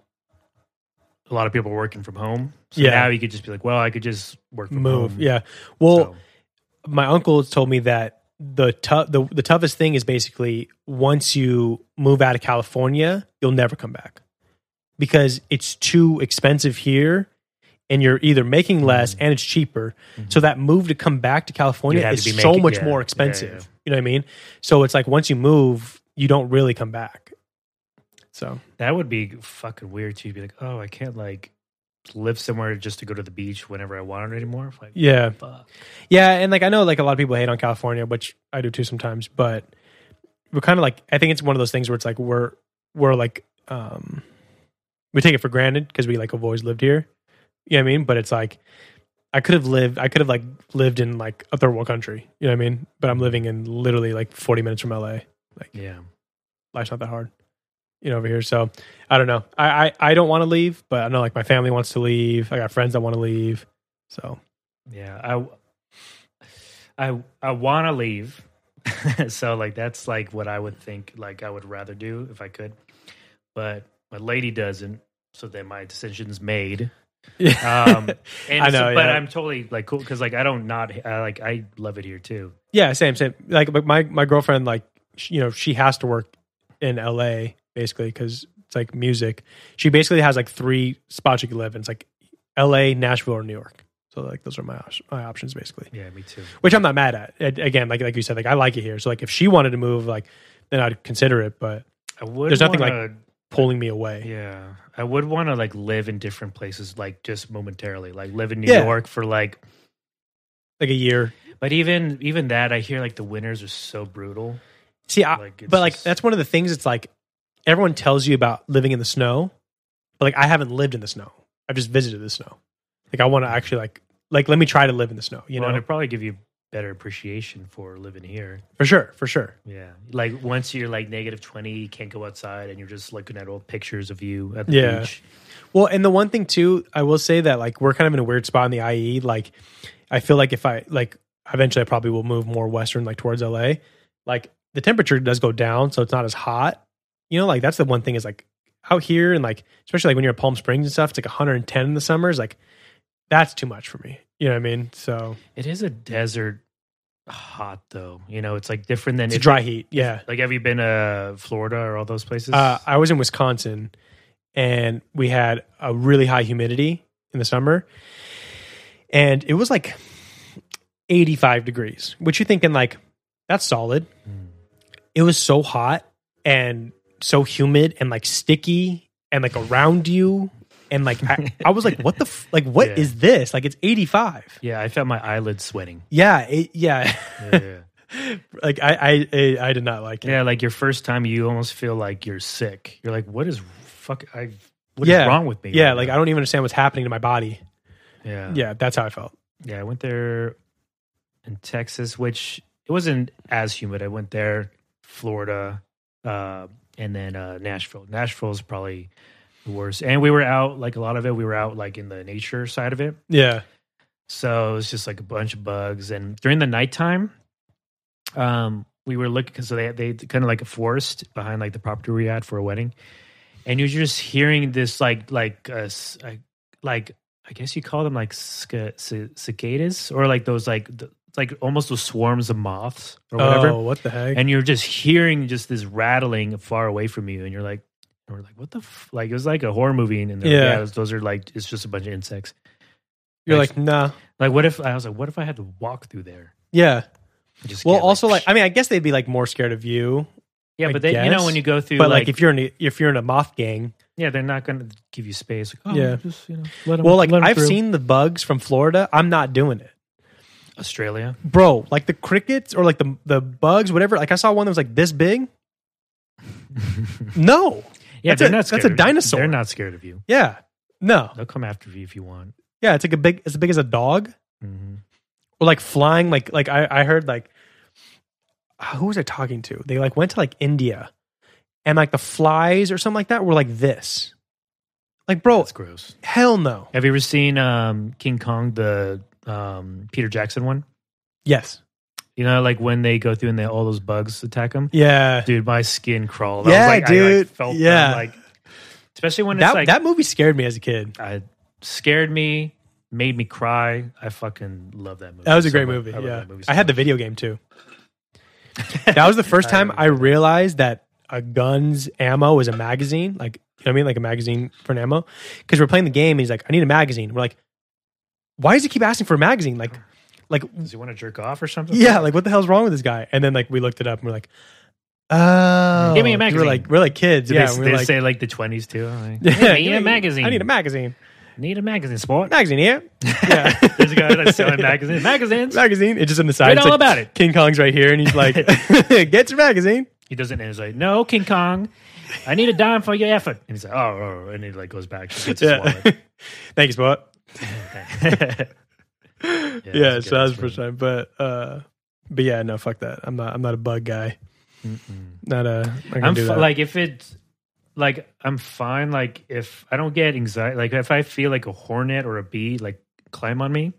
a lot of people are working from home. So Yeah. now you could just be like, well, I could just work from Move, home. yeah. Well, So- my uncle told me that the tough the, the toughest thing is basically once you move out of California, you'll never come back because it's too expensive here and you're either making less Mm. and it's cheaper. So that move to come back to California You'd have is Mm-hmm. to be so making- much yeah, yeah, more yeah. expensive. You know what I mean? So it's like once you move, you don't really come back. So That would be fucking weird too. to Be like, oh, I can't like live somewhere just to go to the beach whenever I want it anymore. Like, yeah. fuck. Yeah, and like I know like a lot of people hate on California, which I do too sometimes, but we're kind of like I think it's one of those things where it's like we're we're like um we take it for granted because we like have always lived here. You know what I mean? But it's like I could have lived I could have like lived in like a third world country. You know what I mean? But I'm living in literally like 40 minutes from LA. Yeah. Life's not that hard. You know, over here. So I don't know. I I, I don't want to leave, but I know like my family wants to leave. I got friends that want to leave. So Yeah. I I I wanna leave. [laughs] so like that's like what I would think like I would rather do if I could. But my lady doesn't, so then my decision's made. [laughs] Um and I know, so- but yeah. I'm totally like cool because like I don't not I, like I love it here too. Yeah, same, same. Like, but my my girlfriend, like, sh you know, she has to work in L.A. basically because it's like music. She basically has like three spots she can live in. It's like L.A., Nashville, or New York. So like those are my op- my options basically, Yeah, me too. which I'm not mad at. A- Again, like like you said, like I like it here. So like if she wanted to move, like then I'd consider it. But I would There's nothing like- wanna- pulling me away, Yeah, I would want to like live in different places, like just momentarily, like live in New Yeah. York for like. like a year. But even even that, I hear like the winters are so brutal. See, I, Like, it's but like just- that's one of the things. It's like everyone tells you about living in the snow, but like I haven't lived in the snow. I've just visited the snow. Like I want to actually like like let me try to live in the snow. You You know, know, it'd probably give you better appreciation for living here. for sure, for sure. Yeah, like once you're like negative twenty, you can't go outside, and you're just looking at old pictures of you at the Yeah. beach. Well, and the one thing too, I will say that like we're kind of in a weird spot in the IE. Like I feel like if I like eventually I probably will move more western like towards LA. Like the temperature does go down, so it's not as hot. You know, like that's the one thing is like out here and like especially like when you're at Palm Springs and stuff, it's like 110 in the summers. Like that's too much for me. You know what I mean? So It is a desert hot though. You know, it's like different than it's if, dry heat. Yeah. Like, have you been to Florida or all those places? Uh, I was in Wisconsin, and we had a really high humidity in the summer, and it was like 85 degrees. Which you're thinking like that's solid. It was so hot and so humid and like sticky and like around you and like I, I was like, what the f- like what is Yeah. this? Like it's 85. Yeah, I felt my eyelids [laughs] sweating. Yeah, it, yeah. [laughs] Yeah, yeah, like I, I I I did not like it. yeah, like your first time, you almost feel like you're sick. You're like, what is fuck? I what is Yeah. wrong with me? Yeah, right like now? I don't even understand what's happening to my body. Yeah. Yeah, that's how I felt. Yeah, I went there in Texas, which it wasn't as humid. I went there, Florida, uh, and then uh, Nashville. Nashville is probably the worst. And we were out, like a lot of it, we were out like in the nature side of it. Yeah. So it's just like a bunch of bugs. And during the nighttime, um, we were looking, so they, they kind of like a forest behind like the property we had for a wedding. And you're just hearing this like, like, uh, s- uh, like, I guess you call them like cica- ci- cicadas or like those like, th- like almost those swarms of moths or whatever. Oh, what the heck? And you're just hearing just this rattling far away from you. And you're like, and we're like, what the, f-? like, it was like a horror movie. And they're like, Yeah. yeah, those, those are like, it's just a bunch of insects. You're Like- like, nah. Like, what if I was like, what if I had to walk through there? Yeah. And Just Well, get, also like I mean, I guess they'd be like more scared of you. yeah, I but they, you know, guess. when you go through, But like, if you're in a, if you're in a moth gang, yeah, they're not going to give you space. Like, oh, Yeah. just you know, let 'em- well, like let 'em I've through. seen the bugs from Florida. I'm not doing it, "Oh, [laughs] Australia. bro. Like the crickets or like the the bugs, whatever. Like I saw one that was like this big. No, Yeah, That's they're a- not. that's a Scared of you. dinosaur. They're not scared of you. yeah, no, They'll come after you if you want. yeah. It's like a big, as big as a dog, hmm or like flying. Like like I I heard like uh, who was I talking to? They like went to like India, and like the flies or something like that were like this. Like bro, That's gross. hell no. Have you ever seen um, King Kong, the um, Peter Jackson one? Yes, You know, like when they go through and they, all those bugs attack them. yeah. Dude, my skin crawled. I Yeah, was like, I, like, dude. felt them, Yeah. like especially when it's That like that movie scared me as a kid. I scared me, made me cry. I fucking love that movie. That was a so great much. movie. I love yeah, that movie so I had the video [laughs] game too. that was the first I time I remember that. realized that a gun's ammo was a magazine. Like, you know what I mean? Like a magazine for an ammo. Because we're playing the game, and he's like, "I need a magazine." We're like, "Why does he keep asking for a magazine?" Like, [laughs] like much. Does he want to jerk off or something? yeah, like what the hell's wrong with this guy? And then like we looked it up, and we're like, "Oh, Give me a 'Cause magazine. We're like, we're like kids. Did yeah, they, and we're they like, [laughs] say like the twenties too. I'm Yeah, [laughs] Like, yeah, I need give a me- magazine. I need a magazine. Need a magazine. Sport. [laughs] Magazine here. [laughs] Yeah. There's a guy that's [laughs] selling magazines. Magazines. magazine. It's just in the side. Read it's all like, about it. King Kong's right here, and [laughs] he's like, [laughs] "Get your magazine." He doesn't. And he's like, no, King Kong. I need a dime for your effort. And he's like, oh, oh, oh," and he like goes back. She gets his Yeah. wallet. [laughs] [laughs] Thank you, spot. yeah, Yeah, that's so that was good. the first time. But uh, but yeah, no, fuck that. I'm not. I'm not a bug guy. Not a. I'm, gonna I'm do fi- that. like if it's like I'm fine. Like if I don't get anxiety, like if I feel like a hornet or a bee like climb on me,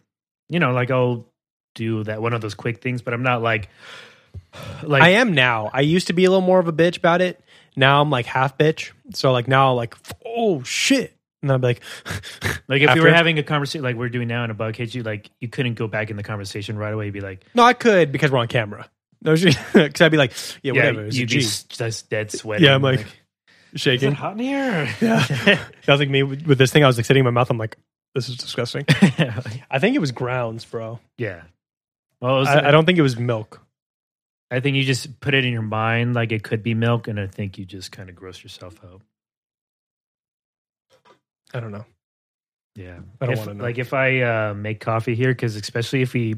you know, like I'll do that one of those quick things. But I'm not like [sighs] like I am now. I used to be a little more of a bitch about it. Now I'm like half bitch. So like now, like oh shit, and I'll be like, [laughs] like if we were after- having a conversation like we're doing now and a bug hits you, like you couldn't go back in the conversation right away. You'd be like, no, I could because we're on camera. No, [laughs] because I'd be like, yeah, yeah, whatever. It's a you'd G. be s- just dead sweating. yeah, I'm like is it [laughs] shaking. hot in here? Yeah. [laughs] That was like me with with this thing. I was like sitting in my mouth. I'm like, this is disgusting. I think it was grounds, bro. [laughs] yeah. Well, it was, I, I don't think it was milk. I think you just put it in your mind like it could be milk, and I think you just kind of gross yourself out. I don't know. Yeah, I don't If- wanna know. Like if I uh, make coffee here, because especially if we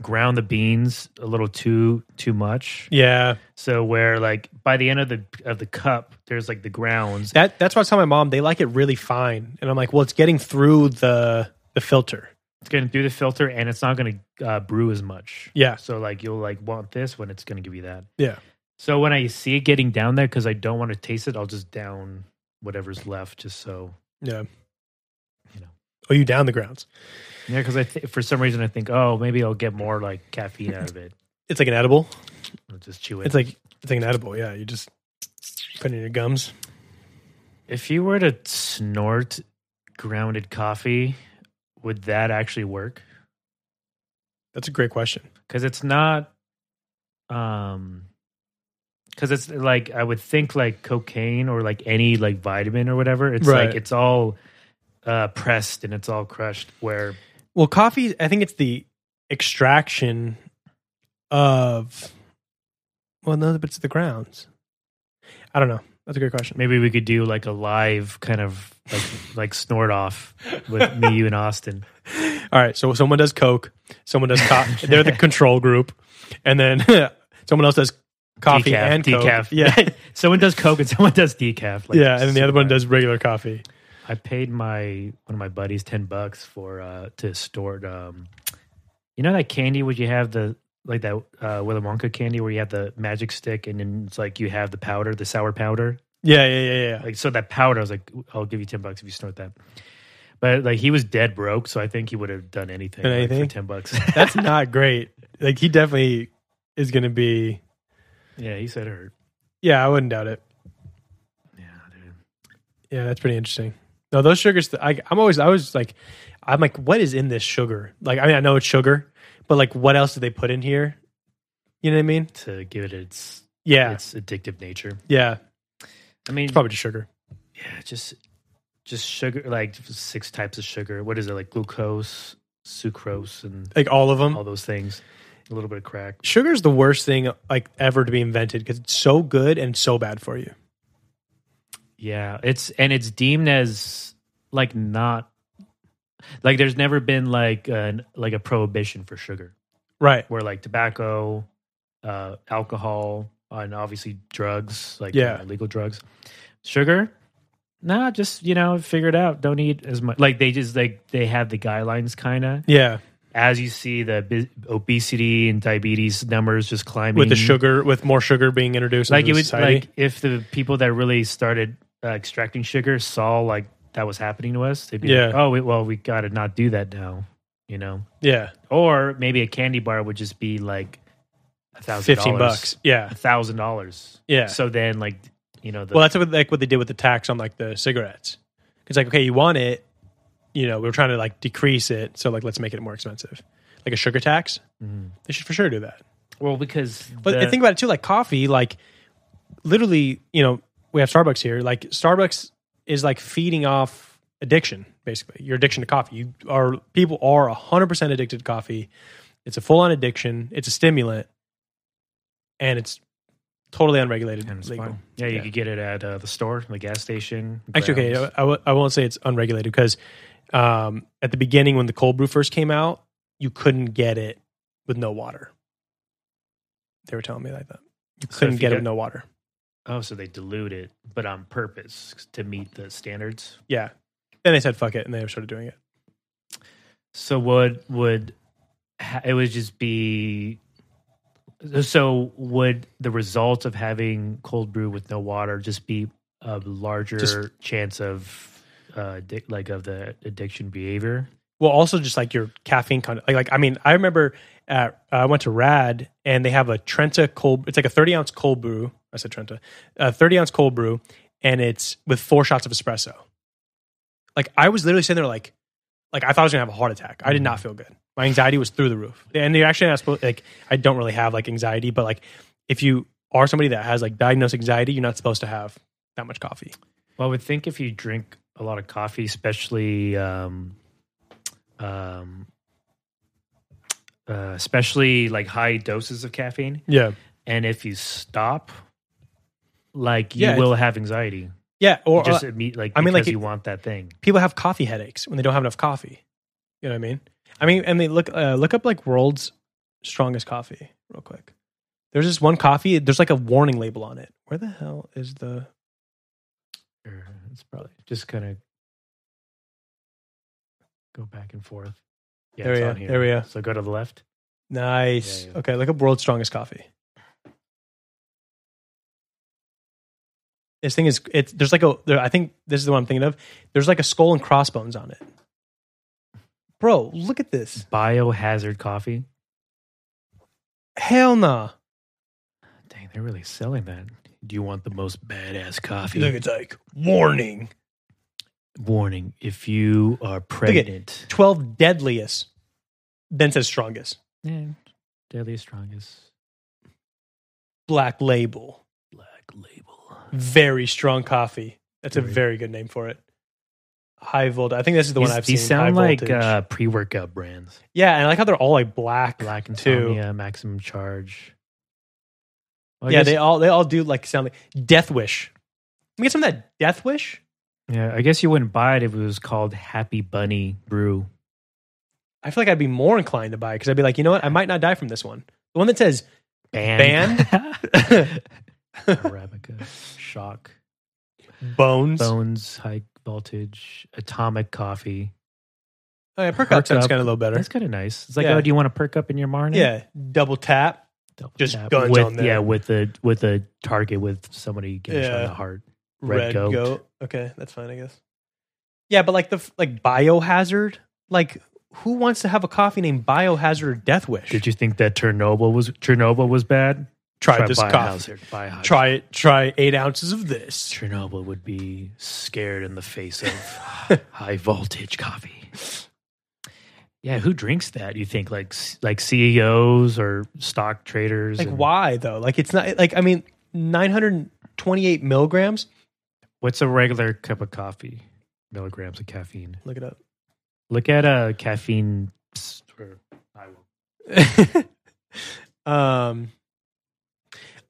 ground the beans a little too too much, Yeah, so where like by the end of the of the cup, there's like the grounds. that that's why I tell my mom they like it really fine, and I'm like, well, it's getting through the the filter. It's going to do the filter, and it's not going to uh, brew as much. Yeah, So like you'll like want this when it's going to give you that. yeah, So when I see it getting down there, because I don't want to taste it, I'll just down whatever's left, just so yeah. You know. Oh, you down the grounds? yeah. Because I th- for some reason I think oh maybe I'll get more like caffeine out of it. It's like an edible. I'll just chew it. It's like it's like an edible. Yeah, you just put it in your gums. If you were to snort grounded coffee, would that actually work? That's a great question. Because it's not, um, because it's like I would think like cocaine or like any like vitamin or whatever. It's Right. like it's all uh pressed and it's all crushed. Where Well, coffee. I think it's the extraction of. Well, no, but it's the grounds. I don't know. That's a good question. Maybe we could do like a live kind of like like snort off [laughs] with me, you, and Austin. All right. So someone does coke. Someone [laughs] does coffee. They're the control group, and then [laughs] someone else does coffee decaf, and coke. decaf. [laughs] Yeah, someone does coke and [laughs] someone does decaf. Like, yeah. And then the other one super- does regular coffee. I paid my one of my buddies ten bucks for uh to store um, you know that candy where you have the like that uh, Willy Wonka candy where you have the magic stick and then it's like you have the powder, the sour powder. Yeah, yeah, yeah, yeah. Like [laughs] so that powder, I was like, I'll give you ten bucks if you snort that. But like he was dead broke, so I think he would have done anything, Done like, anything? for ten bucks. That's not great. Like he definitely is going to be. [laughs] yeah, he said it hurt. Yeah, I wouldn't doubt it. Yeah, dude. Yeah, that's pretty interesting. No, those sugars. I, I'm always, I was like, I'm like, what is in this sugar? Like, I mean, I know it's sugar, but like, what else did they put in here? You know what I mean? To give it its Yeah, its addictive nature. yeah. I mean, It's probably just sugar. yeah, just just sugar, like six types of sugar. What is it like? Glucose, sucrose, and Like all of them. all those things. A little bit of crack. Sugar's the worst thing like ever to be invented because it's so good and so bad for you. Yeah, it's and it's deemed as like not like there's never been like an like a prohibition for sugar. Right. where like tobacco, uh, alcohol, and obviously drugs, like Yeah. uh, illegal drugs, sugar. Nah, just you know, figure it out. Don't eat as much. Like they just like they have the guidelines, kind of. Yeah. As you see the bi- obesity and diabetes numbers just climbing With the sugar, with more sugar being introduced Mm-hmm. like like it into was society. like if the people that really started uh, extracting sugar saw like that was happening to us, they'd be like, Yeah. "Oh, we, well, we got to not do that now," you know. yeah. Or maybe a candy bar would just be like a thousand, 15 bucks. Yeah. a thousand dollars. Yeah. So then, like, you know, the, well, that's what, like what they did with the tax on like the cigarettes. It's like, okay, you want it, you know, we are trying to like decrease it. So like, let's make it more expensive. Like a sugar tax. Mm-hmm. They should for sure do that. well, because But the, think about it too, like coffee, like literally, you know, we have Starbucks here. Like Starbucks is like feeding off addiction, basically. Your addiction to coffee. You are people are hundred percent addicted to coffee. It's a full on addiction. It's a stimulant, and it's totally unregulated. And it's legal. fine. Yeah, you Yeah. could get it at uh, the store, the gas station. um, Actually, okay, Browns. I, I, w- I won't say it's unregulated because um, at the beginning when the cold brew first came out, you couldn't get it with no water. They were telling me like that. You So if couldn't you get it get- with no water. Oh, so they dilute it, but on purpose to meet the standards. Yeah. Then they said fuck it, and they started doing it. So would would ha- it would just be so would the result of having cold brew with no water just be a larger Just- chance of uh addic- like of the addiction behavior Well, also just like your caffeine content. Like, like I mean, I remember at, uh, I went to Rad and they have a Trenta cold. It's like a thirty ounce cold brew. I said Trenta, a thirty ounce cold brew, and it's with four shots of espresso. Like I was literally sitting there like, like I thought I was gonna have a heart attack. I did not feel good. My anxiety was through the roof. And they're actually not supposed like I don't really have like anxiety, but like if you are somebody that has like diagnosed anxiety, you're not supposed to have that much coffee. Well, I would think if you drink a lot of coffee, especially um, um, uh, especially like high doses of caffeine, Yeah. and if you stop, like you Yeah, will have anxiety. Yeah. Or uh, Or, just imme- like I I mean, mean, like, because it- you want that thing. people have coffee headaches when they don't have enough coffee. You know what I mean? I mean, and they look uh, look up like world's strongest coffee real quick. There's this one coffee. There's like a warning label on it. Where the hell is the? Or It's probably just kind of go back and forth. Yeah, There it's we on are, here. there we are. So go to the left. Nice. Yeah, yeah. Okay, look up world's strongest coffee. This thing is it's there's like a there, I think this is the one I'm thinking of. There's like a skull and crossbones on it. Bro, look at this. Biohazard coffee. Hell nah. Dang, they're really selling that. Do you want the most badass coffee? Look, it's like warning. warning if you are it. pregnant 12 deadliest, then says strongest. yeah, deadly strongest Black label. black label Very strong coffee. That's a Very. very good name for it. High voltage. I think this is the these, one I've these seen. sound high like voltage. uh, pre-workout brands yeah, and I like how they're all like black. black too. insomnia maximum charge Well, I yeah, guess- they all they all do like sound like Death Wish. Let me get some of that Death Wish. Yeah, I guess you wouldn't buy it if it was called Happy Bunny Brew. I feel like I'd be more inclined to buy it because I'd be like, you know what? I might not die from this one. The one that says Band. [laughs] Band? [laughs] Arabica. Shock. bones. Bones. High voltage. Atomic coffee. Oh, yeah, perk, Perk up sounds Up. kind of a little better. That's kind of nice. It's like, Yeah. oh, do you want to perk up in your morning? Yeah, double tap. Double Just tap. guns with, on there. Yeah, with the with a target with somebody getting shot in Yeah. the heart. Red, Red goat. goat. Okay, that's fine, I guess. Yeah, but like the f- like biohazard. Like, who wants to have a coffee named Biohazard or Death Wish? Did you think that Chernobyl was Chernobyl was bad? try, this coffee? Biohazard. Biohazard. Try it. Try eight ounces of this. Chernobyl would be scared in the face [laughs] of high voltage coffee. Yeah, who drinks that? You think like like CEOs or stock traders? Like, and- why though? Like, it's not like I mean, nine hundred twenty-eight milligrams. What's a regular cup of coffee? Milligrams of caffeine. Look it up. Look at a caffeine. or- I will. [laughs] um,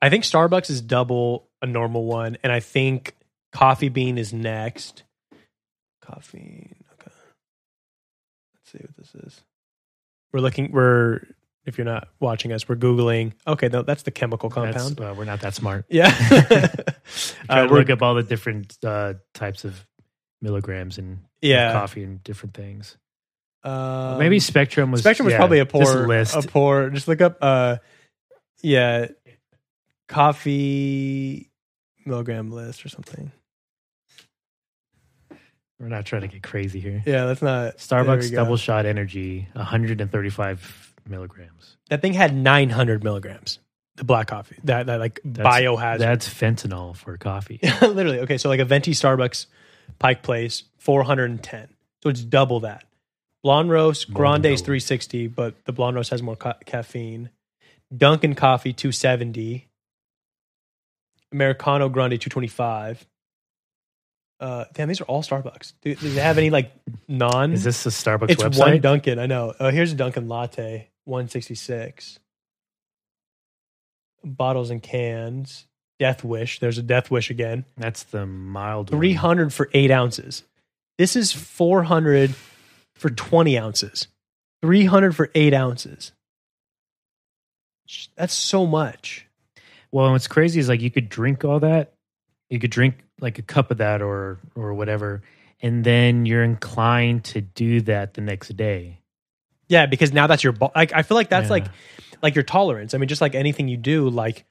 I think Starbucks is double a normal one, and I think Coffee Bean is next. Coffee. Okay. Let's see what this is. We're looking. We're if you're not watching us, we're googling. Okay, no, that's the chemical That's- compound. well, we're not that smart. yeah. [laughs] [laughs] Try Uh, to we're- look up all the different uh, types of milligrams and yeah. coffee and different things. Um, Maybe Spectrum was Spectrum was yeah, probably a this poor list. A poor. Just look up. Uh, yeah, coffee milligram list or something. We're not trying to get crazy here. Yeah, that's not there we Starbucks go. double shot energy, 135 milligrams. That thing had 900 milligrams. The black coffee. That that like That's- biohazard. That's fentanyl for coffee. [laughs] Literally. Okay, so like a venti Starbucks, Pike Place, 410. So it's double that. Blonde roast, More grande than is double. 360, but the blonde roast has more ca- caffeine. Dunkin' coffee 270. Americano grande 225. Uh, damn, these are all Starbucks. Do, do they have any like non? Is this the Starbucks it's one website? Dunkin'. I know. Oh, here's a Dunkin' latte, one sixty six. Bottles and cans. Death Wish. There's a Death Wish again. That's the mild one. Three hundred for eight ounces. This is four hundred for twenty ounces. Three hundred for eight ounces. Sh- That's so much. Well, and what's crazy is like you could drink all that. You could drink like a cup of that or or whatever, and then you're inclined to do that the next day. Yeah, because now that's your bo- like. I feel like that's Yeah. like like your tolerance. I mean, just like anything you do, like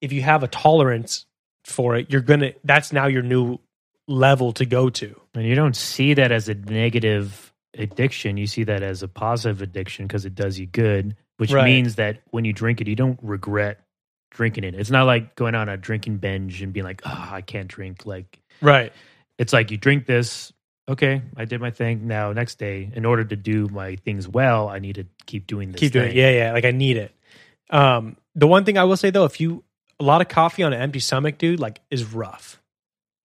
if you have a tolerance for it, you're gonna. That's now your new level to go to. And you don't see that as a negative addiction. You see that as a positive addiction because it does you good, which Right. means that when you drink it, you don't regret drinking it. It's not like going on a drinking binge and being like, oh, I can't drink. Like, Right. it's like you drink this. Okay, I did my thing. Now, next day, in order to do my things well, I need to keep doing this. Keep doing thing. it. Yeah, yeah. Like I need it. Um, the one thing I will say though, if you a lot of coffee on an empty stomach, dude, like is rough.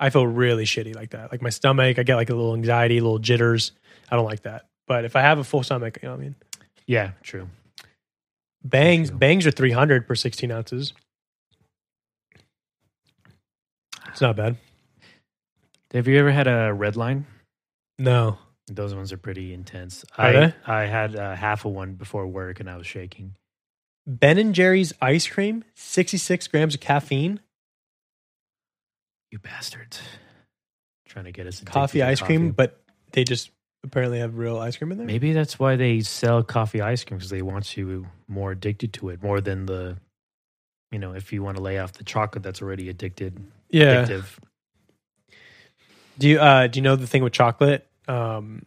I feel really shitty like that. Like my stomach, I get like a little anxiety, little jitters. I don't like that. But if I have a full stomach, you know what I mean? Yeah, true. Bangs, True. bangs are 300 per 16 ounces. It's not bad. Have you ever had a red line? No. Those ones are pretty intense. Are I they? I had uh, half of one before work and I was shaking. Ben and Jerry's ice cream, 66 grams of caffeine. You bastards. Trying to get us addicted Coffee to ice cream, coffee. but they just apparently have real ice cream in there. Maybe that's why they sell coffee ice cream because they want you more addicted to it more than the, you know, if you want to lay off the chocolate that's already addicted, Yeah. addictive. Do you uh do you know the thing with chocolate? Um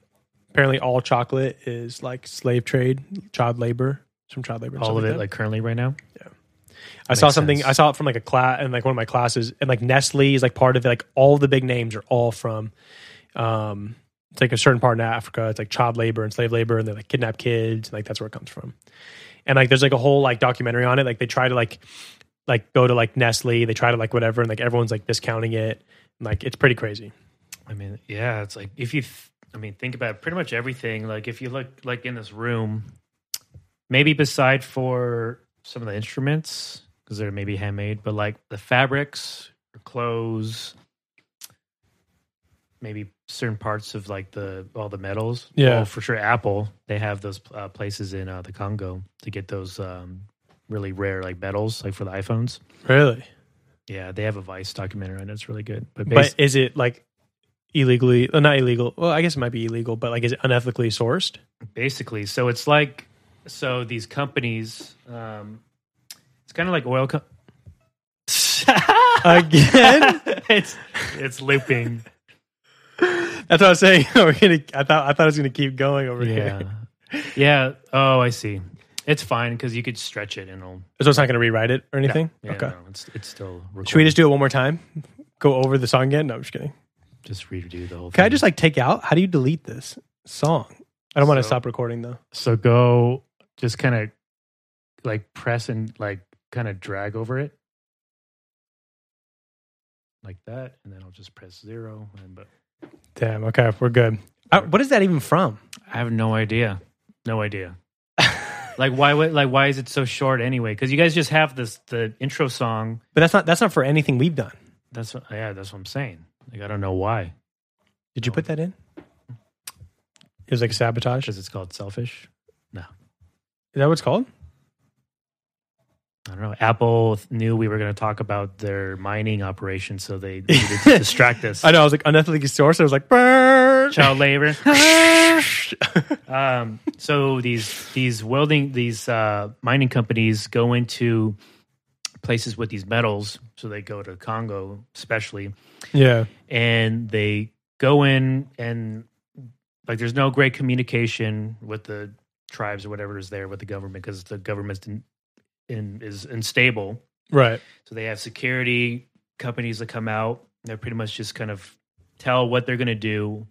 apparently all chocolate is like slave trade, child labor, some child labor. and All stuff of it, that. like currently right now. I saw makes something sense. I saw it from like a class and like one of my classes and like Nestle is like part of it, like all the big names are all from um it's like a certain part in Africa. It's like child labor and slave labor and they like kidnap kids and like that's where it comes from. And like there's like a whole like documentary on it. Like they try to like like go to like Nestle, they try to like whatever and like everyone's like discounting it. And, like it's pretty crazy. I mean, yeah, it's like if you, th- I mean, think about pretty much everything. Like if you look like in this room, maybe beside for some of the instruments because they're maybe handmade, but like the fabrics, your clothes, maybe certain parts of like the all the metals. Yeah. well, for sure. Apple they have those uh, places in uh, the Congo to get those um, really rare like metals, like for the iPhones. Really? Yeah, they have a Vice documentary on it. It's really good. But, But bas- is it like illegally? Well, not illegal. Well, I guess it might be illegal, but like, is it unethically sourced? [laughs] basically, so it's like so these companies. Um, it's kind of like oil. Co- [laughs] Again? it's it's [laughs] looping. That's what I was saying. [laughs] We're gonna. I thought. I thought it was gonna keep going over Yeah. here. Yeah. Oh, I see. It's fine because you could stretch it and it'll. So it's not gonna rewrite it or anything. Yeah, okay. no, it's, it's still. Recorded. Should we just do it one more time? Go over the song again? No, I'm just kidding. just redo the whole Can thing? I just like take out? How do you delete this song? I don't want to So- stop recording though. so go just kind of like press and like kind of drag over it like that, and then I'll just press zero. And but Damn. Okay, we're good. Uh, what is that even from? [laughs] I have no idea. No idea. like why? would Like why is it so short anyway? Because you guys just have this the intro song. But that's not. That's not for anything we've done. That's what, yeah. That's what I'm saying. Like I don't know why. Did you put that in? It was like sabotage. Is Because it's called selfish. that what it's called? I don't know. Apple knew we were going to talk about their mining operation, so they needed [laughs] to distract us. I know. I was like unethically sourced. I was like, burn. Child labor. um, so these these welding these uh, mining companies go into places with these metals. So they go to Congo, especially, [laughs] yeah. and they go in and like there's no great communication with the tribes or whatever is there with the government because the government's in, in, is unstable. Right. So they have security companies that come out. They're pretty much just kind of tell what they're going to do.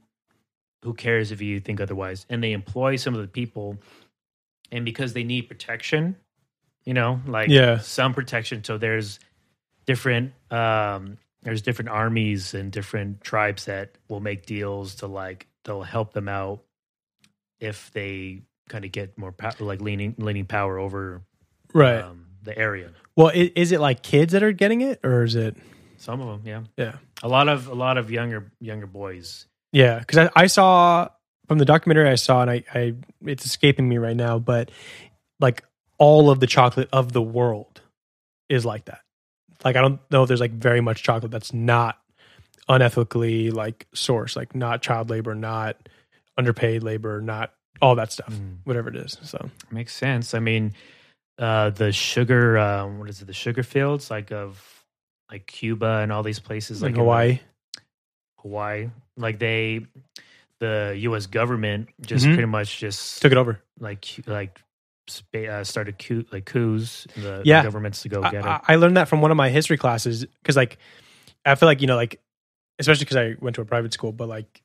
Who cares if you think otherwise? And they employ some of the people. And because they need protection, you know, like Yeah. some protection. So there's different, um, there's different armies and different tribes that will make deals to like, they'll help them out if they kind of get more power, like leaning, leaning power over Right. um, the area. well, is, is it like kids that are getting it, or is it? Some of them, yeah. Yeah. a lot of a lot of younger younger boys. Yeah, because I, I saw from the documentary I saw, and I, I it's escaping me right now, but like all of the chocolate of the world is like that. Like I don't know if there's like very much chocolate that's not unethically like sourced, like not child labor, not underpaid labor, not all that stuff, whatever it is. So Makes sense. I mean, uh, the sugar. Um, what is it? The sugar fields, like of like Cuba and all these places, like like in Hawaii, Hawaii. Like they, the U.S. government just Mhm. pretty much just took it over. like like spa- uh, started coup, like coups. The, the Yeah. governments to go I, get it. I- I learned that from one of my history classes because, like, I feel like you know, like, especially because I went to a private school, but like,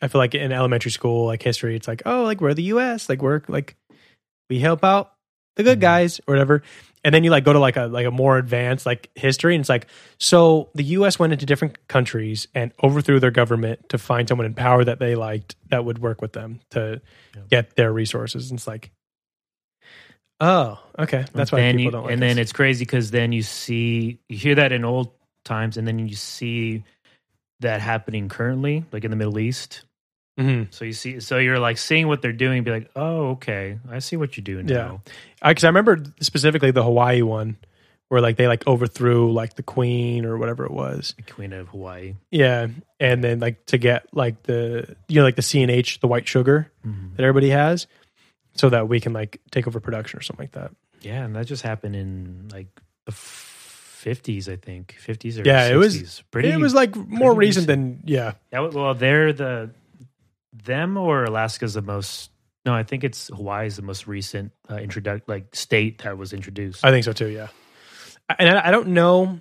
I feel like in elementary school, like history, it's like, oh, like we're the U.S., like we're like we help out the good Mhm. guys or whatever, and then you like go to like a like a more advanced like history, and it's like, so the U.S. went into different countries and overthrew their government to find someone in power that they liked that would work with them to Yep. get their resources, and it's like. Oh, okay. That's why then people you, don't like and us. then it's crazy because then you see you hear that in old times, and then you see that happening currently, like in the Middle East. Mhm. So you see, so you're like seeing what they're doing, be like, oh, okay, I see what you do now. because I, remember specifically the Hawaii one where like they like overthrew like the queen or whatever it was. The Queen of Hawaii. Yeah, and then like to get like the you know like the C and H the white sugar Mm-hmm. that everybody has, so that we can like take over production or something like that. Yeah, and that just happened in like the fifties, I think, fifties or Yeah, it was- 60s. pretty. it was like more pretty recent than yeah. that was- well, they're the them or Alaska's the most. No, I think it's Hawaii's the most recent uh, introduct like state that was introduced. I think so too. Yeah, and I, I don't know,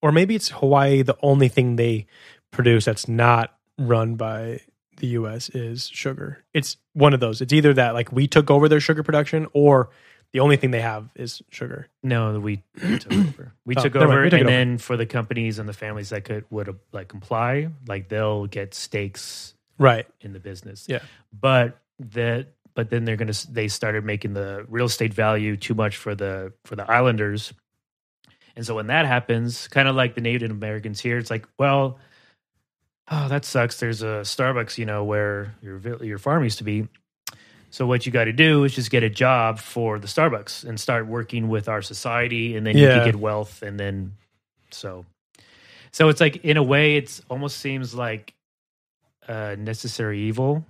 or maybe it's Hawaii. The only thing they produce that's not run by the U.S. is sugar. It's one of those. It's either that like we took over their sugar production, or the only thing they have is sugar. No, we [clears throat] [clears throat] took over. We Oh, took never mind. over, We and took it over. then for the companies and the families that could would uh, like comply, like they'll get stakes Right. in the business. Yeah. but that but then they're gonna they started making the real estate value too much for the for the islanders, and so when that happens, kind of like the Native Americans here, it's like well, oh, that sucks. There's a Starbucks, you know, where your vill- your farm used to be. So what you got to do is just get a job for the Starbucks and start working with our society, and then you Yeah. can get wealth, and then so, so it's like in a way, it's almost seems like uh, necessary evil.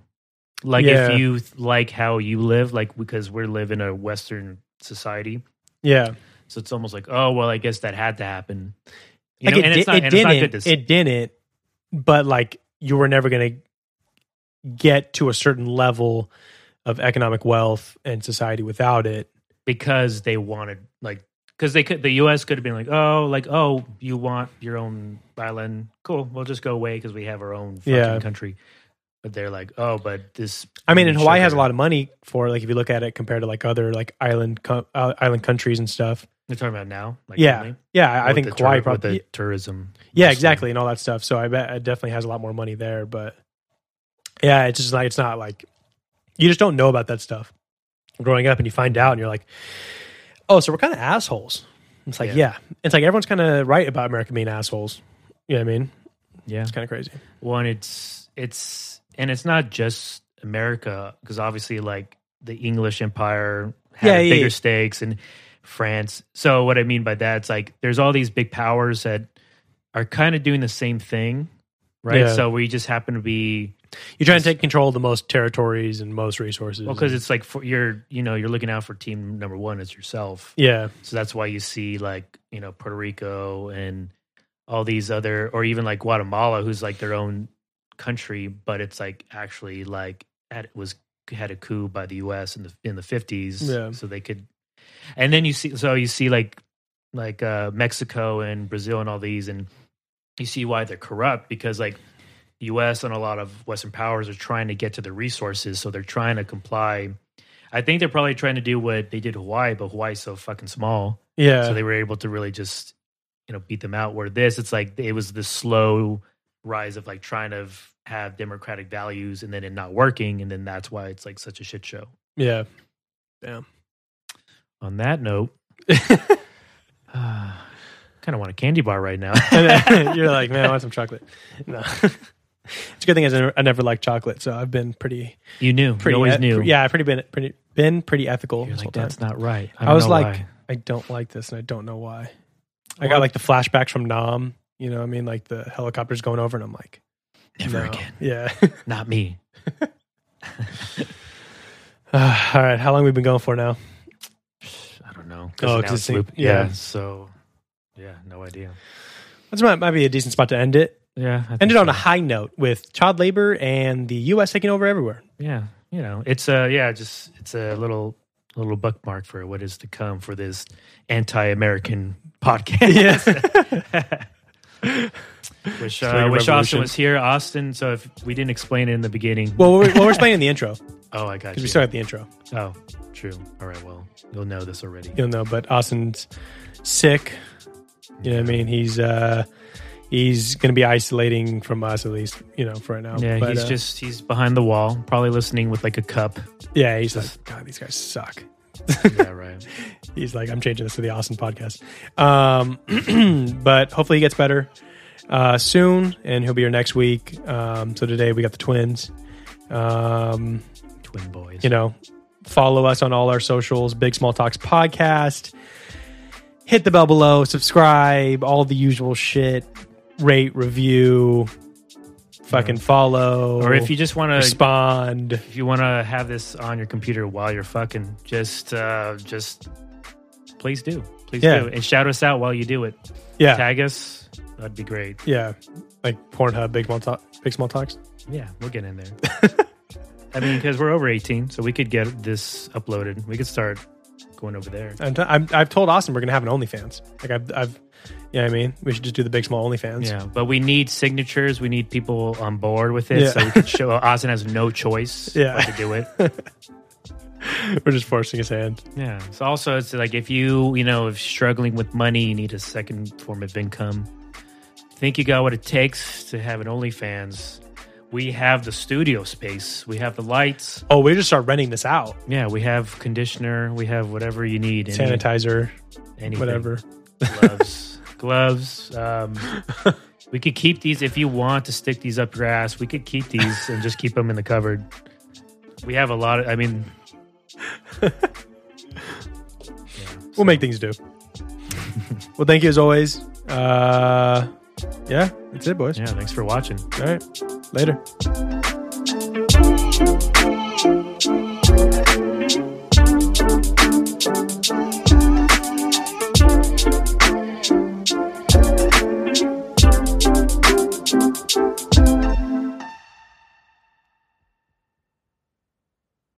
Like Yeah. if you th- like how you live, like because we live in a Western society, Yeah. so it's almost like, oh well, I guess that had to happen. You Like, know, it, and it's di- not, it and it's didn't. not good to s- it didn't. But like you were never going to get to a certain level of economic wealth and society without it. because they wanted like because they could the U.S. could have been like, oh, like oh, you want your own island? Cool, we'll just go away because we have our own fucking Yeah. country. But they're like, oh, but this. I mean, and Hawaii has a sugar- lot of money for like if you look at it compared to like other like island co- uh, island countries and stuff. You're talking about now, like Yeah. currently? Yeah, I- I With think the Hawaii tur- with probably. the tourism. yeah, mostly. exactly, and all that stuff. So I bet it definitely has a lot more money there. But yeah, it's just like it's not like you just don't know about that stuff growing up, and you find out, and you're like, oh, so we're kind of assholes. It's like yeah. Yeah. it's like everyone's kind of right about America being assholes. You know what I mean? Yeah, It's kind of crazy. Well, and it's it's and it's not just America because obviously, like the English Empire had Yeah, yeah, bigger yeah. stakes and France. So what I mean by that, it's like there's all these big powers that are kind of doing the same thing, right? Yeah. So we just happen to be You're trying to take control of the most territories and most resources. well because it's like for, you're you know you're looking out for team number one is yourself. yeah, So that's why you see like, you know, Puerto Rico and all these other or even like Guatemala who's like their own country, but it's like actually like had was had a coup by the US in the in the 50s Yeah. so they could and then you see so you see like like uh Mexico and Brazil and all these and you see why they're corrupt because like the US and a lot of Western powers are trying to get to the resources, so they're trying to comply. I think they're probably trying to do what they did to Hawaii, but Hawaii's so fucking small, yeah. so they were able to really just you know beat them out. Where this, it's like it was the slow rise of like trying to f- have democratic values, and then it not working, and then that's why it's like such a shit show. yeah. On that note, [sighs] uh, kind of want a candy bar right now. And then [laughs] you're like, man, I want some chocolate. No. [laughs] It's a good thing is I never, I never liked chocolate, so I've been pretty, [laughs] you knew, pretty you always eth- knew. Yeah, I've pretty been pretty been pretty ethical. you're this e-, like whole time. that's not right. I, I, don't was know like, why." I don't like this, and I don't know why. I got like the flashbacks from Nam. You know, what I mean, like the helicopters going over, and I'm like, never no. again, [laughs] Yeah. [sighs] not me. all right, how long we been going for now? I don't know. Oh, now 'cause it's it's- loop- yeah. yeah. So, yeah, no idea. That's might, might be a decent spot to end it. Yeah, I End it think on a so. high note with child labor and the U.S. taking over everywhere. [laughs] [laughs] yeah. You know, it's a yeah, just it's a little little bookmark for what is to come for this anti-American podcast. [laughs] wish uh, Like a wish revolution. Austin was here, Austin. So if we didn't explain it in the beginning, Well, we're, well, we're playing in the intro because oh, I got you. we still got the intro. oh, true. All right, well, you'll know this already. you'll know. But Austin's sick. You know what I mean? He's uh he's gonna be isolating from us at least, you know, for right now. Yeah, But, he's uh, just he's behind the wall, probably listening with like a [laughs] cup. yeah, he's like, God, these guys suck. yeah, right. He's like, I'm changing this to the Austin podcast. Um [clears throat] but hopefully he gets better uh soon and he'll be here next week. Um so today we got the twins. Um Twin boys. you know, follow us on all our socials, Big Small Talks Podcast. Hit the bell below, subscribe, all the usual shit, rate, review, fucking follow. or if you just want to respond. if you want to have this on your computer while you're fucking, just uh, just please do, please Yeah. do, and shout us out while you do it. Yeah. Tag us, that'd be great. Yeah. Like Pornhub, Big Small Talk, Big Small Talks. Yeah, we'll get in there. [laughs] I mean, because we're over 18, so we could get this uploaded. We could start going over there. I'm t- I'm, I've told Austin we're going to have an OnlyFans. Like, I've, I've, yeah, I mean, we should just do the Big Small OnlyFans. Yeah, but we need signatures. We need people on board with it, Yeah. so we can show. Austin has no choice [laughs] Yeah. but to do it. [laughs] We're just forcing his hand. Yeah. So also, it's like if you you know if struggling with money, you need a second form of income. Think you got what it takes to have an OnlyFans? We have the studio space. We have the lights. Oh, we just start renting this out. Yeah, we have conditioner. We have whatever you need. Any- Sanitizer, [laughs] anything. whatever. Gloves. gloves. Um, [laughs] We could keep these if you want to stick these up your ass. We could keep these and just keep them in the cupboard. We have a lot of. I mean, We'll make things do. well, thank you as always. Uh, yeah, that's it, boys. yeah. Thanks for watching. All right, later. Thank you.